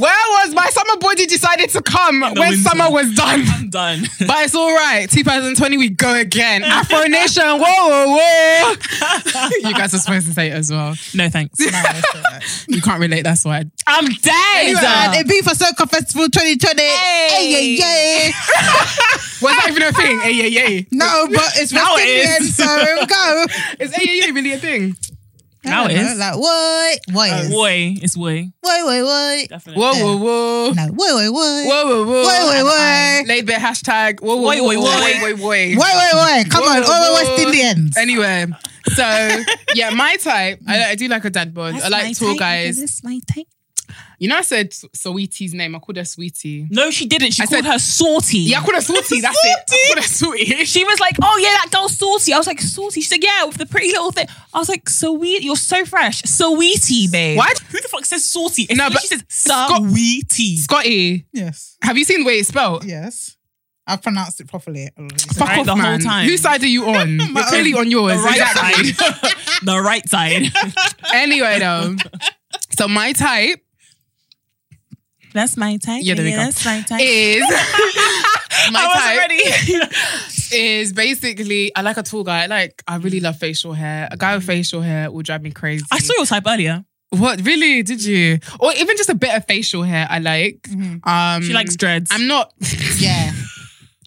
[SPEAKER 3] was my summer body decided to come
[SPEAKER 4] the
[SPEAKER 3] when
[SPEAKER 4] winter.
[SPEAKER 3] summer was done?
[SPEAKER 4] I'm done.
[SPEAKER 3] But it's all right. 2020, we go again. Afro Nation, whoa, whoa, whoa. you guys are supposed to say it as well.
[SPEAKER 4] No thanks.
[SPEAKER 3] You can't relate, that's why.
[SPEAKER 4] I'm dead.
[SPEAKER 5] And
[SPEAKER 3] uh,
[SPEAKER 5] it be for Soca Festival 2020. Hey, yeah, yeah.
[SPEAKER 3] Was that even a thing? Hey, yeah, yeah.
[SPEAKER 5] No, but it's
[SPEAKER 4] Now it
[SPEAKER 5] West Indian,
[SPEAKER 4] is.
[SPEAKER 5] so go.
[SPEAKER 3] Is hey, yeah, yeah really a thing?
[SPEAKER 4] Now
[SPEAKER 5] I
[SPEAKER 4] it
[SPEAKER 5] don't know,
[SPEAKER 4] is.
[SPEAKER 5] Like, what? What is? What?
[SPEAKER 4] Woy. Uh, It's woy.
[SPEAKER 5] What? What?
[SPEAKER 4] Definitely.
[SPEAKER 3] Whoa, whoa, whoa.
[SPEAKER 5] No, what? What? What?
[SPEAKER 3] Whoa, whoa, whoa.
[SPEAKER 5] Wait, wait, wait.
[SPEAKER 3] Laid bare hashtag. Whoa, whoa,
[SPEAKER 4] Wait,
[SPEAKER 3] whoa,
[SPEAKER 4] wait,
[SPEAKER 3] whoa,
[SPEAKER 4] wait.
[SPEAKER 3] wait, wait, wait.
[SPEAKER 5] Wait, wait, wait. Come on,
[SPEAKER 3] Whoa,
[SPEAKER 5] all the
[SPEAKER 3] whoa.
[SPEAKER 5] West Indians.
[SPEAKER 3] Anyway, so yeah, my type. I, I do like a dad bod. I like tall guys.
[SPEAKER 5] That's my type.
[SPEAKER 3] You know, I said Sweetie's name. I called her Sweetie.
[SPEAKER 4] No, she didn't. She
[SPEAKER 3] I
[SPEAKER 4] called
[SPEAKER 3] said-
[SPEAKER 4] her sortie.
[SPEAKER 3] Yeah, I called her Sweetie. That's it. I called her Sweetie.
[SPEAKER 4] She was like, "Oh yeah, that girl's saucy." I was like, "Saucy?" She said, "Yeah, with the pretty little thing." I was like, "Sweet, you're so fresh, sweetie, babe."
[SPEAKER 3] What?
[SPEAKER 4] Who the fuck says saucy?
[SPEAKER 3] No,
[SPEAKER 4] No, but
[SPEAKER 3] but
[SPEAKER 4] she says
[SPEAKER 3] Scot-
[SPEAKER 4] sweetie.
[SPEAKER 3] Scotty,
[SPEAKER 5] Yes,
[SPEAKER 3] have you seen the way it's spelled?
[SPEAKER 5] yes. I pronounced it properly.
[SPEAKER 3] Fuck
[SPEAKER 4] Right,
[SPEAKER 3] off,
[SPEAKER 4] the whole
[SPEAKER 3] man.
[SPEAKER 4] time.
[SPEAKER 3] Whose side are you on? You're clearly on
[SPEAKER 4] The
[SPEAKER 3] yours.
[SPEAKER 4] right
[SPEAKER 3] Exactly.
[SPEAKER 4] side. the right side.
[SPEAKER 3] anyway, though. So my type
[SPEAKER 4] That's my type.
[SPEAKER 3] Yeah, there we go.
[SPEAKER 4] my type.
[SPEAKER 3] is my
[SPEAKER 4] I
[SPEAKER 3] type
[SPEAKER 4] was ready.
[SPEAKER 3] is basically I like a tall guy. I Like I really love facial hair. A guy with facial hair will drive me crazy.
[SPEAKER 4] I saw your type earlier.
[SPEAKER 3] What really did you? Or even just a bit of facial hair. I like. Um,
[SPEAKER 4] Mm-hmm. She likes dreads.
[SPEAKER 3] I'm not.
[SPEAKER 5] Yeah,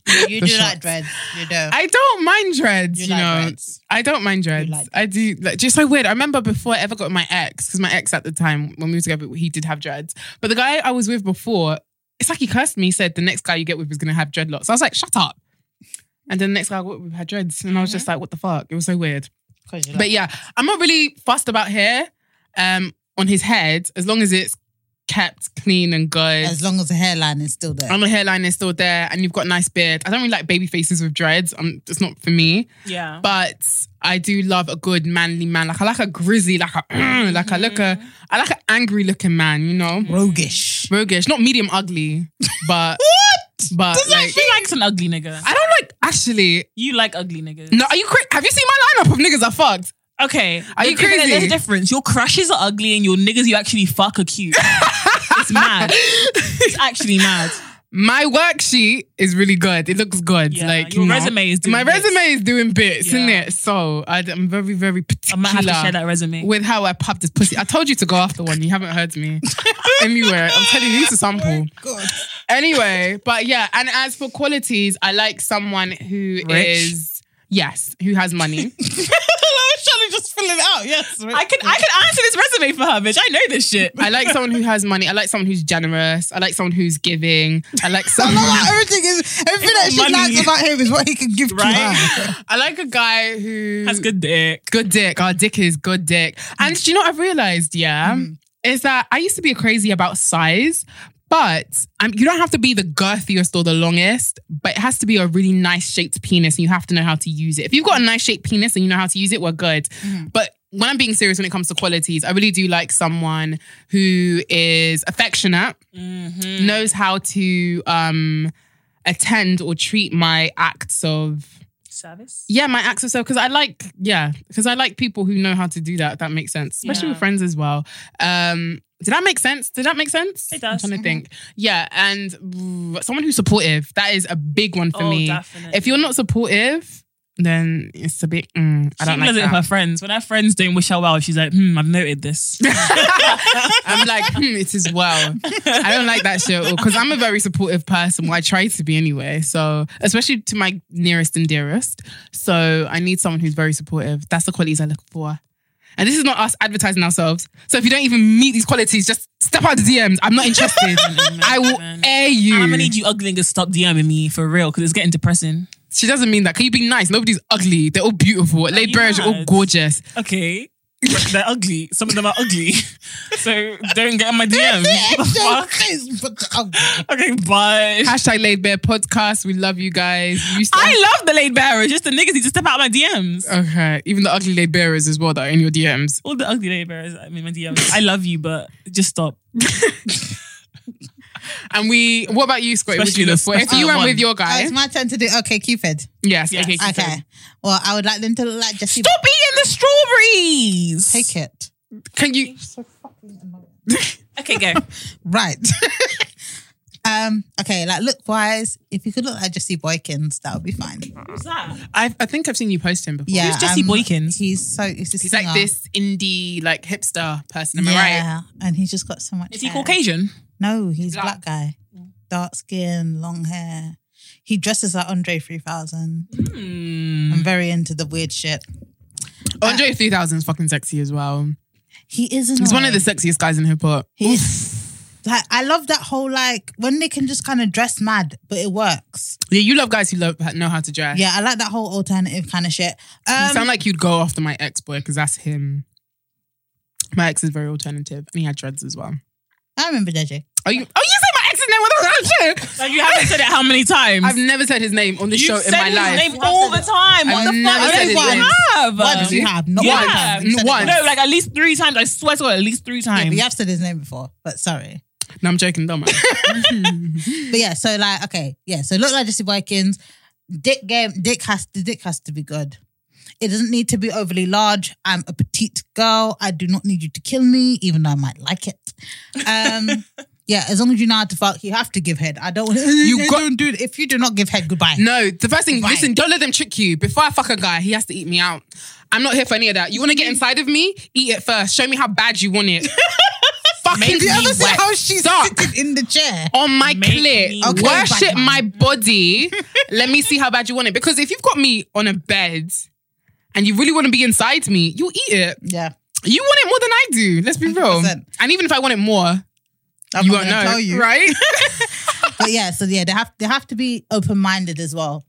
[SPEAKER 5] you, you
[SPEAKER 3] The
[SPEAKER 5] do
[SPEAKER 3] shots.
[SPEAKER 5] like dreads. You do.
[SPEAKER 3] I don't mind dreads.
[SPEAKER 5] You
[SPEAKER 3] You,
[SPEAKER 5] like
[SPEAKER 3] know.
[SPEAKER 5] dreads.
[SPEAKER 3] I don't mind dreads.
[SPEAKER 5] like
[SPEAKER 3] I do. Like, just so weird. I remember before I ever got my ex, because my ex at the time when we were together, he did have dreads. But the guy I was with before, it's like he cursed me. He said the next guy you get with is gonna have dreadlocks. I was like, shut up. And then the next guy I got with had dreads, and I was just like, what the fuck? It was so weird.
[SPEAKER 5] 'Cause you like-
[SPEAKER 3] But yeah, I'm not really fussed about hair um, on his head as long as it's kept clean and good.
[SPEAKER 5] as long as the hairline is still there.
[SPEAKER 3] and the hairline is still there, and you've got a nice beard. I don't really like baby faces with dreads. Um, it's not for me.
[SPEAKER 4] yeah.
[SPEAKER 3] But I do love a good manly man. Like I like a grizzly, like a like I
[SPEAKER 4] Mm-hmm.
[SPEAKER 3] look a I like an angry looking man. You know,
[SPEAKER 5] Roguish.
[SPEAKER 3] roguish, not medium ugly, but
[SPEAKER 5] What?
[SPEAKER 3] but like
[SPEAKER 4] she likes an ugly nigga.
[SPEAKER 3] I don't like actually.
[SPEAKER 4] You like ugly niggas.
[SPEAKER 3] No, are you cra- have you seen my lineup of niggas I fucked?
[SPEAKER 4] Okay.
[SPEAKER 3] Are you
[SPEAKER 4] Look, isn't it-
[SPEAKER 3] crazy?
[SPEAKER 4] There's a difference. Your crushes are ugly and your niggas you actually fuck are cute. it's mad. It's actually mad.
[SPEAKER 3] my worksheet is really good. It looks good.
[SPEAKER 4] Yeah,
[SPEAKER 3] like
[SPEAKER 4] your
[SPEAKER 3] you know.
[SPEAKER 4] resume is doing
[SPEAKER 3] my
[SPEAKER 4] bits.
[SPEAKER 3] resume is doing bits, isn't
[SPEAKER 4] Yeah.
[SPEAKER 3] it? So I, am very very
[SPEAKER 4] I
[SPEAKER 3] particular
[SPEAKER 4] might have to share that resume.
[SPEAKER 3] with how I popped this pussy. I told you to go after one. You haven't heard me anywhere. I'm telling you, you need to sample.
[SPEAKER 5] God.
[SPEAKER 3] Anyway, but yeah. And as for qualities, I like someone who is
[SPEAKER 4] Rich?
[SPEAKER 3] yes, who has money.
[SPEAKER 5] I was trying to just fill it out. Yes.
[SPEAKER 4] I can I can answer this resume for her, bitch. I know this shit.
[SPEAKER 3] I like someone who has money. I like someone who's generous. I like someone who's giving. I like someone.
[SPEAKER 5] Like, everything is everything that she
[SPEAKER 4] Money.
[SPEAKER 5] likes about him is what he can give
[SPEAKER 4] Right?
[SPEAKER 5] to her.
[SPEAKER 3] I like a guy who
[SPEAKER 4] Has good dick.
[SPEAKER 3] good dick. Our dick is good dick. And do you know what I've realized? Yeah, is that I used to be crazy about size, but um, you don't have to be the girthiest or the longest, but it has to be a really nice shaped penis, and you have to know how to use it. If you've got a nice shaped penis and you know how to use it, we're good. But when I'm being serious when it comes to qualities, I really do like someone who is affectionate, knows how to um, attend or treat my acts of
[SPEAKER 4] Service.
[SPEAKER 3] yeah, my acts of self because I like yeah because I like people who know how to do that. If that makes sense, especially
[SPEAKER 4] Yeah.
[SPEAKER 3] with friends as well. Um, did that make sense? Did that make sense?
[SPEAKER 4] It
[SPEAKER 3] I'm
[SPEAKER 4] does. Mm-hmm.
[SPEAKER 3] trying to think. Yeah, and mm, someone who's supportive that is a big one for
[SPEAKER 4] Oh,
[SPEAKER 3] me.
[SPEAKER 4] definitely.
[SPEAKER 3] If you're not supportive, then it's a bit. mm, I
[SPEAKER 4] she
[SPEAKER 3] don't like
[SPEAKER 4] does it with her
[SPEAKER 3] that.
[SPEAKER 4] friends. When her friends don't wish her well, she's like, hmm, I've noted this.
[SPEAKER 3] I'm like, hmm, it is well. I don't like that shit because I'm a very supportive person. Well, I try to be anyway. So, especially to my nearest and dearest. So, I need someone who's very supportive. That's the qualities I look for. And this is not us advertising ourselves. So, if you don't even meet these qualities, just step out the DMs. I'm not interested. I will air you.
[SPEAKER 4] And I'm gonna need you ugly niggas to stop DMing me for real, because it's getting depressing.
[SPEAKER 3] She doesn't mean that. Can you be nice? Nobody's ugly. They're all beautiful. Lay
[SPEAKER 4] you
[SPEAKER 3] Berge, you're all
[SPEAKER 4] mad?
[SPEAKER 3] gorgeous.
[SPEAKER 4] Okay. But They're ugly. Some of them are ugly. So don't get in my DM. Fuck.
[SPEAKER 5] oh, uh,
[SPEAKER 4] Okay, bye.
[SPEAKER 3] Hashtag laid bare podcast. We love you guys. You still-
[SPEAKER 4] I love the laid bearers. Just the niggas need to step out my DMs.
[SPEAKER 3] okay. Even the ugly laid bearers as well that are in your DMs.
[SPEAKER 4] All the ugly laid bearers. I mean, my DMs. I love you, but just stop.
[SPEAKER 3] And we. What about you, Scotty? What do
[SPEAKER 4] Especially
[SPEAKER 3] you look
[SPEAKER 4] the-
[SPEAKER 3] for? If
[SPEAKER 4] especially
[SPEAKER 3] you
[SPEAKER 4] the
[SPEAKER 3] went
[SPEAKER 4] one.
[SPEAKER 3] with your
[SPEAKER 5] Oh,
[SPEAKER 3] guy,
[SPEAKER 5] it's my turn to do. Okay, Cupid.
[SPEAKER 3] yes.
[SPEAKER 4] Yes.
[SPEAKER 3] Okay. keep
[SPEAKER 5] Okay.
[SPEAKER 3] going.
[SPEAKER 5] Well, I would like them to look like Jesse.
[SPEAKER 4] Stop eating the strawberries.
[SPEAKER 5] Take it.
[SPEAKER 3] Can you?
[SPEAKER 4] Okay, go.
[SPEAKER 5] Right. um. Okay. Like look wise, if you could look like Jesse Boykins, that would be fine.
[SPEAKER 4] What's that?
[SPEAKER 3] I I think I've seen you post him before.
[SPEAKER 5] Yeah.
[SPEAKER 4] Who's Jesse
[SPEAKER 5] um,
[SPEAKER 4] Boykins?
[SPEAKER 5] He's so. He's, a
[SPEAKER 3] He's like
[SPEAKER 5] singer.
[SPEAKER 3] this indie like hipster person. Am I right?
[SPEAKER 5] yeah, and he's just got so much.
[SPEAKER 4] Is he
[SPEAKER 5] hair.
[SPEAKER 4] Caucasian?
[SPEAKER 5] No, he's
[SPEAKER 3] Black.
[SPEAKER 5] black, guy, dark skin, long hair. He dresses like Andre 3000.
[SPEAKER 4] Hmm.
[SPEAKER 5] I'm very into the weird shit. Oh,
[SPEAKER 3] Andre 3000 is fucking sexy as well.
[SPEAKER 5] He is.
[SPEAKER 3] He's one of the sexiest guys in hip hop.
[SPEAKER 5] He is. Like I love that whole like when they can just kind of dress mad, but it works.
[SPEAKER 3] Yeah, you love guys who love know how to dress.
[SPEAKER 5] Yeah, I like that whole alternative kind of shit.
[SPEAKER 3] You
[SPEAKER 5] Um,
[SPEAKER 3] sound like you'd go after my ex boy because that's him. My ex is very alternative, and he had dreads as well.
[SPEAKER 5] I remember DJ.
[SPEAKER 3] Are you? Oh, you say my ex's name on the show?
[SPEAKER 4] Like you haven't said it how many times?
[SPEAKER 3] I've never said his name on this
[SPEAKER 4] You've
[SPEAKER 3] show in
[SPEAKER 4] said
[SPEAKER 3] my
[SPEAKER 4] his
[SPEAKER 3] life.
[SPEAKER 4] name all the time. What
[SPEAKER 3] I've
[SPEAKER 4] the
[SPEAKER 3] never
[SPEAKER 4] fuck?
[SPEAKER 5] said
[SPEAKER 4] You
[SPEAKER 5] his
[SPEAKER 4] don't
[SPEAKER 5] name.
[SPEAKER 4] have.
[SPEAKER 5] Once you have, not
[SPEAKER 4] Yeah.
[SPEAKER 5] one time. You said it
[SPEAKER 3] Once.
[SPEAKER 4] No, like at least three times. I swear to God, at least three
[SPEAKER 5] Yeah, but
[SPEAKER 4] times.
[SPEAKER 5] you have said his name before, but sorry.
[SPEAKER 3] No, I'm joking, dumb.
[SPEAKER 5] But yeah, so like, okay, yeah, so look like Jesse Boykins. Dick game, dick has the dick has to be good. It doesn't need to be overly large. I'm a petite girl. I do not need you to kill me, even though I might like it. Um, yeah, as long as you know how to fuck, you have to give head. I don't want you
[SPEAKER 3] got-
[SPEAKER 5] don't do it. If you do not give head, goodbye.
[SPEAKER 3] No, the first thing,
[SPEAKER 5] Right.
[SPEAKER 3] listen, don't let them trick you. Before I fuck a guy, he has to eat me out. I'm not here for any of that. You want to get inside of me? Eat it first. Show me how bad you want it. Fucking
[SPEAKER 5] Did you ever see
[SPEAKER 3] wet.
[SPEAKER 5] how she's
[SPEAKER 3] Suck
[SPEAKER 5] sitting in the chair?
[SPEAKER 3] on my
[SPEAKER 4] Make
[SPEAKER 3] clit.
[SPEAKER 4] me
[SPEAKER 5] Okay,
[SPEAKER 3] Worship
[SPEAKER 5] Batman.
[SPEAKER 3] my body. let me see how bad you want it. Because if you've got me on a bed and you really want to be inside me, you'll eat it.
[SPEAKER 5] Yeah.
[SPEAKER 3] You want it more than I do. Let's be real.
[SPEAKER 5] 100%.
[SPEAKER 3] And even if I want it more,
[SPEAKER 5] I'm
[SPEAKER 3] you
[SPEAKER 5] not
[SPEAKER 3] won't
[SPEAKER 5] gonna
[SPEAKER 3] know.
[SPEAKER 5] tell you.
[SPEAKER 3] Right?
[SPEAKER 5] but yeah, so yeah, they have they have to be open minded as well.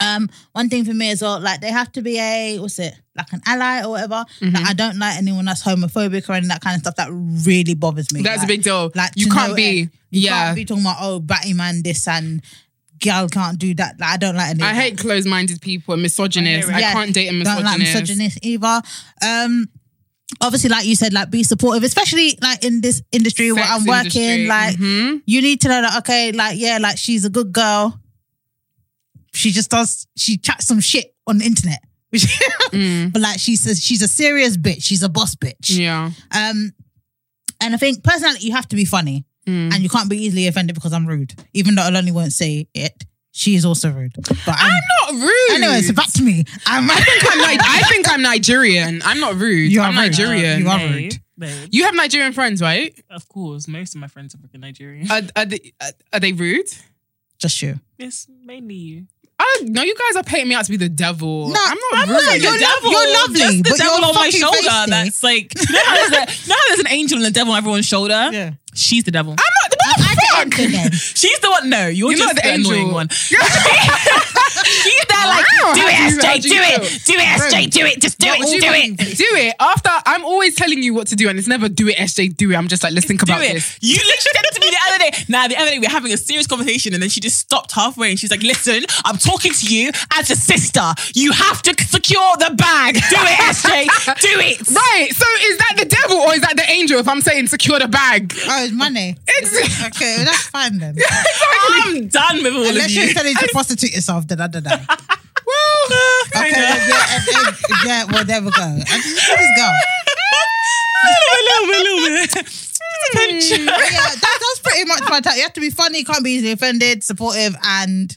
[SPEAKER 5] Um, one thing for me as well, like they have to be a what's it like an ally or whatever.
[SPEAKER 3] Mm-hmm.
[SPEAKER 5] Like, I don't like anyone that's homophobic or any of that kind of stuff. That really bothers me.
[SPEAKER 3] That's
[SPEAKER 5] Like-
[SPEAKER 3] a big deal.
[SPEAKER 5] Like
[SPEAKER 3] you
[SPEAKER 5] to
[SPEAKER 3] can't
[SPEAKER 5] know
[SPEAKER 3] be.
[SPEAKER 5] it. You
[SPEAKER 3] yeah.
[SPEAKER 5] can't be talking about oh batty man this and girl can't do that. Like I don't like any. of
[SPEAKER 3] I
[SPEAKER 5] that.
[SPEAKER 3] hate closed-minded people and misogynists. I
[SPEAKER 5] Yeah.
[SPEAKER 3] can't date a
[SPEAKER 5] don't like
[SPEAKER 3] misogynist.
[SPEAKER 5] misogynist either. Um, obviously, like you said, like be supportive, especially like in this industry where
[SPEAKER 3] Sex
[SPEAKER 5] I'm working.
[SPEAKER 3] industry,
[SPEAKER 5] Like
[SPEAKER 3] mhm.
[SPEAKER 5] you need to know that okay, like yeah, like she's a good girl. She just does. She chats some shit on the internet, which, but like she says, she's a serious bitch. She's a boss bitch.
[SPEAKER 3] Mm. Yeah.
[SPEAKER 5] Um, and I think personally, you have to be funny,
[SPEAKER 3] Mm.
[SPEAKER 5] and you can't be easily offended because I'm rude, even though Aloni won't say it. She is also rude, but I'm,
[SPEAKER 3] I'm not rude.
[SPEAKER 5] anyway. So back to me. Um, I'm,
[SPEAKER 3] I think I'm Ni- I think I'm Nigerian. I'm not rude.
[SPEAKER 5] You are
[SPEAKER 3] I'm
[SPEAKER 5] rude.
[SPEAKER 3] Nigerian.
[SPEAKER 5] You are
[SPEAKER 4] Babe,
[SPEAKER 5] rude.
[SPEAKER 4] babe.
[SPEAKER 3] You have Nigerian friends, right?
[SPEAKER 4] Of course, most of my friends are freaking Nigerian.
[SPEAKER 3] Are, are, they, are- are they rude?
[SPEAKER 5] just you.
[SPEAKER 4] It's mainly you.
[SPEAKER 3] I no, you guys are painting me out to be the devil.
[SPEAKER 5] No,
[SPEAKER 3] I'm not
[SPEAKER 5] I'm
[SPEAKER 3] rude.
[SPEAKER 5] not the You're devil. you're lovely,
[SPEAKER 4] Just the
[SPEAKER 5] but
[SPEAKER 4] devil
[SPEAKER 5] you're
[SPEAKER 4] on my
[SPEAKER 5] fucking
[SPEAKER 4] shoulder.
[SPEAKER 5] feisty.
[SPEAKER 4] That's like you know, how there's a, you know how there's an angel and a devil on everyone's shoulder.
[SPEAKER 5] Yeah.
[SPEAKER 4] she's the devil.
[SPEAKER 3] I'm not the
[SPEAKER 5] I'm
[SPEAKER 3] devil.
[SPEAKER 5] today.
[SPEAKER 4] she's the one. No, you're,
[SPEAKER 3] You're
[SPEAKER 4] just
[SPEAKER 3] not the
[SPEAKER 4] the
[SPEAKER 3] angel.
[SPEAKER 4] annoying one. she's there like
[SPEAKER 3] Wow,
[SPEAKER 4] do
[SPEAKER 3] how do
[SPEAKER 4] it,
[SPEAKER 3] you-
[SPEAKER 4] SJ,
[SPEAKER 3] how do
[SPEAKER 4] do,
[SPEAKER 3] you
[SPEAKER 4] it, do it, SJ, do it, just do
[SPEAKER 3] What
[SPEAKER 4] it,
[SPEAKER 3] do
[SPEAKER 4] just
[SPEAKER 3] you
[SPEAKER 4] do
[SPEAKER 3] mean?
[SPEAKER 4] it.
[SPEAKER 3] Do it. After I'm always telling you what to do, and it's never do it, SJ, do it. I'm just like, let's think
[SPEAKER 4] do
[SPEAKER 3] about
[SPEAKER 4] it.
[SPEAKER 3] this.
[SPEAKER 4] You literally said it to me the other day. Now, the other day, we were having a serious conversation, and then she just stopped halfway and she's like, Listen, I'm talking to you as a sister. You have to secure the bag. Do it, SJ. Do it.
[SPEAKER 3] Right. So is that the devil or is that the angel if I'm saying secure the bag?
[SPEAKER 5] Oh, it's money.
[SPEAKER 3] Ex-
[SPEAKER 5] okay, well, that's fine then.
[SPEAKER 3] Um,
[SPEAKER 4] I'm done with all
[SPEAKER 5] Unless
[SPEAKER 4] of
[SPEAKER 5] you're
[SPEAKER 4] you.
[SPEAKER 5] telling you to prostitute yourself, then I don't know.
[SPEAKER 3] uh,
[SPEAKER 4] well,
[SPEAKER 5] Okay,
[SPEAKER 4] kinda.
[SPEAKER 5] yeah, yeah, yeah, yeah, well, there we go. And Let's go.
[SPEAKER 4] a little bit, a little bit. Just a pinch.
[SPEAKER 5] But yeah, that, that's pretty much my type. You have to be funny, can't be easily offended, supportive, and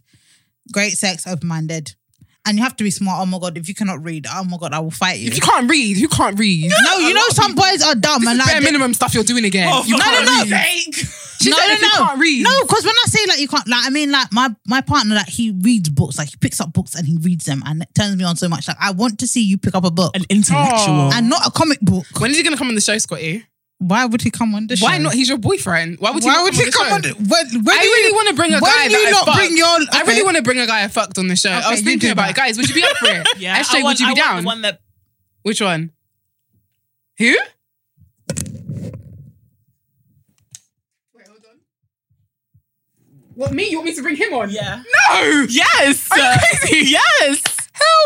[SPEAKER 5] great sex, open minded. And you have to be smart. Oh my God, if you cannot read, oh my God, I will fight you.
[SPEAKER 3] If you can't read, you can't read.
[SPEAKER 5] no, you know, some boys are dumb and
[SPEAKER 3] Bare
[SPEAKER 5] like. they-
[SPEAKER 3] minimum stuff you're doing again.
[SPEAKER 4] Oh,
[SPEAKER 3] You
[SPEAKER 4] for
[SPEAKER 3] can't
[SPEAKER 4] God's
[SPEAKER 3] read.
[SPEAKER 4] sake.
[SPEAKER 3] She
[SPEAKER 5] No,
[SPEAKER 3] said
[SPEAKER 5] no,
[SPEAKER 3] if you
[SPEAKER 5] no,
[SPEAKER 3] can't read.
[SPEAKER 5] no. Because when I say like you can't, like I mean like my my partner like he reads books, like he picks up books and he reads them, and it turns me on so much. Like I want to see you pick up a book
[SPEAKER 4] An intellectual.
[SPEAKER 5] and not a comic book.
[SPEAKER 3] When is he going to come on the show, Scotty?
[SPEAKER 5] Why would he come on the show?
[SPEAKER 3] Why not? He's your boyfriend. Why would he?
[SPEAKER 5] Why
[SPEAKER 3] not
[SPEAKER 5] would he come on?
[SPEAKER 3] the
[SPEAKER 5] The,
[SPEAKER 3] show?
[SPEAKER 5] when, when
[SPEAKER 3] I
[SPEAKER 5] do you-
[SPEAKER 3] really want to bring a
[SPEAKER 5] when
[SPEAKER 3] guy.
[SPEAKER 5] do you
[SPEAKER 3] that
[SPEAKER 5] not
[SPEAKER 3] I fucked.
[SPEAKER 5] bring your?
[SPEAKER 3] I
[SPEAKER 5] okay.
[SPEAKER 3] really want to bring a guy I fucked on the show. I
[SPEAKER 5] Okay,
[SPEAKER 3] was
[SPEAKER 5] you
[SPEAKER 3] thinking
[SPEAKER 5] do
[SPEAKER 3] about
[SPEAKER 5] that.
[SPEAKER 3] it. Guys, would you be up for it?
[SPEAKER 4] Yeah, I
[SPEAKER 3] SJ,
[SPEAKER 4] want-
[SPEAKER 3] would you be
[SPEAKER 4] I want
[SPEAKER 3] down?
[SPEAKER 4] The one that
[SPEAKER 3] Which one? Who? Wait, hold on. What me? You want me to bring him on?
[SPEAKER 4] Yeah.
[SPEAKER 3] No.
[SPEAKER 4] Yes.
[SPEAKER 3] Are you crazy?
[SPEAKER 4] Yes.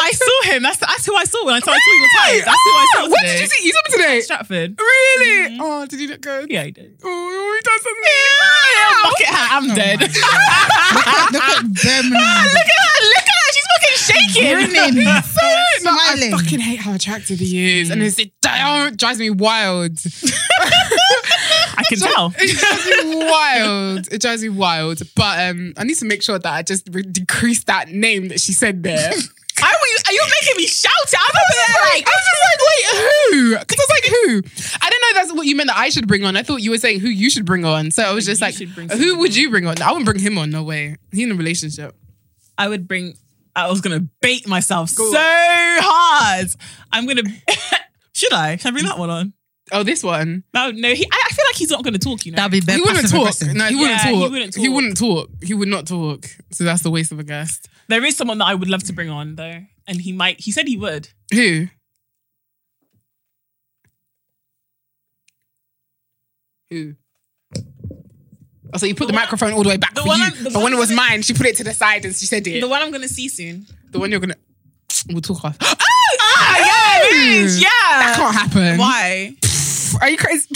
[SPEAKER 4] I saw him. That's that's who I saw when I saw I saw you were tired. That's who I saw.
[SPEAKER 3] Ah, Where did
[SPEAKER 4] today.
[SPEAKER 3] you see? You saw me today.
[SPEAKER 4] Stratford. Mm-hmm.
[SPEAKER 3] Really? Oh, did you not go?
[SPEAKER 4] Yeah, he did.
[SPEAKER 3] Oh, he does something.
[SPEAKER 4] Bucket hat. I'm dead. Look
[SPEAKER 5] Look at
[SPEAKER 4] at
[SPEAKER 5] them.
[SPEAKER 4] her. Look at her. She's fucking shaking.
[SPEAKER 5] Grinning.
[SPEAKER 3] No, I
[SPEAKER 5] Smiling.
[SPEAKER 3] fucking hate how attractive he is, and it's, it drives me wild.
[SPEAKER 4] I can tell.
[SPEAKER 3] It drives me wild. It drives me wild. But um, I need to make sure that I just re- decrease that name that she said there.
[SPEAKER 4] I, you- you're making me shout it. I'm over
[SPEAKER 3] I was just like, wait, who? Because I was like, who? I didn't know that's what you meant that I should bring on. I thought you were saying who you should bring on. So I was just
[SPEAKER 4] You
[SPEAKER 3] like,
[SPEAKER 4] should bring
[SPEAKER 3] who would you bring on? I wouldn't bring him on. No way. He in a relationship.
[SPEAKER 4] I would bring. I was gonna bait myself so hard. I'm gonna. should I? Should I bring that one on?
[SPEAKER 3] Oh, this one.
[SPEAKER 4] No, no. He, I, I feel like he's not gonna talk. You know.
[SPEAKER 5] That'd be better.
[SPEAKER 3] he wouldn't talk. No, he wouldn't
[SPEAKER 4] Yeah,
[SPEAKER 3] talk.
[SPEAKER 4] he
[SPEAKER 3] He wouldn't
[SPEAKER 4] wouldn't
[SPEAKER 3] talk. He would not talk. So that's the waste of a guest.
[SPEAKER 4] there is someone that I would love to bring on though, and he might. He said he would.
[SPEAKER 3] Who? Who? Oh, so you put the, microphone all the way back
[SPEAKER 4] the
[SPEAKER 3] for
[SPEAKER 4] one
[SPEAKER 3] you,
[SPEAKER 4] I'm- the
[SPEAKER 3] but
[SPEAKER 4] one
[SPEAKER 3] when it
[SPEAKER 4] I'm
[SPEAKER 3] was
[SPEAKER 4] gonna-
[SPEAKER 3] mine, she put it to the side and she said it.
[SPEAKER 4] The one I'm gonna see soon.
[SPEAKER 3] The one you're gonna. We'll talk after.
[SPEAKER 4] Ah, yeah, bitch,
[SPEAKER 3] That
[SPEAKER 4] yeah.
[SPEAKER 3] can't happen.
[SPEAKER 4] Uh, Why?
[SPEAKER 3] Are you crazy?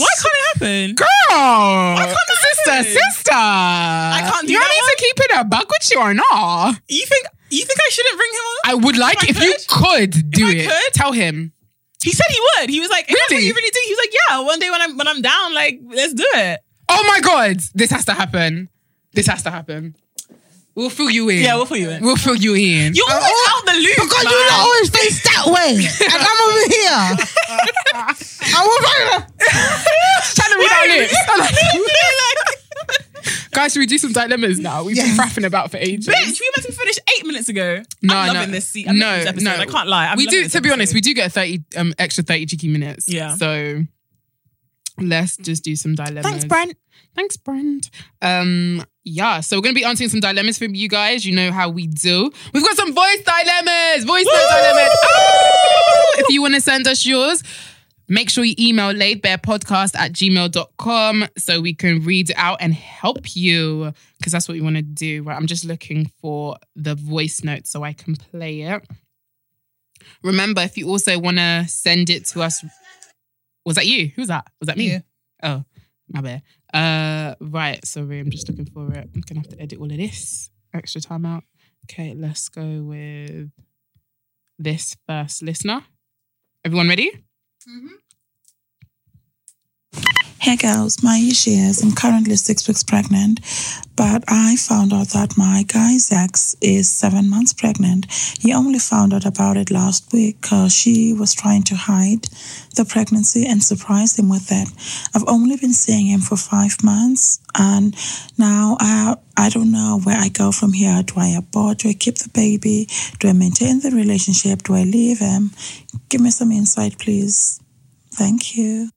[SPEAKER 4] Why can't it happen?
[SPEAKER 3] Girl!
[SPEAKER 4] can't
[SPEAKER 3] sister,
[SPEAKER 4] I do it?
[SPEAKER 3] sister. I
[SPEAKER 4] can't do
[SPEAKER 3] You
[SPEAKER 4] that
[SPEAKER 3] need to keep it a buck with you or not.
[SPEAKER 4] You think you think I shouldn't bring him on?
[SPEAKER 3] I would like
[SPEAKER 4] I
[SPEAKER 3] if, you could do
[SPEAKER 4] I
[SPEAKER 3] it.
[SPEAKER 4] could?
[SPEAKER 3] Tell him.
[SPEAKER 4] he said he would. He was like, "If that's what
[SPEAKER 3] Really?
[SPEAKER 4] you really do?" He was like, "Yeah, one day when I'm when I'm down, like let's do it."
[SPEAKER 3] Oh my god, this has to happen. This has to happen. We'll fill you in.
[SPEAKER 4] Yeah, we'll fill you in.
[SPEAKER 3] We'll fill you in.
[SPEAKER 4] You're always
[SPEAKER 3] oh,
[SPEAKER 4] out the loop.
[SPEAKER 5] Because
[SPEAKER 4] man.
[SPEAKER 5] you lot always face that way. And I'm over here. I'm over here.
[SPEAKER 3] trying to read our lips. Guys, should we do some dilemmas now? We've
[SPEAKER 5] Yes.
[SPEAKER 3] been rapping about for ages.
[SPEAKER 4] Bitch, we meant to finish eight minutes ago. I'm loving this seat. I'm
[SPEAKER 3] no,
[SPEAKER 4] loving this episode.
[SPEAKER 3] no,
[SPEAKER 4] I can't lie. I'm
[SPEAKER 3] we
[SPEAKER 4] loving
[SPEAKER 3] do.
[SPEAKER 4] this
[SPEAKER 3] To be honest, we
[SPEAKER 4] episode.
[SPEAKER 3] do get thirty um extra thirty cheeky minutes.
[SPEAKER 4] Yeah.
[SPEAKER 3] So let's just do some dilemmas.
[SPEAKER 4] Thanks, Brent.
[SPEAKER 3] Thanks, Brent. Um, yeah. So we're gonna be answering some dilemmas from you guys. You know how we do. We've got some voice dilemmas. Voice note dilemmas. Oh! If you want to send us yours. Make sure you email laidbearpodcast at gmail.com so we can read it out and help you because that's what we want to do. Right, I'm just looking for the voice note so I can play it. Remember, if you also want to send it to us, was that you? Who was that? Was that me?
[SPEAKER 5] Yeah.
[SPEAKER 3] Oh, my bad. Uh, right. Sorry, I'm just looking for it. I'm gonna have to edit all of this extra time out. Okay, let's go with this first listener. Everyone ready?
[SPEAKER 10] Hey girls, my issue is I'm currently six weeks pregnant, but I found out that my guy's ex is seven months pregnant. He only found out about it last week 'cause she was trying to hide the pregnancy and surprise him with it. I've only been seeing him for five months, and now I I don't know where I go from here. Do I abort? Do I keep the baby? Do I maintain the relationship? Do I leave him? Give me some insight, please. Thank you.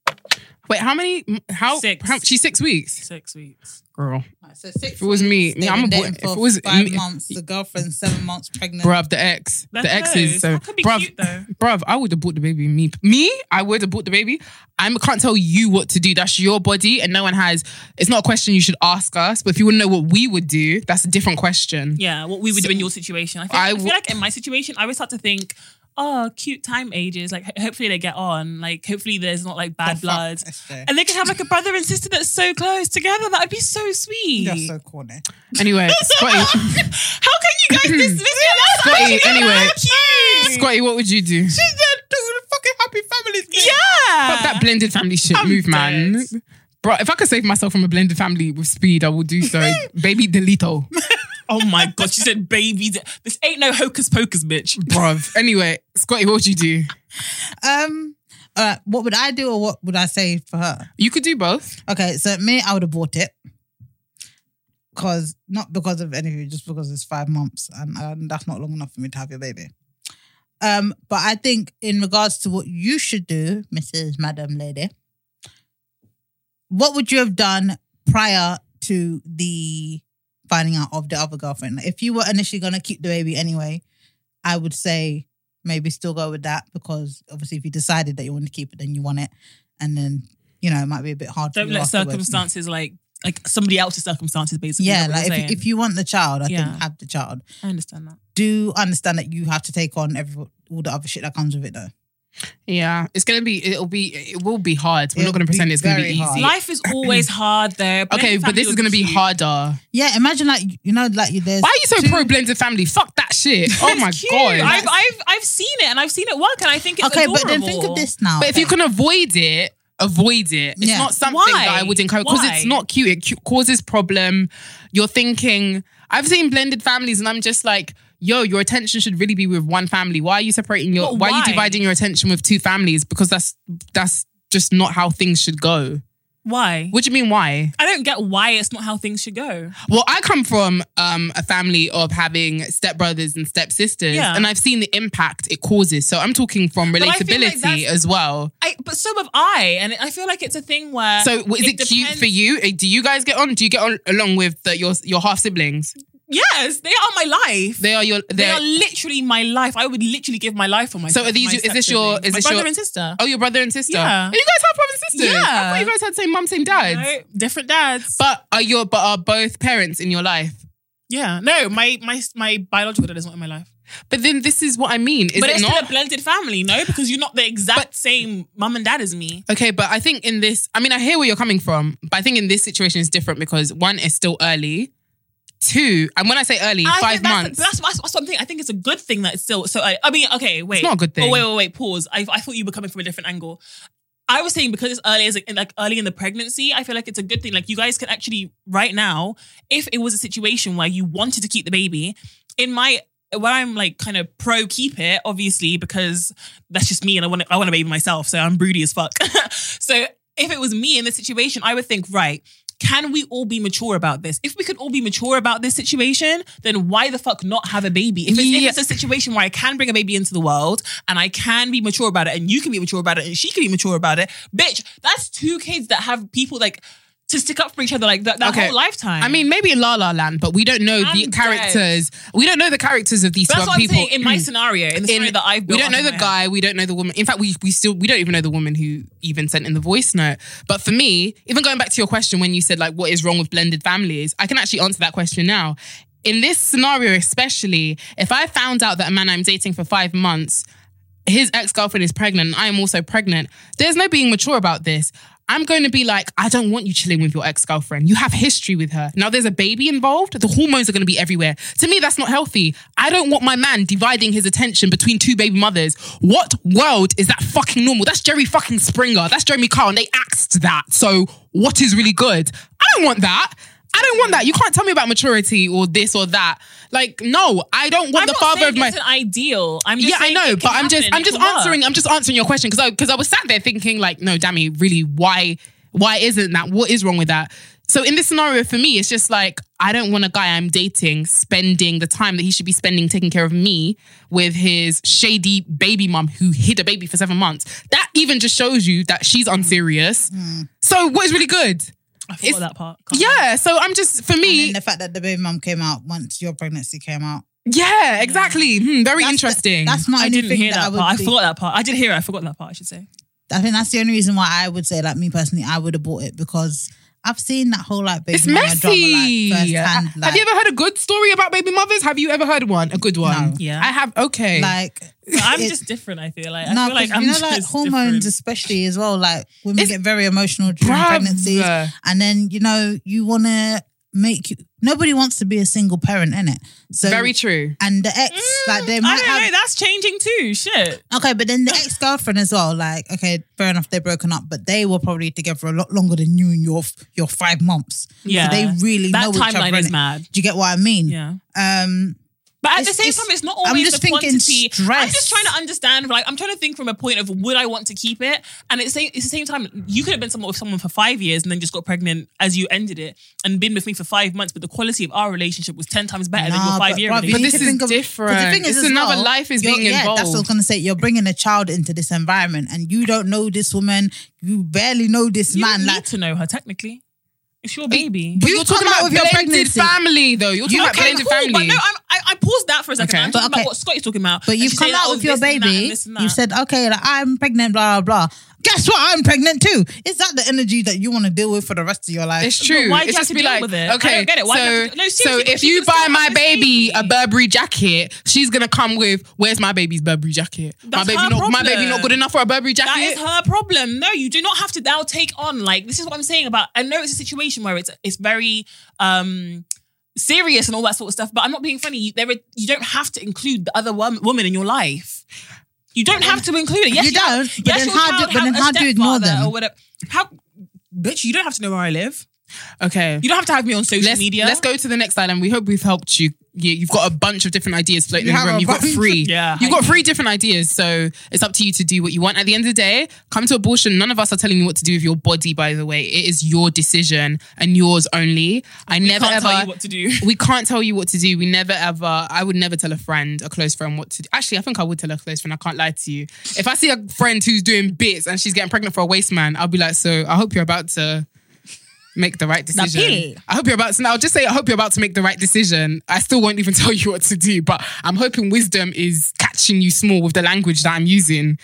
[SPEAKER 3] Wait, how many? How?
[SPEAKER 4] Six.
[SPEAKER 3] how- she's six weeks.
[SPEAKER 4] six weeks.
[SPEAKER 3] Girl,
[SPEAKER 5] So six
[SPEAKER 3] If it was me- me, I'm a boy-
[SPEAKER 5] dating
[SPEAKER 3] if
[SPEAKER 5] for
[SPEAKER 3] it was
[SPEAKER 5] five
[SPEAKER 3] me-
[SPEAKER 5] months, the girlfriend seven months pregnant.
[SPEAKER 3] bruv, the ex,
[SPEAKER 4] That's
[SPEAKER 3] the ex is
[SPEAKER 4] nice.
[SPEAKER 3] so.
[SPEAKER 4] That could be
[SPEAKER 3] bruv,
[SPEAKER 4] cute, though.
[SPEAKER 3] bruv, I would have bought the baby. Me, me, I would have bought the baby. I can't tell you what to do. That's your body, and no one has. It's not a question you should ask us. But if you want to know what we would do, that's a different question.
[SPEAKER 4] Yeah, what we would do in your situation. I, think,
[SPEAKER 3] I
[SPEAKER 4] I,
[SPEAKER 3] w-
[SPEAKER 4] feel like in my situation, I always start to think, oh, cute time ages. Like, ho- hopefully they get on. Like, hopefully there's not like bad
[SPEAKER 5] fuck
[SPEAKER 4] blood.
[SPEAKER 5] is there?
[SPEAKER 4] And they can have like a brother and sister that's so close together. That would be so sweet.
[SPEAKER 5] You're so corny.
[SPEAKER 3] Anyway, Scotty,
[SPEAKER 4] How can you guys dismiss me? That's
[SPEAKER 3] Scotty,
[SPEAKER 4] actually
[SPEAKER 3] anyway.
[SPEAKER 4] cute.
[SPEAKER 3] Scotty, what would you do?
[SPEAKER 4] She's a dude, fucking happy families. Yeah.
[SPEAKER 3] Fuck that blended family shit
[SPEAKER 4] I'm
[SPEAKER 3] move, man.
[SPEAKER 4] dead.
[SPEAKER 3] Bro, if I could save myself from a blended family with speed, I would do so. baby Delito.
[SPEAKER 4] oh my god, she said baby. This ain't no hocus pocus, bitch.
[SPEAKER 3] Bruv. Anyway, Scotty, what would you do?
[SPEAKER 5] Um, all right, what would I do or what would I say for her?
[SPEAKER 3] You could do both.
[SPEAKER 5] Okay, so me, I would have bought it. Cause not because of anything, just because it's five months and, and that's not long enough for me to have your baby. Um, but I think in regards to what you should do, Mrs. Madam Lady, what would you have done prior to the finding out of the other girlfriend? Like, if you were initially gonna keep the baby anyway, I would say maybe still go with that because obviously if you decided that you want to keep it, then you want it, and then you know it might be a bit hard.
[SPEAKER 4] Don't
[SPEAKER 5] for you
[SPEAKER 4] let
[SPEAKER 5] afterwards.
[SPEAKER 4] circumstances like like somebody else's circumstances basically.
[SPEAKER 5] Yeah,
[SPEAKER 4] is what
[SPEAKER 5] like
[SPEAKER 4] you're
[SPEAKER 5] if,
[SPEAKER 4] saying.
[SPEAKER 5] if you want the child, I
[SPEAKER 4] Yeah.
[SPEAKER 5] think have the child.
[SPEAKER 4] I understand that.
[SPEAKER 5] Do understand that you have to take on every all the other shit that comes with it, though.
[SPEAKER 3] Yeah, it's gonna be. It'll be. It will be hard. We're not gonna
[SPEAKER 5] It'll be
[SPEAKER 3] pretend it's gonna be
[SPEAKER 5] very
[SPEAKER 3] easy.
[SPEAKER 5] hard.
[SPEAKER 4] Life is always hard though.
[SPEAKER 3] Okay,
[SPEAKER 4] Blended
[SPEAKER 3] but this
[SPEAKER 4] family
[SPEAKER 3] is gonna
[SPEAKER 4] would
[SPEAKER 3] be
[SPEAKER 4] cute.
[SPEAKER 3] harder.
[SPEAKER 5] Yeah, imagine like you know, like you there's
[SPEAKER 3] Why are you so pro blended family? Fuck that shit. Oh my
[SPEAKER 4] Cute.
[SPEAKER 3] god.
[SPEAKER 4] I've, I've I've seen it and I've seen it work and I think it's
[SPEAKER 5] okay,
[SPEAKER 4] adorable.
[SPEAKER 5] but then think of this now.
[SPEAKER 3] but if you can avoid it, avoid it. It's
[SPEAKER 5] Yeah.
[SPEAKER 3] not something
[SPEAKER 4] Why?
[SPEAKER 3] that I would encourage because
[SPEAKER 4] Why?
[SPEAKER 3] it's not cute. It cu- causes problem. You're thinking. I've seen blended families, and I'm just like. Yo, your attention should really be with one family. Why are you separating your?
[SPEAKER 4] But
[SPEAKER 3] Why, are you
[SPEAKER 4] why?
[SPEAKER 3] dividing your attention with two families? Because that's that's just not how things should go.
[SPEAKER 4] Why?
[SPEAKER 3] What do you mean? Why?
[SPEAKER 4] I don't get why it's not how things should go.
[SPEAKER 3] Well, I come from um, a family of having stepbrothers and stepsisters,
[SPEAKER 4] Yeah.
[SPEAKER 3] and I've seen the impact it causes. So I'm talking from
[SPEAKER 4] But I feel like
[SPEAKER 3] relatability
[SPEAKER 4] that's-
[SPEAKER 3] as well.
[SPEAKER 4] I but so have I, and I feel like it's a thing where.
[SPEAKER 3] So w- is it, cute
[SPEAKER 4] depends-
[SPEAKER 3] for you? Uh, Do you guys get on? Do you get on along with the, your your half siblings?
[SPEAKER 4] Yes, they are my life. They,
[SPEAKER 3] They are your they
[SPEAKER 4] are literally my life. I would literally give my life for my.
[SPEAKER 3] So are these
[SPEAKER 4] my
[SPEAKER 3] your- is this your-
[SPEAKER 4] step-siblings.
[SPEAKER 3] is
[SPEAKER 4] my
[SPEAKER 3] this
[SPEAKER 4] brother
[SPEAKER 3] your-
[SPEAKER 4] and sister?
[SPEAKER 3] oh your brother and sister.
[SPEAKER 4] Yeah.
[SPEAKER 3] Are you guys half brother and sister. I
[SPEAKER 4] Yeah.
[SPEAKER 3] thought you guys had same mum, same dad.
[SPEAKER 4] No, different dads.
[SPEAKER 3] But are your but are both parents in your life?
[SPEAKER 4] yeah, no, my my my biological dad is not in my life.
[SPEAKER 3] But then this is what I mean. Is
[SPEAKER 4] but
[SPEAKER 3] it
[SPEAKER 4] it's
[SPEAKER 3] not?
[SPEAKER 4] still a blended family, no? Because you're not the exact same mum and dad as me.
[SPEAKER 3] Okay, but I think in this, I mean, I hear where you're coming from, but I think in this situation is different because one, it's still early. Two, and when I say early,
[SPEAKER 4] I
[SPEAKER 3] five
[SPEAKER 4] think that's-
[SPEAKER 3] months.
[SPEAKER 4] That's, that's, that's what I'm thinking. I think it's a good thing that it's still. So I, I mean, okay, wait.
[SPEAKER 3] not a good thing.
[SPEAKER 4] Oh wait, wait, wait. Pause. I, I thought you were coming from a different angle. I was saying because it's early, as like, in- like early in the pregnancy, I feel like it's a good thing. Like you guys can actually right now, if it was a situation where you wanted to keep the baby, in my where I'm like kind of pro keep it, obviously because that's just me and I want I want a baby myself, so I'm broody as fuck. so if it was me in this situation, I would think right. Can we all be mature about this? If we could all be mature about this situation, then why the fuck not have a baby? If it's, if
[SPEAKER 3] Yeah.
[SPEAKER 4] it's a situation where I can bring a baby into the world and I can be mature about it, and you can be mature about it, and she can be mature about it, bitch, that's two kids that have people like to stick up for each other like that, that
[SPEAKER 3] Okay.
[SPEAKER 4] whole lifetime.
[SPEAKER 3] I mean, maybe in La La Land, but we don't know the
[SPEAKER 4] I'm
[SPEAKER 3] characters. We don't know the characters of these
[SPEAKER 4] But that's
[SPEAKER 3] two
[SPEAKER 4] what I'm
[SPEAKER 3] people. Hmm.
[SPEAKER 4] saying in my scenario, in the
[SPEAKER 3] In-
[SPEAKER 4] scenario that I've built.
[SPEAKER 3] we don't
[SPEAKER 4] up
[SPEAKER 3] know
[SPEAKER 4] in
[SPEAKER 3] the
[SPEAKER 4] my
[SPEAKER 3] guy. We don't know the woman. In fact, we we still we don't even know the woman who even sent in the voice note. But for me, even going back to your question when you said like what is wrong with blended families, I can actually answer that question now. In this scenario, especially if I found out that a man I'm dating for five months, his ex girlfriend is pregnant, and I am also pregnant. There's no being mature about this. I'm going to be like, I don't want you chilling with your ex girlfriend. You have history with her. Now there's a baby involved. The hormones are going to be everywhere. To me, that's not healthy. I don't want my man dividing his attention between two baby mothers. What world is that fucking normal? That's Jerry fucking Springer. That's Jeremy Carl. And they axed that. So what is really good? I don't want that. I don't want that. You can't tell me about maturity or this or that. Like, no, I don't want
[SPEAKER 4] I'm
[SPEAKER 3] the
[SPEAKER 4] not
[SPEAKER 3] father
[SPEAKER 4] saying
[SPEAKER 3] of my
[SPEAKER 4] it's an ideal. I'm just
[SPEAKER 3] yeah, I
[SPEAKER 4] saying
[SPEAKER 3] know,
[SPEAKER 4] it
[SPEAKER 3] but
[SPEAKER 4] can
[SPEAKER 3] I'm just
[SPEAKER 4] happen,
[SPEAKER 3] I'm
[SPEAKER 4] it
[SPEAKER 3] just
[SPEAKER 4] can work.
[SPEAKER 3] answering I'm just answering your question because I because I was sat there thinking like, no, Dammy, really, why why isn't that? What is wrong with that? So in this scenario for me, it's just like I don't want a guy I'm dating spending the time that he should be spending taking care of me with his shady baby mum who hid a baby for seven months. That even just shows you that she's
[SPEAKER 4] Mm.
[SPEAKER 3] unserious. So what is really good?
[SPEAKER 4] I forgot that part. Can't lie.
[SPEAKER 3] Yeah. So I'm just for
[SPEAKER 5] And
[SPEAKER 3] me,
[SPEAKER 5] then the fact that the baby mum came out once your pregnancy came out.
[SPEAKER 3] yeah, exactly. Hmm, very
[SPEAKER 5] That's the-
[SPEAKER 3] interesting.
[SPEAKER 5] that's not
[SPEAKER 4] I
[SPEAKER 5] anything
[SPEAKER 4] didn't hear
[SPEAKER 5] that, I
[SPEAKER 4] that,
[SPEAKER 5] would.
[SPEAKER 4] part.
[SPEAKER 5] be-
[SPEAKER 4] I forgot that part. I did hear it. I forgot that part. I should say.
[SPEAKER 5] I think that's the only reason why I would say, like me personally, I would have bought it because I've seen that whole like baby
[SPEAKER 3] It's
[SPEAKER 5] mama
[SPEAKER 3] messy.
[SPEAKER 5] drama like firsthand. Like,
[SPEAKER 3] have you ever heard a good story about baby mothers? Have you ever heard one? A good one?
[SPEAKER 5] No.
[SPEAKER 4] Yeah.
[SPEAKER 3] I have. Okay.
[SPEAKER 5] like?
[SPEAKER 4] But I'm
[SPEAKER 5] it-
[SPEAKER 4] just different. I feel like I
[SPEAKER 5] No,
[SPEAKER 4] feel like
[SPEAKER 5] 'cause
[SPEAKER 4] I'm
[SPEAKER 5] you know,
[SPEAKER 4] just
[SPEAKER 5] like hormones,
[SPEAKER 4] different.
[SPEAKER 5] especially as well. Like women
[SPEAKER 3] It's-
[SPEAKER 5] get very emotional during
[SPEAKER 3] Bruv.
[SPEAKER 5] pregnancies, and then you know you want to make. Nobody wants to be a single parent, in it. So
[SPEAKER 3] Very true.
[SPEAKER 5] And the ex, like they
[SPEAKER 4] Mm, I
[SPEAKER 5] might
[SPEAKER 4] don't
[SPEAKER 5] have
[SPEAKER 4] know. That's changing too. Shit.
[SPEAKER 5] Okay, but then the ex girlfriend as well. Like, okay, fair enough, they're broken up, but they were probably together a lot longer than you and your your five months.
[SPEAKER 4] Yeah.
[SPEAKER 5] so they really
[SPEAKER 4] That
[SPEAKER 5] know each
[SPEAKER 4] timeline
[SPEAKER 5] other,
[SPEAKER 4] is
[SPEAKER 5] innit?
[SPEAKER 4] mad.
[SPEAKER 5] Do you get what I mean?
[SPEAKER 4] Yeah.
[SPEAKER 5] Um,
[SPEAKER 4] But at
[SPEAKER 5] It's-
[SPEAKER 4] the same
[SPEAKER 5] it's-
[SPEAKER 4] time, it's not
[SPEAKER 5] I'm
[SPEAKER 4] always
[SPEAKER 5] just
[SPEAKER 4] the
[SPEAKER 5] thinking
[SPEAKER 4] quantity. I'm
[SPEAKER 5] stress.
[SPEAKER 4] just trying to understand. Like, I'm trying to think from a point of would I want to keep it? And it's, the- it's the same time you could have been someone with someone for five years and then just got pregnant as you ended it and been with me for five months, but the quality of our relationship was ten times better than
[SPEAKER 5] nah,
[SPEAKER 4] your five year
[SPEAKER 5] bruv, you
[SPEAKER 4] relationship.
[SPEAKER 5] need
[SPEAKER 3] this
[SPEAKER 5] to
[SPEAKER 3] is
[SPEAKER 5] think of- 'cause
[SPEAKER 3] different.
[SPEAKER 5] The thing is,
[SPEAKER 3] It's
[SPEAKER 5] as
[SPEAKER 3] another
[SPEAKER 5] well,
[SPEAKER 3] life is
[SPEAKER 5] you're-
[SPEAKER 3] being
[SPEAKER 5] yeah, That's what I was
[SPEAKER 3] involved.
[SPEAKER 5] gonna say. You're bringing a child into this environment, and you don't know this woman. You barely know this
[SPEAKER 4] You
[SPEAKER 5] man.
[SPEAKER 4] don't
[SPEAKER 5] Like,
[SPEAKER 4] need to know her technically. It's your baby.
[SPEAKER 5] But you're talking about with your
[SPEAKER 3] blended
[SPEAKER 5] pregnancy.
[SPEAKER 3] family, though. You're talking about blended
[SPEAKER 4] cool,
[SPEAKER 3] family.
[SPEAKER 4] But no, I'm, I, I pause that for a second.
[SPEAKER 5] Okay.
[SPEAKER 4] I'm
[SPEAKER 5] But
[SPEAKER 4] talking
[SPEAKER 5] okay.
[SPEAKER 4] about what Scotty's talking about.
[SPEAKER 5] But
[SPEAKER 4] And
[SPEAKER 5] you've
[SPEAKER 4] she's
[SPEAKER 5] come
[SPEAKER 4] saying,
[SPEAKER 5] out
[SPEAKER 4] oh,
[SPEAKER 5] with your
[SPEAKER 4] this and that and
[SPEAKER 5] baby.
[SPEAKER 4] this and
[SPEAKER 5] You've
[SPEAKER 4] that.
[SPEAKER 5] said, okay, like, I'm pregnant, blah, blah, blah. Guess what? I'm pregnant too. Is that the energy that you want to deal with for the rest of your life?
[SPEAKER 3] It's true.
[SPEAKER 4] why do you
[SPEAKER 3] it's
[SPEAKER 4] have
[SPEAKER 3] just
[SPEAKER 4] to
[SPEAKER 3] be
[SPEAKER 4] deal
[SPEAKER 3] like,
[SPEAKER 4] with it? I
[SPEAKER 3] okay,
[SPEAKER 4] don't get it. Why do you
[SPEAKER 3] so,
[SPEAKER 4] have to- no,
[SPEAKER 3] so
[SPEAKER 4] seriously,
[SPEAKER 3] if
[SPEAKER 4] she
[SPEAKER 3] you
[SPEAKER 4] could still
[SPEAKER 3] buy
[SPEAKER 4] have
[SPEAKER 3] my
[SPEAKER 4] this
[SPEAKER 3] baby a
[SPEAKER 4] baby.
[SPEAKER 3] Burberry jacket, she's gonna come with, "Where's my baby's Burberry jacket?
[SPEAKER 4] That's
[SPEAKER 3] my baby,
[SPEAKER 4] her
[SPEAKER 3] not my
[SPEAKER 4] problem.
[SPEAKER 3] baby, not good enough for a Burberry jacket."
[SPEAKER 4] That is her problem. No, you do not have to now take on like this is what I'm saying about I know it's a situation where it's it's very um serious and all that sort of stuff, but I'm not being funny. You, there are, you don't have to include the other wom- woman in your life. You don't have to include it. Yes,
[SPEAKER 5] You
[SPEAKER 4] have-
[SPEAKER 5] don't, but then
[SPEAKER 4] your
[SPEAKER 5] how do-
[SPEAKER 4] child
[SPEAKER 5] but then
[SPEAKER 4] has a
[SPEAKER 5] how do you ignore
[SPEAKER 4] stepfather
[SPEAKER 5] them?
[SPEAKER 4] Or whatever. How bitch, you don't have to know where I live.
[SPEAKER 3] okay.
[SPEAKER 4] You don't have to have me on social
[SPEAKER 3] let's,
[SPEAKER 4] media.
[SPEAKER 3] Let's go to the next item. We hope we've helped you. Yeah, you've got a bunch of different ideas floating
[SPEAKER 5] You
[SPEAKER 3] in
[SPEAKER 5] have
[SPEAKER 3] the room.
[SPEAKER 5] a
[SPEAKER 3] You've got
[SPEAKER 5] bunch.
[SPEAKER 3] three.
[SPEAKER 4] Yeah,
[SPEAKER 3] You've got
[SPEAKER 4] I-
[SPEAKER 3] three different ideas. So it's up to you to do what you want. At the end of the day, come to abortion. None of us are telling you what to do with your body, by the way. It is your decision and yours only. I never
[SPEAKER 4] can't
[SPEAKER 3] ever
[SPEAKER 4] tell you what to do.
[SPEAKER 3] we can't tell you what to do. We never ever, I would never tell a friend, a close friend, what to do. Actually, I think I would tell a close friend. I can't lie to you. If I see a friend who's doing bits and she's getting pregnant for a waste man, I'll be like, so I hope you're about to make the right decision. I hope you're about to, now just say, I hope you're about to make the right decision. I still won't even tell you what to do, but I'm hoping wisdom is catching you small with the language that I'm using.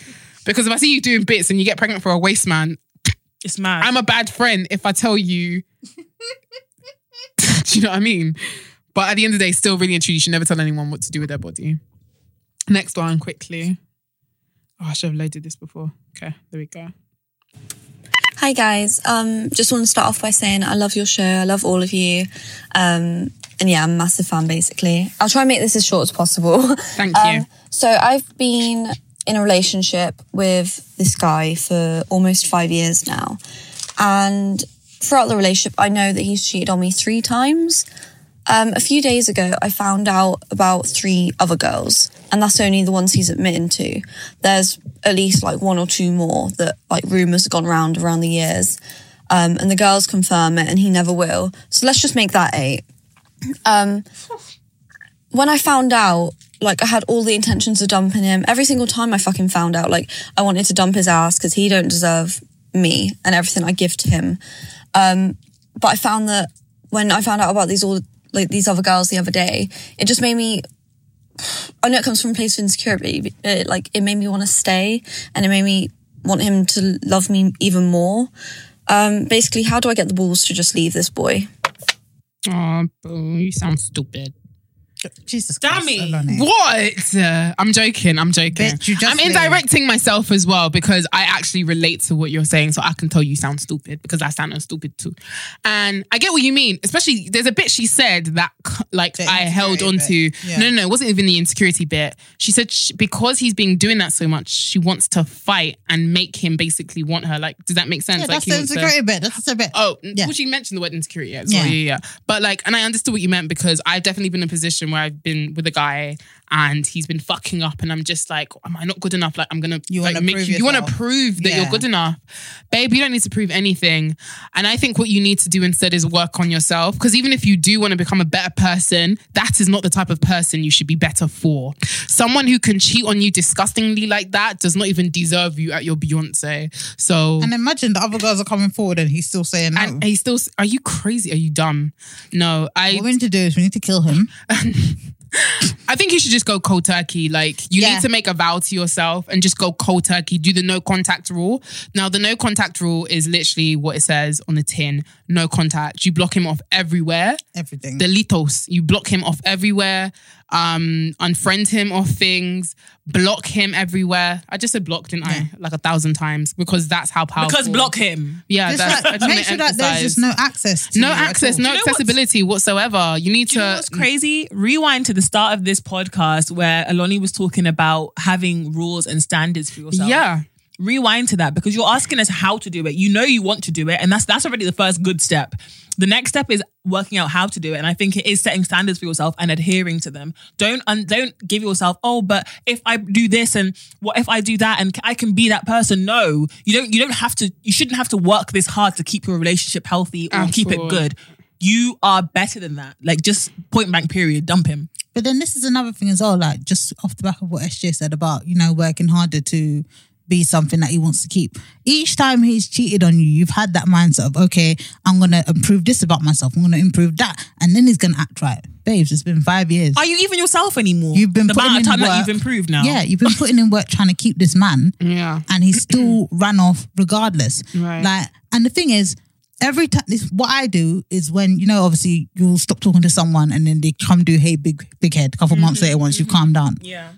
[SPEAKER 3] Because if I see you doing bits and you get pregnant for a waste man,
[SPEAKER 4] It's mad.
[SPEAKER 3] I'm a bad friend if I tell you. do you know what I mean? But at the end of the day, still really and truly, you should never tell anyone what to do with their body. Next one, quickly. Oh, I should have loaded this before. Okay, there we go.
[SPEAKER 11] Hi guys. Um, just want to start off by saying I love your show. I love all of you. Um, and yeah, I'm a massive fan. Basically, I'll try and make this as short as possible.
[SPEAKER 3] Thank you.
[SPEAKER 11] so I've been in a relationship with this guy for almost five years now, and throughout the relationship, I know that he's cheated on me three times. Um, a few days ago, I found out about three other girls, and that's only the ones he's admitting to. There's at least like one or two more that like rumors have gone round around the years, um, and the girls confirm it, and he never will. So let's just make that eight. Um, when I found out, like I had all the intentions of dumping him. Every single time I fucking found out, like I wanted to dump his ass because he don't deserve me and everything I give to him. Um, but I found that when I found out about these all like these other girls the other day, it just made me. I know it comes from a place of insecurity. But it, like it made me want to stay, and it made me want him to love me even more. Um, basically, how do I get the balls to just leave this boy?
[SPEAKER 3] Oh, boo, you sound stupid.
[SPEAKER 5] Jesus
[SPEAKER 4] Damn
[SPEAKER 5] Christ.
[SPEAKER 4] it.
[SPEAKER 5] Alone.
[SPEAKER 3] What? Uh, I'm joking. I'm joking.
[SPEAKER 5] Bitch, you just
[SPEAKER 3] I'm
[SPEAKER 5] made-
[SPEAKER 3] indirecting myself as well because I actually relate to what you're saying, so I can tell you sound stupid because I sound stupid too. And I get what you mean. Especially there's a bit she said that c- like
[SPEAKER 5] The
[SPEAKER 3] I held on to.
[SPEAKER 5] insecurity bit. Yeah.
[SPEAKER 3] No, no, no, it wasn't even the insecurity bit. She said sh because he's been doing that so much, she wants to fight and make him basically want her. Like, does that make sense?
[SPEAKER 5] Yeah,
[SPEAKER 3] like,
[SPEAKER 5] that's
[SPEAKER 3] he
[SPEAKER 5] the
[SPEAKER 3] wants to-
[SPEAKER 5] insecurity bit. That's the bit.
[SPEAKER 3] Oh,
[SPEAKER 5] Yeah.
[SPEAKER 3] which you mentioned the word insecurity. Yeah,
[SPEAKER 5] Yeah.
[SPEAKER 3] sorry, yeah. yeah, But like, and I understood what you meant because I've definitely been in a position where I've been with a guy and he's been fucking up, and I'm just like, am I not good enough? Like, I'm gonna
[SPEAKER 5] You
[SPEAKER 3] like,
[SPEAKER 5] wanna prove
[SPEAKER 3] you want to
[SPEAKER 5] yourself.
[SPEAKER 3] prove that
[SPEAKER 5] Yeah.
[SPEAKER 3] you're good enough, babe. You don't need to prove anything. And I think what you need to do instead is work on yourself because even if you do want to become a better person, that is not the type of person you should be better for. Someone who can cheat on you disgustingly like that does not even deserve you at your Beyonce. So
[SPEAKER 5] And imagine the other girls are coming forward and he's still saying no.
[SPEAKER 3] and he's still. s- Are you crazy? Are you dumb? No,
[SPEAKER 5] what we
[SPEAKER 3] I.
[SPEAKER 5] need to do is we need to kill him.
[SPEAKER 3] I think you should just go cold turkey. Like you
[SPEAKER 5] Yeah.
[SPEAKER 3] need to make a vow to yourself and just go cold turkey. Do the no contact rule. Now the no contact rule is literally what it says on the tin. No contact. You block him off everywhere.
[SPEAKER 5] Everything.
[SPEAKER 3] Delitos. You block him off everywhere. Um, unfriend him off things. Block him everywhere. I just said block, didn't I? Like a thousand times because that's how powerful.
[SPEAKER 4] because block him.
[SPEAKER 3] Yeah,
[SPEAKER 5] Just
[SPEAKER 3] that's, I
[SPEAKER 5] like,
[SPEAKER 3] just
[SPEAKER 5] make
[SPEAKER 3] wanna
[SPEAKER 5] sure that there's
[SPEAKER 3] emphasize.
[SPEAKER 5] just no access. To
[SPEAKER 3] no
[SPEAKER 5] you at
[SPEAKER 3] access,
[SPEAKER 5] all.
[SPEAKER 3] no
[SPEAKER 4] know what's-
[SPEAKER 3] accessibility whatsoever. You need
[SPEAKER 4] Do you know
[SPEAKER 3] to.
[SPEAKER 4] what's crazy? Rewind to the start of this podcast where Aloni was talking about having rules and standards for yourself.
[SPEAKER 3] Yeah,
[SPEAKER 4] Rewind to that because you're asking us how to do it. You know you want to do it, and that's that's already the first good step. The next step is working out how to do it, and I think it is setting standards for yourself and adhering to them. Don't un- don't give yourself oh, but if I do this and what if I do that and I can be that person. No, you don't. You don't have to. You shouldn't have to work this hard to keep your relationship healthy or keep it
[SPEAKER 3] Absolutely.
[SPEAKER 4] good. You are better than that. Like just point blank period. Dump him.
[SPEAKER 5] But then this is another thing as well, like just off the back of what SJ said about, you know, working harder to be something that he wants to keep. Each time he's cheated on you, you've had that mindset of, okay, I'm going to improve this about myself. I'm going to improve that. And then he's going to act right. babes, it's been five years.
[SPEAKER 4] Are you even yourself anymore?
[SPEAKER 5] You've been
[SPEAKER 4] the
[SPEAKER 5] putting
[SPEAKER 4] amount of
[SPEAKER 5] in
[SPEAKER 4] time that
[SPEAKER 5] work.
[SPEAKER 4] you've improved now.
[SPEAKER 5] Yeah, you've been putting in work trying to keep this man.
[SPEAKER 3] Yeah.
[SPEAKER 5] And he still ran off regardless.
[SPEAKER 3] Right.
[SPEAKER 5] Like, and the thing is, every time this what I do is when, you know, obviously you'll stop talking to someone and then they come do hey big big head a couple months later once you've calmed down.
[SPEAKER 4] Mm-hmm. Yeah.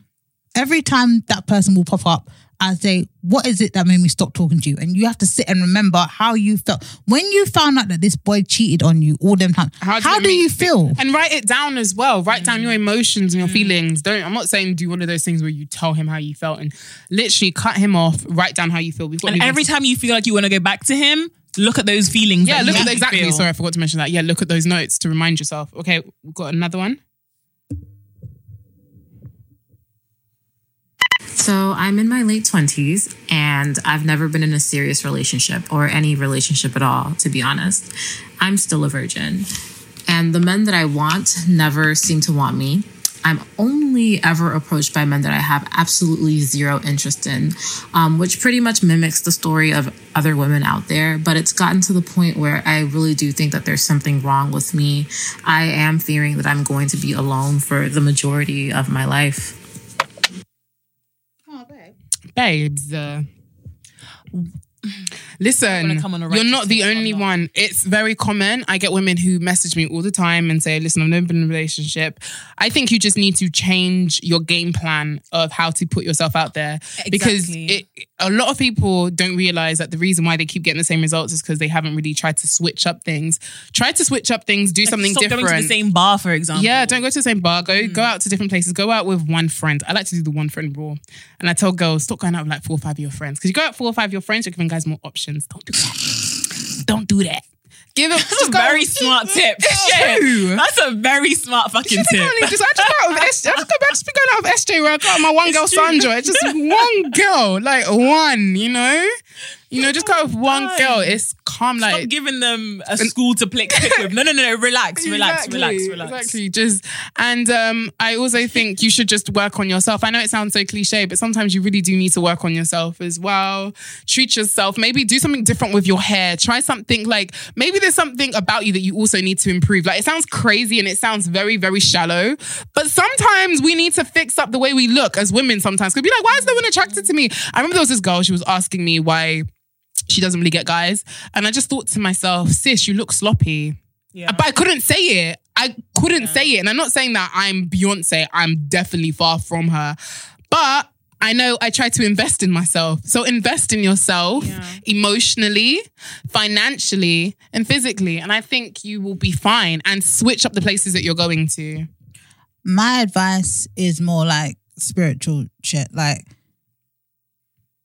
[SPEAKER 5] Every time that person will pop up, I say, What is it that made me stop talking to you? And you have to sit and remember how you felt. When you found out that this boy cheated on you all them times, how,
[SPEAKER 3] did it
[SPEAKER 5] do
[SPEAKER 3] make
[SPEAKER 5] you feel?
[SPEAKER 3] And write it down as well. Write down
[SPEAKER 4] Mm.
[SPEAKER 3] your emotions and your feelings. Don't I'm not saying do one of those things where you tell him how you felt and literally cut him off, write down how you feel. We've got to
[SPEAKER 4] And
[SPEAKER 3] move on
[SPEAKER 4] every
[SPEAKER 3] to-
[SPEAKER 4] time you feel like you want to go back to him, look at those feelings.
[SPEAKER 3] Yeah,
[SPEAKER 4] that
[SPEAKER 3] look
[SPEAKER 4] you
[SPEAKER 3] at the,
[SPEAKER 4] actually
[SPEAKER 3] exactly.
[SPEAKER 4] feel.
[SPEAKER 3] Sorry, I forgot to mention that. Yeah, look at those notes to remind yourself. Okay, we've got another one.
[SPEAKER 12] So I'm in my late 20s and I've never been in a serious relationship or any relationship at all, to be honest. I'm still a virgin. And the men that I want never seem to want me. I'm only ever approached by men that I have absolutely zero interest in, um, which pretty much mimics the story of other women out there. But it's gotten to the point where I really do think that there's something wrong with me. I am fearing that I'm going to be alone for the majority of my life.
[SPEAKER 3] Babes. Uh, listen,
[SPEAKER 4] come on a
[SPEAKER 3] you're not the
[SPEAKER 4] righteous
[SPEAKER 3] only one. It's very common. I get women who message me all the time and say, listen, I've never been in a relationship. I think you just need to change your game plan of how to put yourself out there. Because
[SPEAKER 4] Exactly.
[SPEAKER 3] it, a lot of people don't realize that the reason why they keep getting the same results is because they haven't really tried to switch up things. Try to switch up things, do
[SPEAKER 4] Like,
[SPEAKER 3] something
[SPEAKER 4] stop
[SPEAKER 3] different.
[SPEAKER 4] Going to the same bar, for example.
[SPEAKER 3] Yeah, don't go to the same bar. Go
[SPEAKER 4] Hmm.
[SPEAKER 3] go out to different places. Go out with one friend. I like to do the one friend rule. And I tell girls, stop going out with like four or five of your friends. Because you go out with four or five of your friends, you're giving guys more options. Don't do that. don't do that. Give it.
[SPEAKER 4] That's a very smart tip. Shit. That's a very smart fucking
[SPEAKER 3] Just,
[SPEAKER 4] tip.
[SPEAKER 3] apparently, just, I just go out with SJ. I just go back to be going out with SJ where I got my one
[SPEAKER 4] It's
[SPEAKER 3] girl
[SPEAKER 4] true.
[SPEAKER 3] Sandra. It's just one girl, like one, you know? You know, just go out with one girl. It's calm, like.
[SPEAKER 4] Stop giving them a school to play kick with. No, no, no, no. Relax, relax, relax,
[SPEAKER 3] Exactly,
[SPEAKER 4] relax.
[SPEAKER 3] Exactly. Just and um, I also think you should just work on yourself. I know it sounds so cliche, but sometimes you really do need to work on yourself as well. Treat yourself. Maybe do something different with your hair. Try something like maybe there's something about you that you also need to improve. Like it sounds crazy and it sounds very very shallow, but sometimes we need to fix up the way we look as women. Sometimes could be like, why is no one attracted to me? I remember there was this girl. She was asking me why. She doesn't really get guys. And I just thought to myself, sis, you look sloppy. But I couldn't say it. I couldn't say it. And I'm not saying that I'm Beyonce. I'm definitely far from her. But I know I try to invest in myself. So invest in yourself emotionally, financially, and physically. And I think you will be fine and switch up the places that you're going to.
[SPEAKER 5] my advice is more like spiritual shit. Like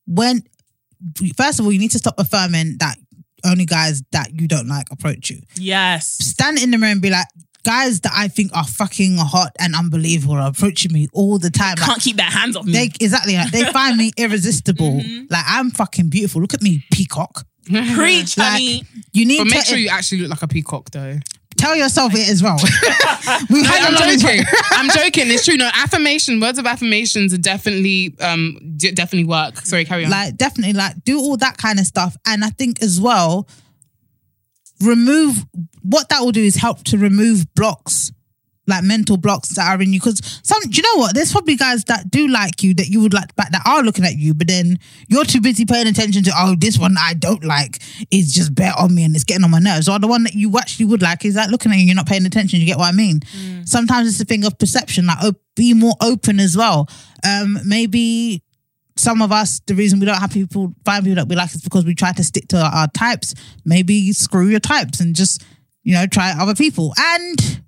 [SPEAKER 5] when first of all, you need to stop affirming that only guys that you don't like approach you.
[SPEAKER 4] Yes.
[SPEAKER 5] Stand in the mirror and be like, guys that I think are fucking hot and unbelievable are approaching me all the time.
[SPEAKER 4] Can't
[SPEAKER 5] Like,
[SPEAKER 4] keep their hands off me.
[SPEAKER 5] they exactly like they find me irresistible.
[SPEAKER 3] Mm-hmm.
[SPEAKER 5] Like I'm fucking beautiful. Look at me, peacock.
[SPEAKER 3] Preach,
[SPEAKER 5] like,
[SPEAKER 3] honey.
[SPEAKER 5] You need
[SPEAKER 3] But
[SPEAKER 5] to
[SPEAKER 3] make sure you actually look like a peacock, though.
[SPEAKER 5] tell yourself it as well. We've
[SPEAKER 3] No,
[SPEAKER 5] had a long time.
[SPEAKER 3] I'm joking. I'm joking. It's true. No, affirmation, words of affirmations are definitely, um, d- definitely work. Sorry, carry on.
[SPEAKER 5] Like definitely like do all that kind of stuff. And I think as well, remove what that will do is help to remove blocks. Like mental blocks that are in you, because some, do you know what? There's probably guys that do like you that you would like, but that are looking at you, but then you're too busy paying attention to. Oh, this one I don't like is just bare on me and it's getting on my nerves. Or the one that you actually would like is like looking at you, you're not paying attention. You get what I mean? Sometimes it's a thing of perception. Like, oh, be more open as well. Um, maybe some of us, the reason we don't have people find people that we like is because we try to stick to our, our types. Maybe screw your types and just, you know, try other people. And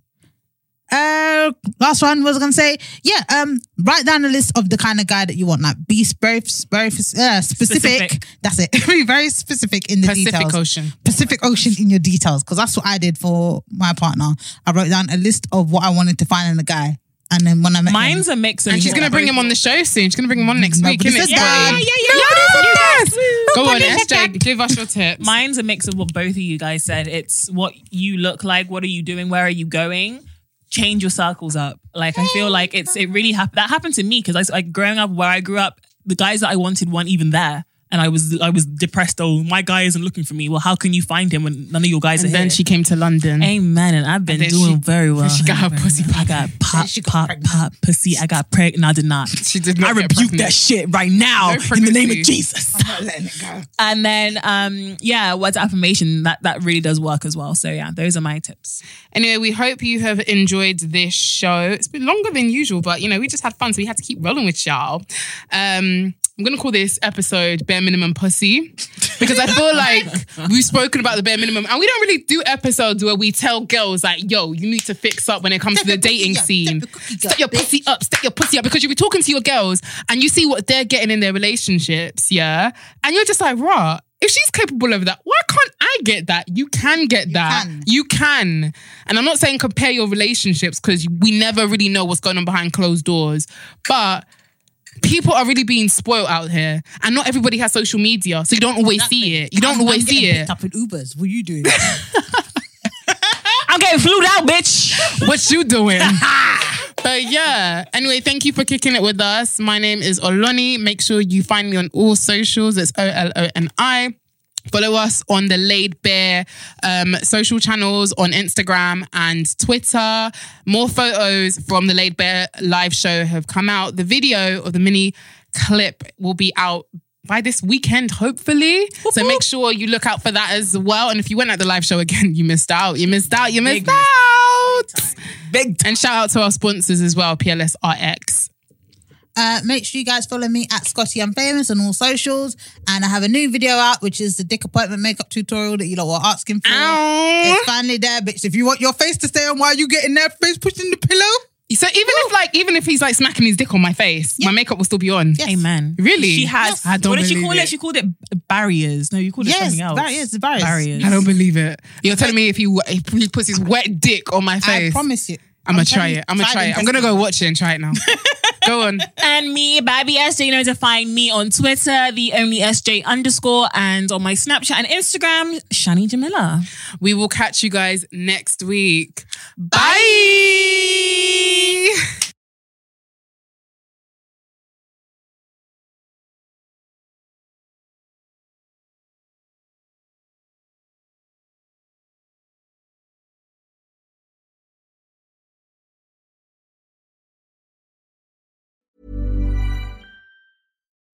[SPEAKER 5] uh last one was gonna say, yeah, um, write down a list of the kind of guy that you want. Like be s- very s- very s- uh, specific.
[SPEAKER 3] Specific.
[SPEAKER 5] That's it. be very specific in the
[SPEAKER 3] Pacific
[SPEAKER 5] details.
[SPEAKER 3] Ocean.
[SPEAKER 5] Pacific Ocean in your details. Cause that's what I did for my partner. I wrote down a list of what I wanted to find in a guy. And then when I met him-
[SPEAKER 4] Mine's a mix of
[SPEAKER 3] And she's gonna bring him on the show soon. She's gonna bring him on next week.
[SPEAKER 5] Nobody
[SPEAKER 3] innit?
[SPEAKER 5] says that.
[SPEAKER 3] Buddy?
[SPEAKER 5] Yeah,
[SPEAKER 3] Yes! Go on,
[SPEAKER 4] Nobody said
[SPEAKER 3] SJ. Give us your tips.
[SPEAKER 4] Mine's a mix of what both of you guys said. It's what you look like. What are you doing? Where are you going? Change your circles up. Like I feel like it's it really happened. That happened to me because I s- like growing up where I grew up. The guys that I wanted weren't even there. and I was I was depressed. Oh, my guy isn't looking for me. Well, how can you find him when none of your guys
[SPEAKER 3] And
[SPEAKER 4] are
[SPEAKER 3] then
[SPEAKER 4] here?
[SPEAKER 3] she came to London.
[SPEAKER 4] Amen. And I've been
[SPEAKER 3] then
[SPEAKER 4] doing
[SPEAKER 3] she-
[SPEAKER 4] very well.
[SPEAKER 3] then she got her
[SPEAKER 4] pussy I got pop, pop, pop, pussy. I got pregnant. No, I did not. She did not. I rebuke that shit right now in the name of Jesus. And then, um, yeah, words of affirmation that that really does work as well. So yeah, those are my tips.
[SPEAKER 3] Anyway, we hope you have enjoyed this show. It's been longer than usual, but you know, we just had fun, so we had to keep rolling with y'all. Um, I'm gonna call this episode Bare Minimum Pussy because I feel like we've spoken about the bare minimum, and we don't really do episodes where we tell girls like, "Yo, you need to fix up when it comes to the dating scene. Step your pussy up, step your pussy up," because you be talking to your girls and you see what they're getting in their relationships, yeah, and you're just like, "Rah." If she's capable of that, why can't I get that? You can get that. You can. And I'm not saying compare your relationships because we never really know what's going on behind closed doors. But people are really being spoiled out here, and not everybody has social media, so you don't always see it. You don't
[SPEAKER 5] I'm- I'm
[SPEAKER 3] always
[SPEAKER 5] getting
[SPEAKER 3] see it.
[SPEAKER 5] picked up in Ubers. What are you doing?
[SPEAKER 4] I'm getting flued out, bitch.
[SPEAKER 3] What you doing? but yeah. Anyway, thank you for kicking it with us. My name is Oloni. Make sure you find me on all socials. It's O L O N I. Follow us on the Laid Bear um, social channels on Instagram and Twitter. More photos from the Laid Bear live show have come out. The video of the mini clip will be out by this weekend, hopefully. So make sure you look out for that as well. And if you went at the live show again, you missed out. You missed out. You missed out.
[SPEAKER 4] Big
[SPEAKER 3] And shout out to our sponsors as well, PLSRX.
[SPEAKER 5] Uh, make sure you guys follow me at Scotty Unfamous on all socials. And I have a new video out, which is the dick appointment makeup tutorial that you lot were asking for. It's finally there, bitch. If you want your face to stay on while you getting that face pushed in the pillow.
[SPEAKER 3] So even if like even if he's like smacking his dick on my face, my makeup will still be on.
[SPEAKER 4] Amen.
[SPEAKER 3] Really?
[SPEAKER 4] She has.
[SPEAKER 3] I don't
[SPEAKER 4] what did she
[SPEAKER 3] believe
[SPEAKER 4] call it? She called it barriers. No, you called it
[SPEAKER 3] Yes,
[SPEAKER 4] something else.
[SPEAKER 5] barriers, barriers.
[SPEAKER 4] Barriers.
[SPEAKER 3] I don't believe it. You're telling me if he if he puts his wet dick on my face. I
[SPEAKER 5] promise you.
[SPEAKER 3] I'm gonna
[SPEAKER 4] I'm
[SPEAKER 3] try
[SPEAKER 4] telling you,
[SPEAKER 3] it. I'm gonna
[SPEAKER 4] tried
[SPEAKER 3] try
[SPEAKER 4] and
[SPEAKER 3] it. I'm gonna go watch it and try it now. go on.
[SPEAKER 4] And me, Babby SJ. You know to find me on Twitter, the only SJ underscore, and on my Snapchat and Instagram, Shani Jamila.
[SPEAKER 3] We will catch you guys next week. Bye.